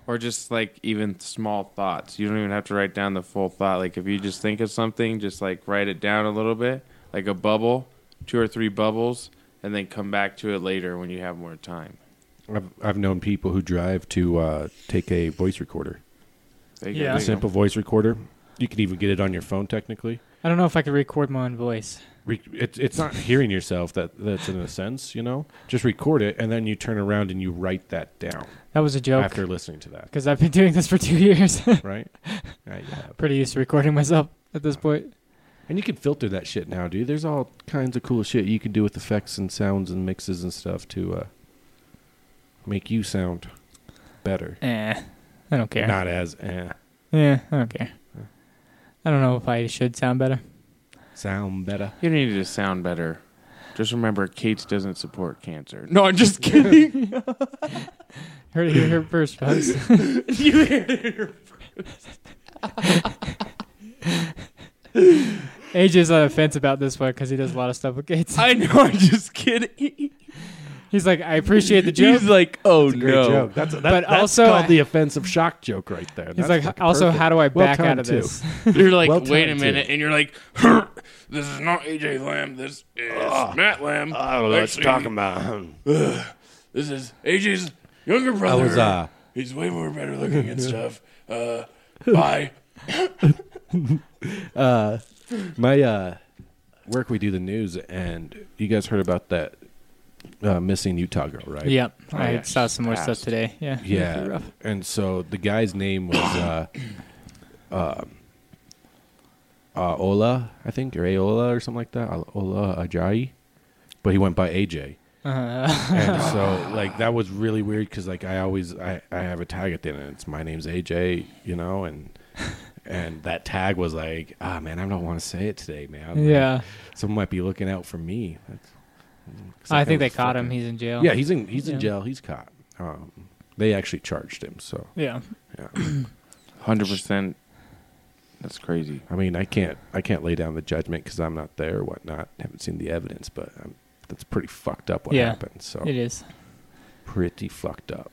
Or just like even small thoughts. You don't even have to write down the full thought. Like if you just think of something, just like write it down a little bit, like a bubble, two or three bubbles, and then come back to it later when you have more time.
I've I've known people who drive to uh, take a voice recorder,
There
Yeah.
there
a simple voice recorder. You can even get it on your phone technically.
I don't know if I could record my own voice.
Re- it's it's not hearing yourself that that's in a sense, you know. Just record it and then you turn around and you write that down
That was a joke
after listening to that,
because I've been [laughs] doing this for two years. [laughs]
right? Right, yeah.
Pretty used to recording myself at this point.
And you can filter that shit now, dude. There's all kinds of cool shit you can do with effects and sounds and mixes and stuff to uh, make you sound better.
Eh, I don't care.
Not as eh,
Yeah, I don't care. I don't know if I should sound better.
sound better.
You need to sound better. Just remember, Kate's doesn't support cancer. No, I'm just kidding.
Heard it
[laughs]
here first, folks.
you heard it.
[laughs] AJ's on the fence about this one because he does a lot of stuff with Gates.
[laughs] I know. I'm just kidding.
He's like, I appreciate
[laughs]
the joke.
He's like, oh
It's a great
no.
joke. That's, that,
But
that's
also
called
I-
the offensive shock joke right there.
He's
That's
like,
fucking
also,
perfect.
how do I
Well
back out
timed,
of
too. [laughs]
this? [laughs]
You're like,
Well
wait a
timed,
minute, and you're like, this is not AJ Lamb. This is Matt Lamb.
Ah, I don't know what
Actually,
you're talking about.
[sighs] This is AJ's younger brother.
was, uh,
He's way more better looking and stuff. Uh, bye.
My uh, work, we do the news, and you guys heard about that uh, missing Utah girl, right?
Yep.
Oh,
I
yeah,
saw
she's
some more stuff
fast.
today. Yeah.
Yeah. And so the guy's name was uh, [coughs] uh, uh, Ola, I think, or Aola or something like that. Al- Ola Ajayi. But he went by AJ.
Uh-huh.
and
[laughs]
so, like, that was really weird because, like, I always I, I have a tag at the end, and it's my name's AJ, you know, and and that tag was like, ah, man, I don't want to say it today, man. Like,
Yeah.
someone might be looking out for me. That's,
I think they
that was
caught him.
fucking-
He's in jail.
yeah, he's in he's
Yeah.
in jail. He's caught. Um, they actually charged him. So
Yeah.
Hundred percent. That's crazy.
I mean, I can't I can't lay down the judgment because I'm not there or whatnot. Haven't seen the evidence, but um that's pretty fucked up what
Yeah.
happened. So
It is.
pretty fucked up.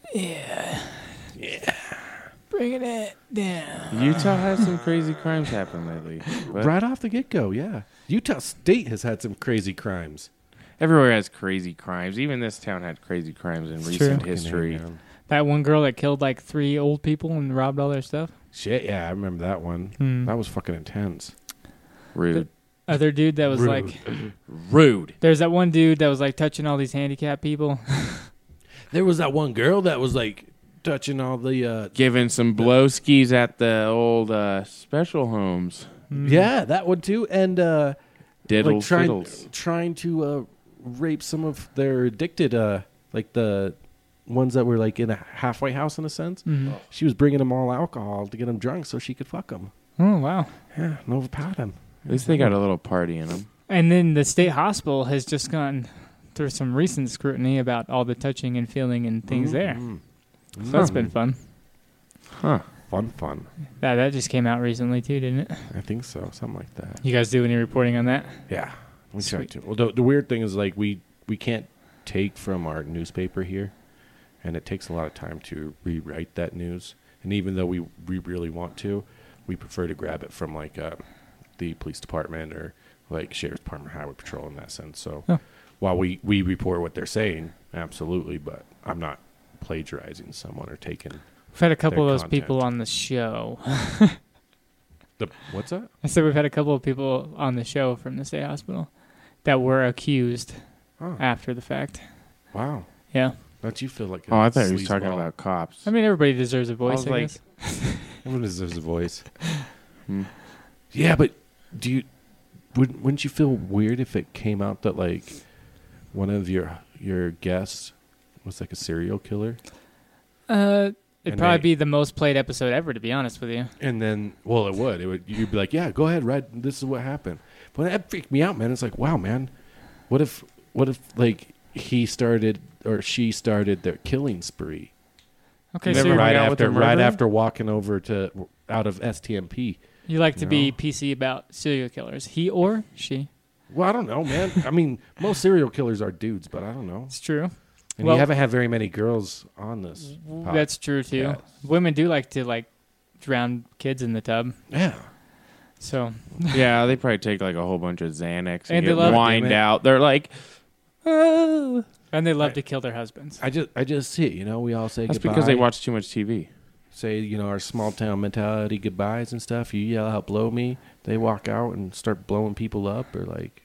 Bringing it down.
Utah has some crazy crimes happen lately. But
Right off the get go, yeah. Utah State has had some crazy crimes
Everywhere has crazy crimes. Even this town had crazy crimes in
true.
recent
Fucking
history.
hell, man.
That one girl that killed like three old people and robbed all their stuff.
Shit, yeah, I remember that one.
Hmm.
That was fucking intense.
Rude.
Other dude that was
Rude.
like,
Rude.
there's that one dude that was like touching all these handicapped
[laughs]
people.
There was that one girl that was like touching all the uh
Giving some blow skis at the old uh, special homes.
Hmm.
yeah, that one too and uh
Diddle
like trying
fiddles.
trying to uh, rape some of their addicted uh like the ones that were like in a halfway house in a sense.
Mm-hmm.
She was bringing them all alcohol to get them drunk so she could fuck them.
Oh wow.
Yeah, and overpower them.
At least they got a little party in them.
And then the state hospital has just gone through some recent scrutiny about all the touching and feeling and things there. So that's been fun.
Huh.
Fun, fun.
Yeah, that just came out recently too, didn't it?
I think so. Something like that.
You guys do any reporting on that?
Yeah, we try
Sweet.
to. Well, the, the weird thing is like we we can't take from our newspaper here, and it takes a lot of time to rewrite that news. And even though we we really want to, we prefer to grab it from like uh, the police department or like sheriff's department, highway patrol in that sense. So
Oh.
while we we report what they're saying, absolutely, but I'm not plagiarizing someone or taking
We've had a couple
Their
of those people
content.
on the show. [laughs]
the what's that?
I said we've had a couple of people on the show from the state hospital that were accused
Oh.
after the fact.
Wow,
Yeah.
don't you feel like? a
Oh, I thought he was talking
sleazeball.
about cops.
I mean, everybody deserves a voice,
was
I,
like-
guess.
Everyone deserves a voice.
Hmm.
Yeah, but do you wouldn't, wouldn't you feel weird if it came out that like one of your your guests was like a serial killer,
Uh, it'd
And
probably
they-
be the most played episode ever, to be honest with you.
and then well, it would it would you'd be like, yeah, go ahead, Red, this is what happened. But that freaked me out, man. It's like, wow, man, what if what if like he started or she started their killing spree
Okay,
Never
so you're,
mind.
right
out with
after
the
right
murderer?
after walking over to out of STMP.
You like to
No.
be PC about serial killers. He or she.
Well, I don't know, man. I mean, most serial killers are dudes, but I don't know.
It's true.
And
Well-
you haven't had very many girls on this. pod-
That's true too.
Yeah.
Women do like to like drown kids in the tub.
yeah.
So
[laughs] yeah, they probably take like a whole bunch of Xanax
And
and,
they
get
love-
whined
Damn it.
out. They're like,
and they love
Right.
to kill their husbands.
I just, I just see it. You know, we all say
that's
goodbye.
because they watch too much TV.
say you know our small town mentality goodbyes and stuff. You yell out, "Blow me!" They walk out and start blowing people up, or like,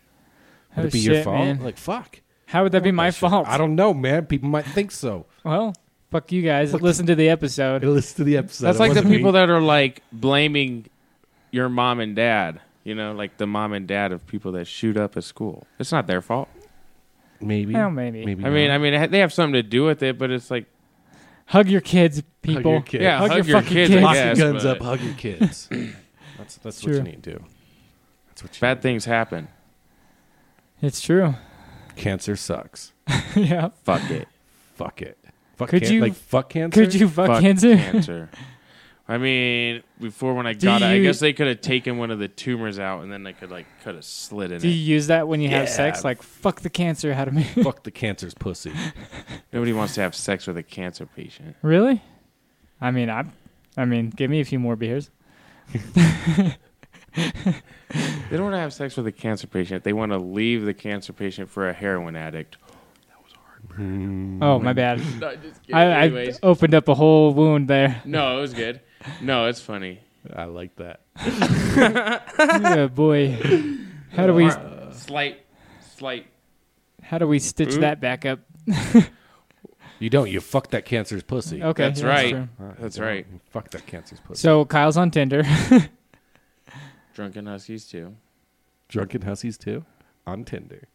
would
Oh,
it be your
shit,
fault?
man.
Like, fuck.
How would that be my
That shit.
fault?
I don't know, man. People might think so.
Well, fuck you guys.
Fuck
Listen to the episode.
Listen to the episode.
That's like the people that are like blaming your mom and dad. You know, like the mom and dad of people that shoot up a school. It's not their fault.
maybe,
Well, maybe.
maybe.
I mean,
not.
I mean, they have something to do with it, but it's like,
Hug your kids, people.
Hug your kids.
yeah,
Hug
hug,
your
your,
fucking
kids.
kids.
I
lock
guess,
your guns
but
up, hug your kids. [coughs] that's that's what
True.
you need to do. That's what you
Bad things [laughs] happen.
It's true. [laughs]
Cancer sucks.
yeah.
Fuck it.
Fuck it. Fuck
Could
can-
you-
like fuck cancer?
Could you fuck,
Fuck
cancer?
cancer. I mean, before when I
Do
got it, I
you-
guess they could have taken one of the tumors out, and then they could like cut a slit in
Do you
it.
use that when you have
Yeah.
sex? Like fuck the cancer out of me. [laughs]
fuck the cancer's pussy?
Nobody wants to have sex with a cancer patient.
really? I mean, I, I mean, give me a few more beers.
They don't want to have sex with a cancer patient. They want to leave the cancer patient for a heroin addict.
Oh, my bad.
No, just kidding.
I, I
Anyways,
opened up a whole wound there.
[laughs] no, it was good. No, it's funny.
I like that.
oh boy. How do we
Slight, slight.
how do we stitch
Oop.
that back up?
You don't. You fuck that cancer's pussy.
Okay,
That's
yeah,
right.
true.
Alright,
That's
you
right.
don't. Fuck that cancer's pussy.
So Kyle's on Tinder. [laughs]
Drunken huskies too.
Drunken hussies too, on Tinder.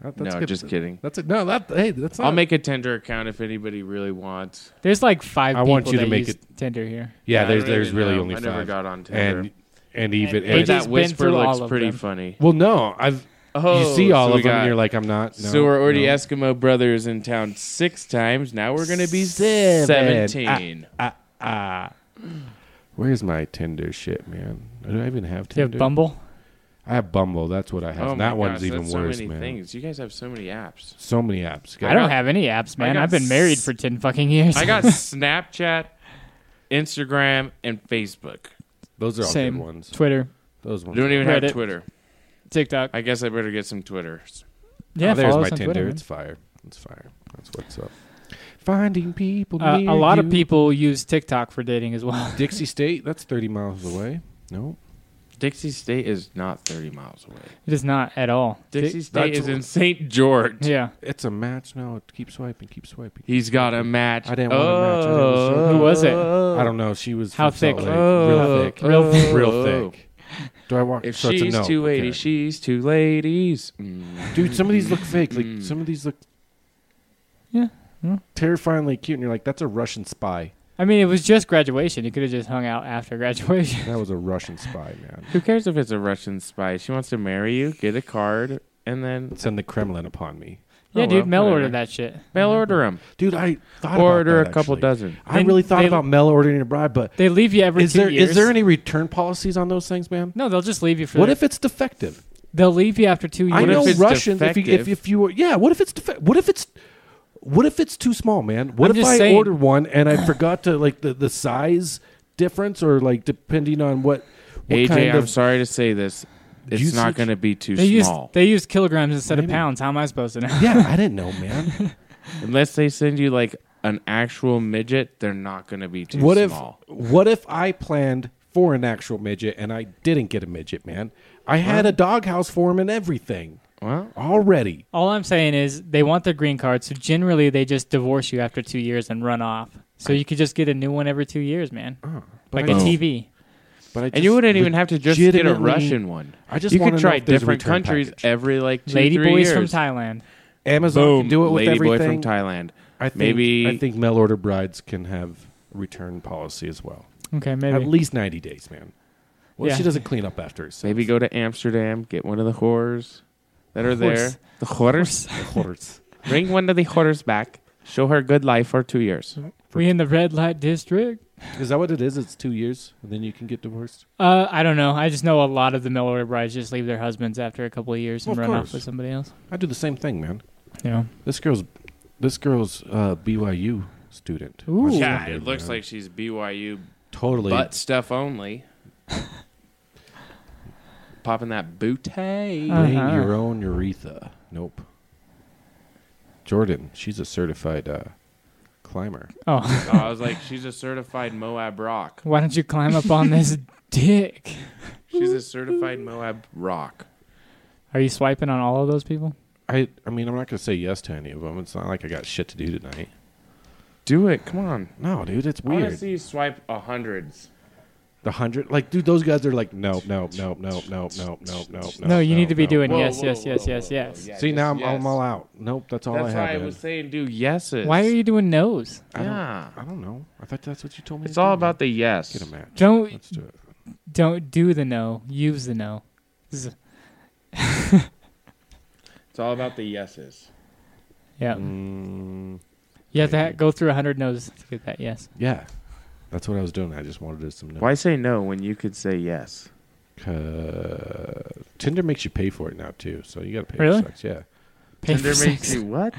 That- that's
no,
good.
just kidding.
That's it. No, that hey, that's. Not,
I'll make a Tinder account if anybody really wants.
There's like five.
I want
people
you to
that
make
use Tinder here.
Yeah,
I
there's
don't
there's really
know.
only
I
five.
never got on Tinder.
and and
Hey,
even
but
and,
Angie's
that
been
whisper
through all
looks
of
pretty
them.
funny.
well, no, I've.
Oh,
you see all
so
of
we
them, and
got-
you're like, I'm not. No,
so we're already
no.
Eskimo brothers in town six times. Now we're gonna be
Seven. Ah,
seventeen. Oh
Where's my Tinder shit, man? Do I even have
Do you
Tinder?
have Bumble?
I have Bumble. That's what I have.
oh
that
my
one's
gosh,
even
that's
worse,
so many
man.
things. You guys have so many apps.
So many apps.
I, don't have any apps, man.
got
I've been married
s-
for ten fucking years.
[laughs]
I got Snapchat, Instagram, and Facebook.
Those are all
Same.
good ones.
[laughs] Twitter,
Those
I
ones.
don't even have
Reddit.
Twitter.
TikTok.
I guess I better get some Twitters.
yeah,
oh, there's
follow
my
us on
Tinder.
Twitter,
it's fire. It's fire. That's what's up. Finding people.
man.
near
uh, a lot
you.
of people use TikTok for dating as well. [laughs]
Dixie State. That's 30 miles away. No.
Dixie State is not thirty miles away.
It is not at all.
Dixie
Di-
State is in St. George.
yeah.
It's a match. No. Keep swiping. Keep swiping.
He's got a match.
I didn't want a match. I didn't-
Oh.
Who was it?
I don't know. She was
How
from Salt
thick?
Lake.
Oh.
Real thick.
Real thick.
Real
[laughs]
thick. Do I walk?
If
so it's a
she's
no.
two eighty,
Okay.
she's two ladies. Mm.
Dude, some of these look fake. Like
Mm.
some of these look.
Hmm. Yeah. Yeah.
Terrifyingly cute, and you're like, "That's a Russian spy."
I mean, it was just graduation. You could have just hung out after [laughs] graduation.
That was a Russian spy, man.
Who cares if it's a Russian spy? She wants to marry you, get a card, and then
Send the Kremlin upon me,
Yeah,
Oh,
dude,
well,
mail order
whatever.
that shit.
mail order them,
dude. I thought about
order a
that,
couple
actually.
dozen.
I
They-
really thought
they-
about mail ordering a bride, but
They leave you every
is
two
there is
years.
there any return policies on those things, man?
No, they'll just leave you for.
What
the-
if it's defective?
they'll leave you after two years?
I
What if
know
it's
Russians. If you, if,
defective?
if you were, yeah. What if it's defe- what if it's what if it's too small, man? What
I'm
if
just
I
saying-
ordered one and I forgot to like the, the size difference or like depending on what, what
AJ,
kind
I'm
of
sorry to say this, it's
Usage?
not going to be too
they use
small
they use kilograms instead of
Maybe.
pounds. How am I supposed to know? [laughs]
yeah. I didn't know, man.
unless they send you like an actual midget. They're not going to be too
what
small.
if what if I planned for an actual midget and I didn't get a midget, man? I had a doghouse for him and everything
Well,
already.
All I'm saying is they want their green card, so generally they just divorce you after two years and run off. So you could just get a new one every two years, man.
Oh,
like a
I-
TV.
But I just,
and you wouldn't even have to just get a
legitimately-
Russian one.
I just
you could
wanna know
try
if there's a
different
return
countries
package.
every like two,
Lady
three
boys
years.
from Thailand.
Amazon
Boom,
can do it with
lady boy
everything.
from Thailand.
I think,
Maybe
I think mail order brides can have a return policy as well.
Okay, maybe.
At least ninety days, man. Well,
Yeah.
she doesn't clean up after herself.
maybe go to Amsterdam, get one of the whores that are there.
Whores.
The whores.
[laughs] Horse.
Bring one of the whores back. Show her good life for two years.
we in the red light district.
Is that what it is? It's two years, and then you can get divorced.
Uh, I don't know. I just know a lot of the Miller brides just leave their husbands after a couple of years and
Well, of
run
course.
off with somebody else.
I do the same thing, man.
You know,
This girl's, this girl's uh, BYU student.
Ooh.
That's what
Yeah,
I did,
it looks
man.
like she's BYU
totally.
butt
[laughs]
stuff only. Popping that
[laughs]
bootay.
Bring
Uh-huh.
your own urethra. Nope. Jordan, she's a certified uh, climber.
oh,
I was like, she's a certified Moab rock.
why don't you climb up on
[laughs]
this dick?
She's a certified Moab rock.
Are you swiping on all of those people?
I, I mean, I'm not gonna say yes to any of them. It's not like I got shit to do tonight.
Do it. Come on.
No, dude, it's
I want
weird.
to see you swipe a hundreds.
The hundred, like, dude, those guys are like, no, no, no, no, no, no, no, no.
No, you need to be
no.
doing
Whoa,
yes,
whoa,
yes,
whoa,
yes,
whoa,
yes,
whoa,
yes.
yeah,
See
just
now, I'm,
yes.
I'm all out. Nope, that's all I
That's
have.
why I
man.
was saying do yeses.
Why are you doing no's?
I don't-
Yeah.
I don't know. I thought that's what you told me.
It's
to do,
all
man.
about the yes.
Get a match.
Don't
Let's do it.
don't do the no. Use the no. Z-
It's all about the yeses.
Yeah,
Mm,
you have to ha-
maybe.
go through hundred no's to get that yes.
yeah, that's what I was doing. I just wanted to do some. notes.
Why say no when you could say yes?
Uh, Tinder makes you pay for it now too, so you gotta pay
Really?
for sex. Yeah,
Pay
Tinder
for
makes
sex.
you what?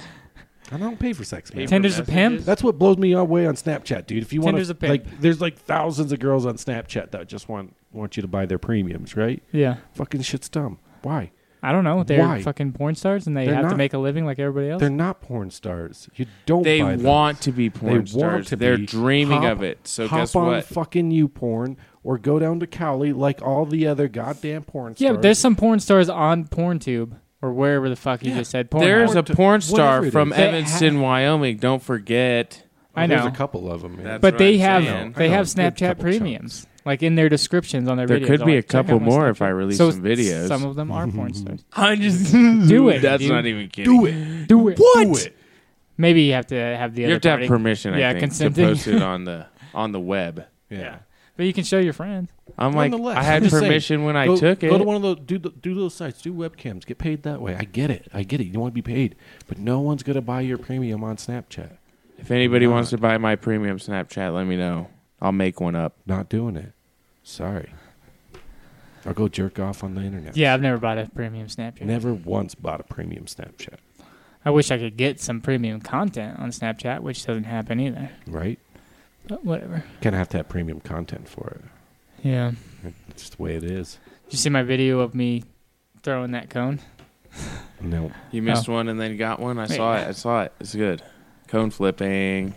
I don't pay for sex,
Pay
man.
for
Tinder's a
messages?
That's what blows me away on Snapchat, dude. If you want
Tinder's a
to,
pimp.
like, there's like thousands of girls on Snapchat that just want want you to buy their premiums, right?
[laughs] Yeah,
Fucking shit's dumb. Why?
I don't know. They're
Why?
fucking porn stars and they
They're
have to
not-
make a living like everybody else.
They're not porn stars. You don't.
They
buy them.
want to be porn
want
stars.
to
They're
be.
dreaming
Hop-
of it. So
hop
guess
on
what?
Fucking you porn, or go down to Cowley like all the other goddamn porn
Yeah,
stars.
but there's some porn stars on PornTube or wherever the fuck you
Yeah.
just said porn.
There's
on.
a porn star
whatever it
from
is.
They ha-
Evanston, Wyoming. Don't forget.
[laughs] I
There's
know.
a couple of them. Man.
That's-
but
what
they
I'm
have
saying.
they
I know,
have
a good
Snapchat
couple
premiums, like in their descriptions on their
There
videos.
could
I'll,
be a
like, check out
couple
my
more if
Snapchat.
I release
so
some videos.
Some of them are porn
[laughs]
stars.
I just
Do it.
That's
dude.
not even kidding. Do it.
Do it.
Do it.
Maybe you have to have the
You
other
have to have
party.
permission. I
Yeah,
think,
consenting. [laughs]
to post it
[laughs]
on the on the web.
yeah.
But you can show your friends.
I'm like,
Nonetheless,
I
I'm
had
just saying,
permission when I
go,
took it.
Go to one of those. Do the, do those sites. Do webcams. Get paid that way. I get it. I get it. You want to be paid, but no one's gonna buy your premium on Snapchat.
if anybody wants to buy my premium Snapchat, let me know. I'll make one up.
Not doing it. Sorry. I'll go jerk off on the internet.
Yeah, I've never bought a premium Snapchat.
Never once bought a premium Snapchat.
I wish I could get some premium content on Snapchat, which doesn't happen either.
Right?
But whatever.
Kind of have to have premium content for it.
Yeah. Did
It's just the way it is.
you see my video of me throwing that cone?
No.
You missed one and then got one. I saw
Yeah.
it. I saw it. It's good. Cone flipping.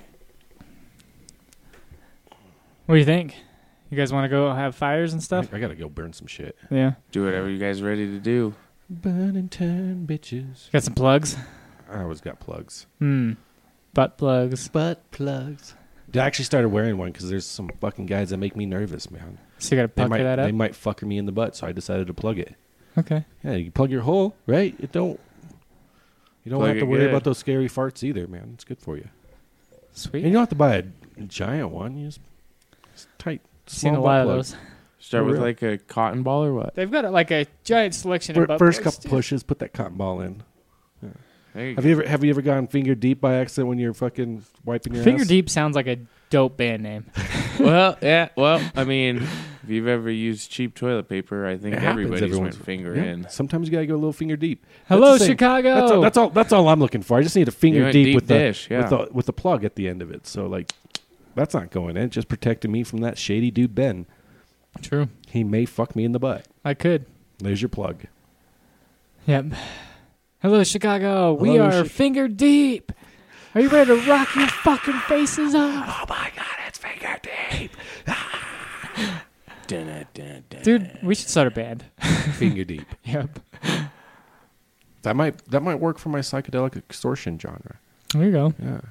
What do you think? You guys want to go have fires and stuff?
I, I gotta go burn some shit.
Yeah.
Do whatever you guys are ready to do.
Burn and turn, bitches.
Got some plugs?
I always got plugs.
Hmm. Butt plugs.
Butt plugs. I actually started wearing one because there's some fucking guys that make me nervous, man.
So you got to
They
pucker
might
that
they
up?
might fucker me in the butt, so I decided to plug it.
okay.
Yeah, you plug your hole, right? It don't. You don't
Plug
have to
it
worry
good.
about those scary farts either, man. It's good for you,
Sweet.
and you don't have to buy a giant one. You just it's tight.
Seen a
small
lot of
butt plug.
those.
Start
For
with
real.
like a cotton ball or what?
They've got like a giant selection
Fir-
of butt
first
plugs,
couple
too.
pushes, put that cotton ball in.
There you
Have
go.
you ever have you ever gone finger deep by accident when you're fucking wiping your
Finger
ass?
Deep sounds like a dope band name.
well, yeah.
[laughs]
Well, I mean, if you've ever used cheap toilet paper, I think
It happens
everybody's
every
went
once-
finger
Yeah,
in.
Sometimes you gotta go a little finger deep. That's
Hello,
the same.
Chicago.
That's all, that's all. That's all I'm looking for. I just need a
You
finger
went
deep,
deep
with
dish,
the
yeah.
with the with the plug at the end of it. So like, that's not going in. Just protecting me from that shady dude Ben.
[laughs] True.
He may fuck me in the butt.
I could.
There's your plug.
Yep. Hello, Chicago. we
Hello,
are
Chi-
Finger Deep. Are you ready to rock your fucking faces off?
Oh my god, it's finger deep.
Dun, dun, dun.
Dude, we should start a band.
[laughs] finger deep.
[laughs] Yep.
That might that might work for my psychedelic extortion genre.
There you go.
Yeah.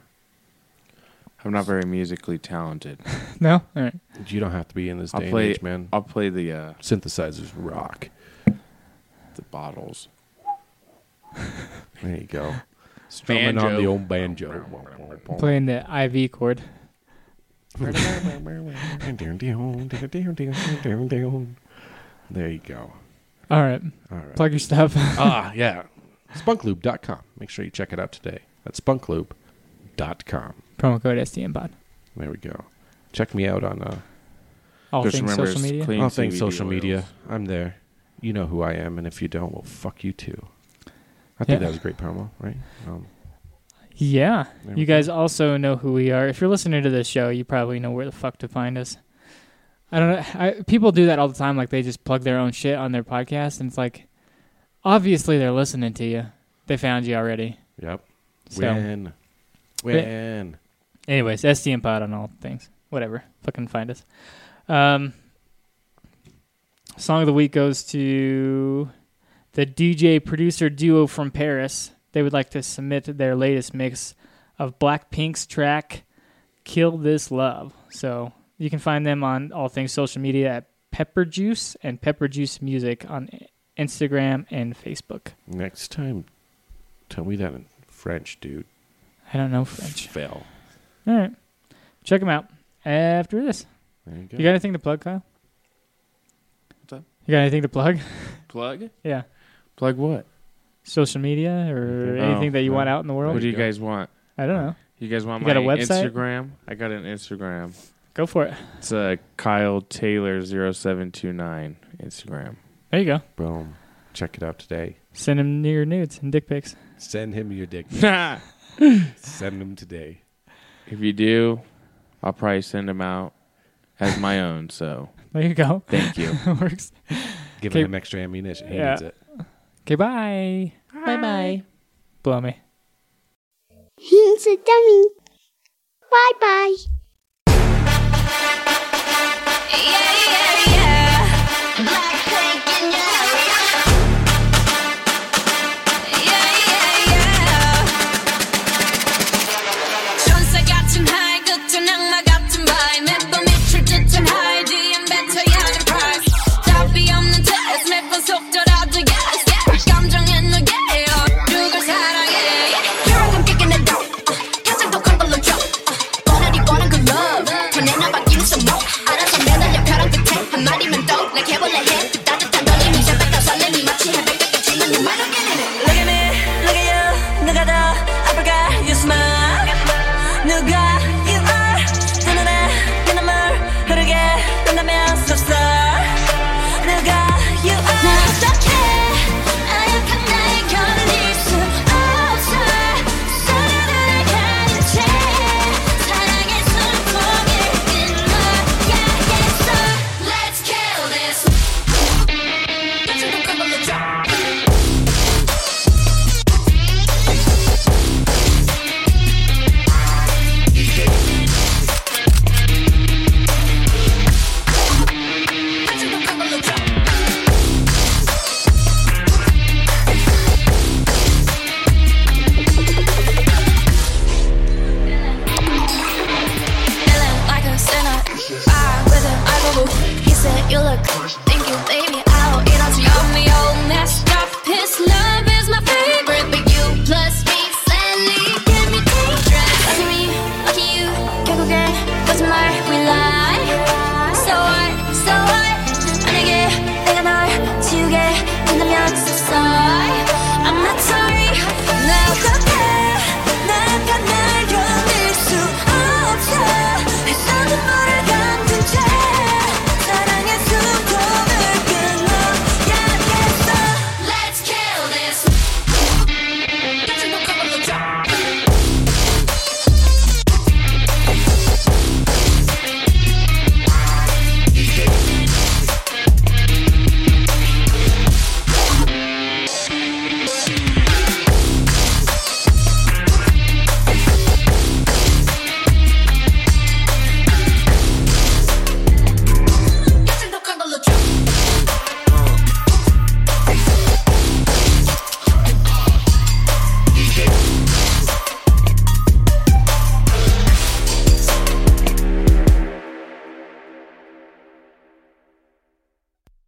I'm not very musically talented.
No? All right.
You don't have to be in this
I'll
day
play-
and age, man.
I'll play the uh,
Synthesizers rock.
the bottles.
There you go. Strumming on
Banjo.
the old banjo.
Playing the IV chord.
there you go.
All right.
All right.
Plug your stuff. [laughs]
ah, yeah. Spunklube.com. Make sure you check it out today. That's spunklube.com.
Promo code STMPod.
There we go. Check me out on uh,
All
Just
things
remember
social
it's
media.
clean
all things
CBD
social
oils.
media. I'm there. You know who I am, and if you don't, well, fuck you too. I
Yeah.
think that was a great promo, right? Um,
Yeah.
there we
You
go.
guys also know who we are. If you're listening to this show, you probably know where the fuck to find us. I don't know. I, people do that all the time. Like they just plug their own shit on their podcast, and it's like, obviously they're listening to you. They found you already.
Yep.
So,
Win. Win.
anyways, SDM Pod on all things. Whatever. Fucking find us. Um, song of the week goes to the DJ producer duo from Paris. They would like to submit their latest mix of Blackpink's track "Kill This Love." So you can find them on all things social media at Pepper Juice and Pepper Juice Music on Instagram and Facebook.
Next time, tell me that in French, dude.
I don't know French.
Fail.
All right, check them out after this.
There you go.
You got anything to plug, Kyle?
What's up?
You got anything to plug? [laughs]
Plug?
yeah.
Plug what?
Social media or
Oh,
anything that you
no.
want out in the world?
What do you guys want?
I don't know.
You guys want
You
my
got a website?
Instagram? I got an Instagram.
Go for it.
It's uh, Kyle Taylor 0729 Instagram.
There you go.
Boom. Check it out today.
Send him your nudes and dick
[laughs]
pics.
Send him your dick. Send him today.
if you do, I'll probably send them out as my own. So
There you go. [laughs]
thank you.
Works.
Giving
Okay.
him extra ammunition. He
Yeah.
needs it.
Okay, bye. Bye bye. Blow me.
He's a dummy. Bye bye.
천사 같은 하이 같은 악마 같은 바이 매번 미칠 듯한 하이 뒤엔 뱉어야 하는 price 답이 없는 test 몇번 속더라도 yes yeah 감정에 녹여 누굴 사랑해 yeah. 결혼 깨긴 해도 가장 독한 걸로 줘 원하리 원한 네 그 love 더 내놔 바뀌는 so no 알아서 매달려 벼랑 끝에 한마디만 더 like 해볼래 그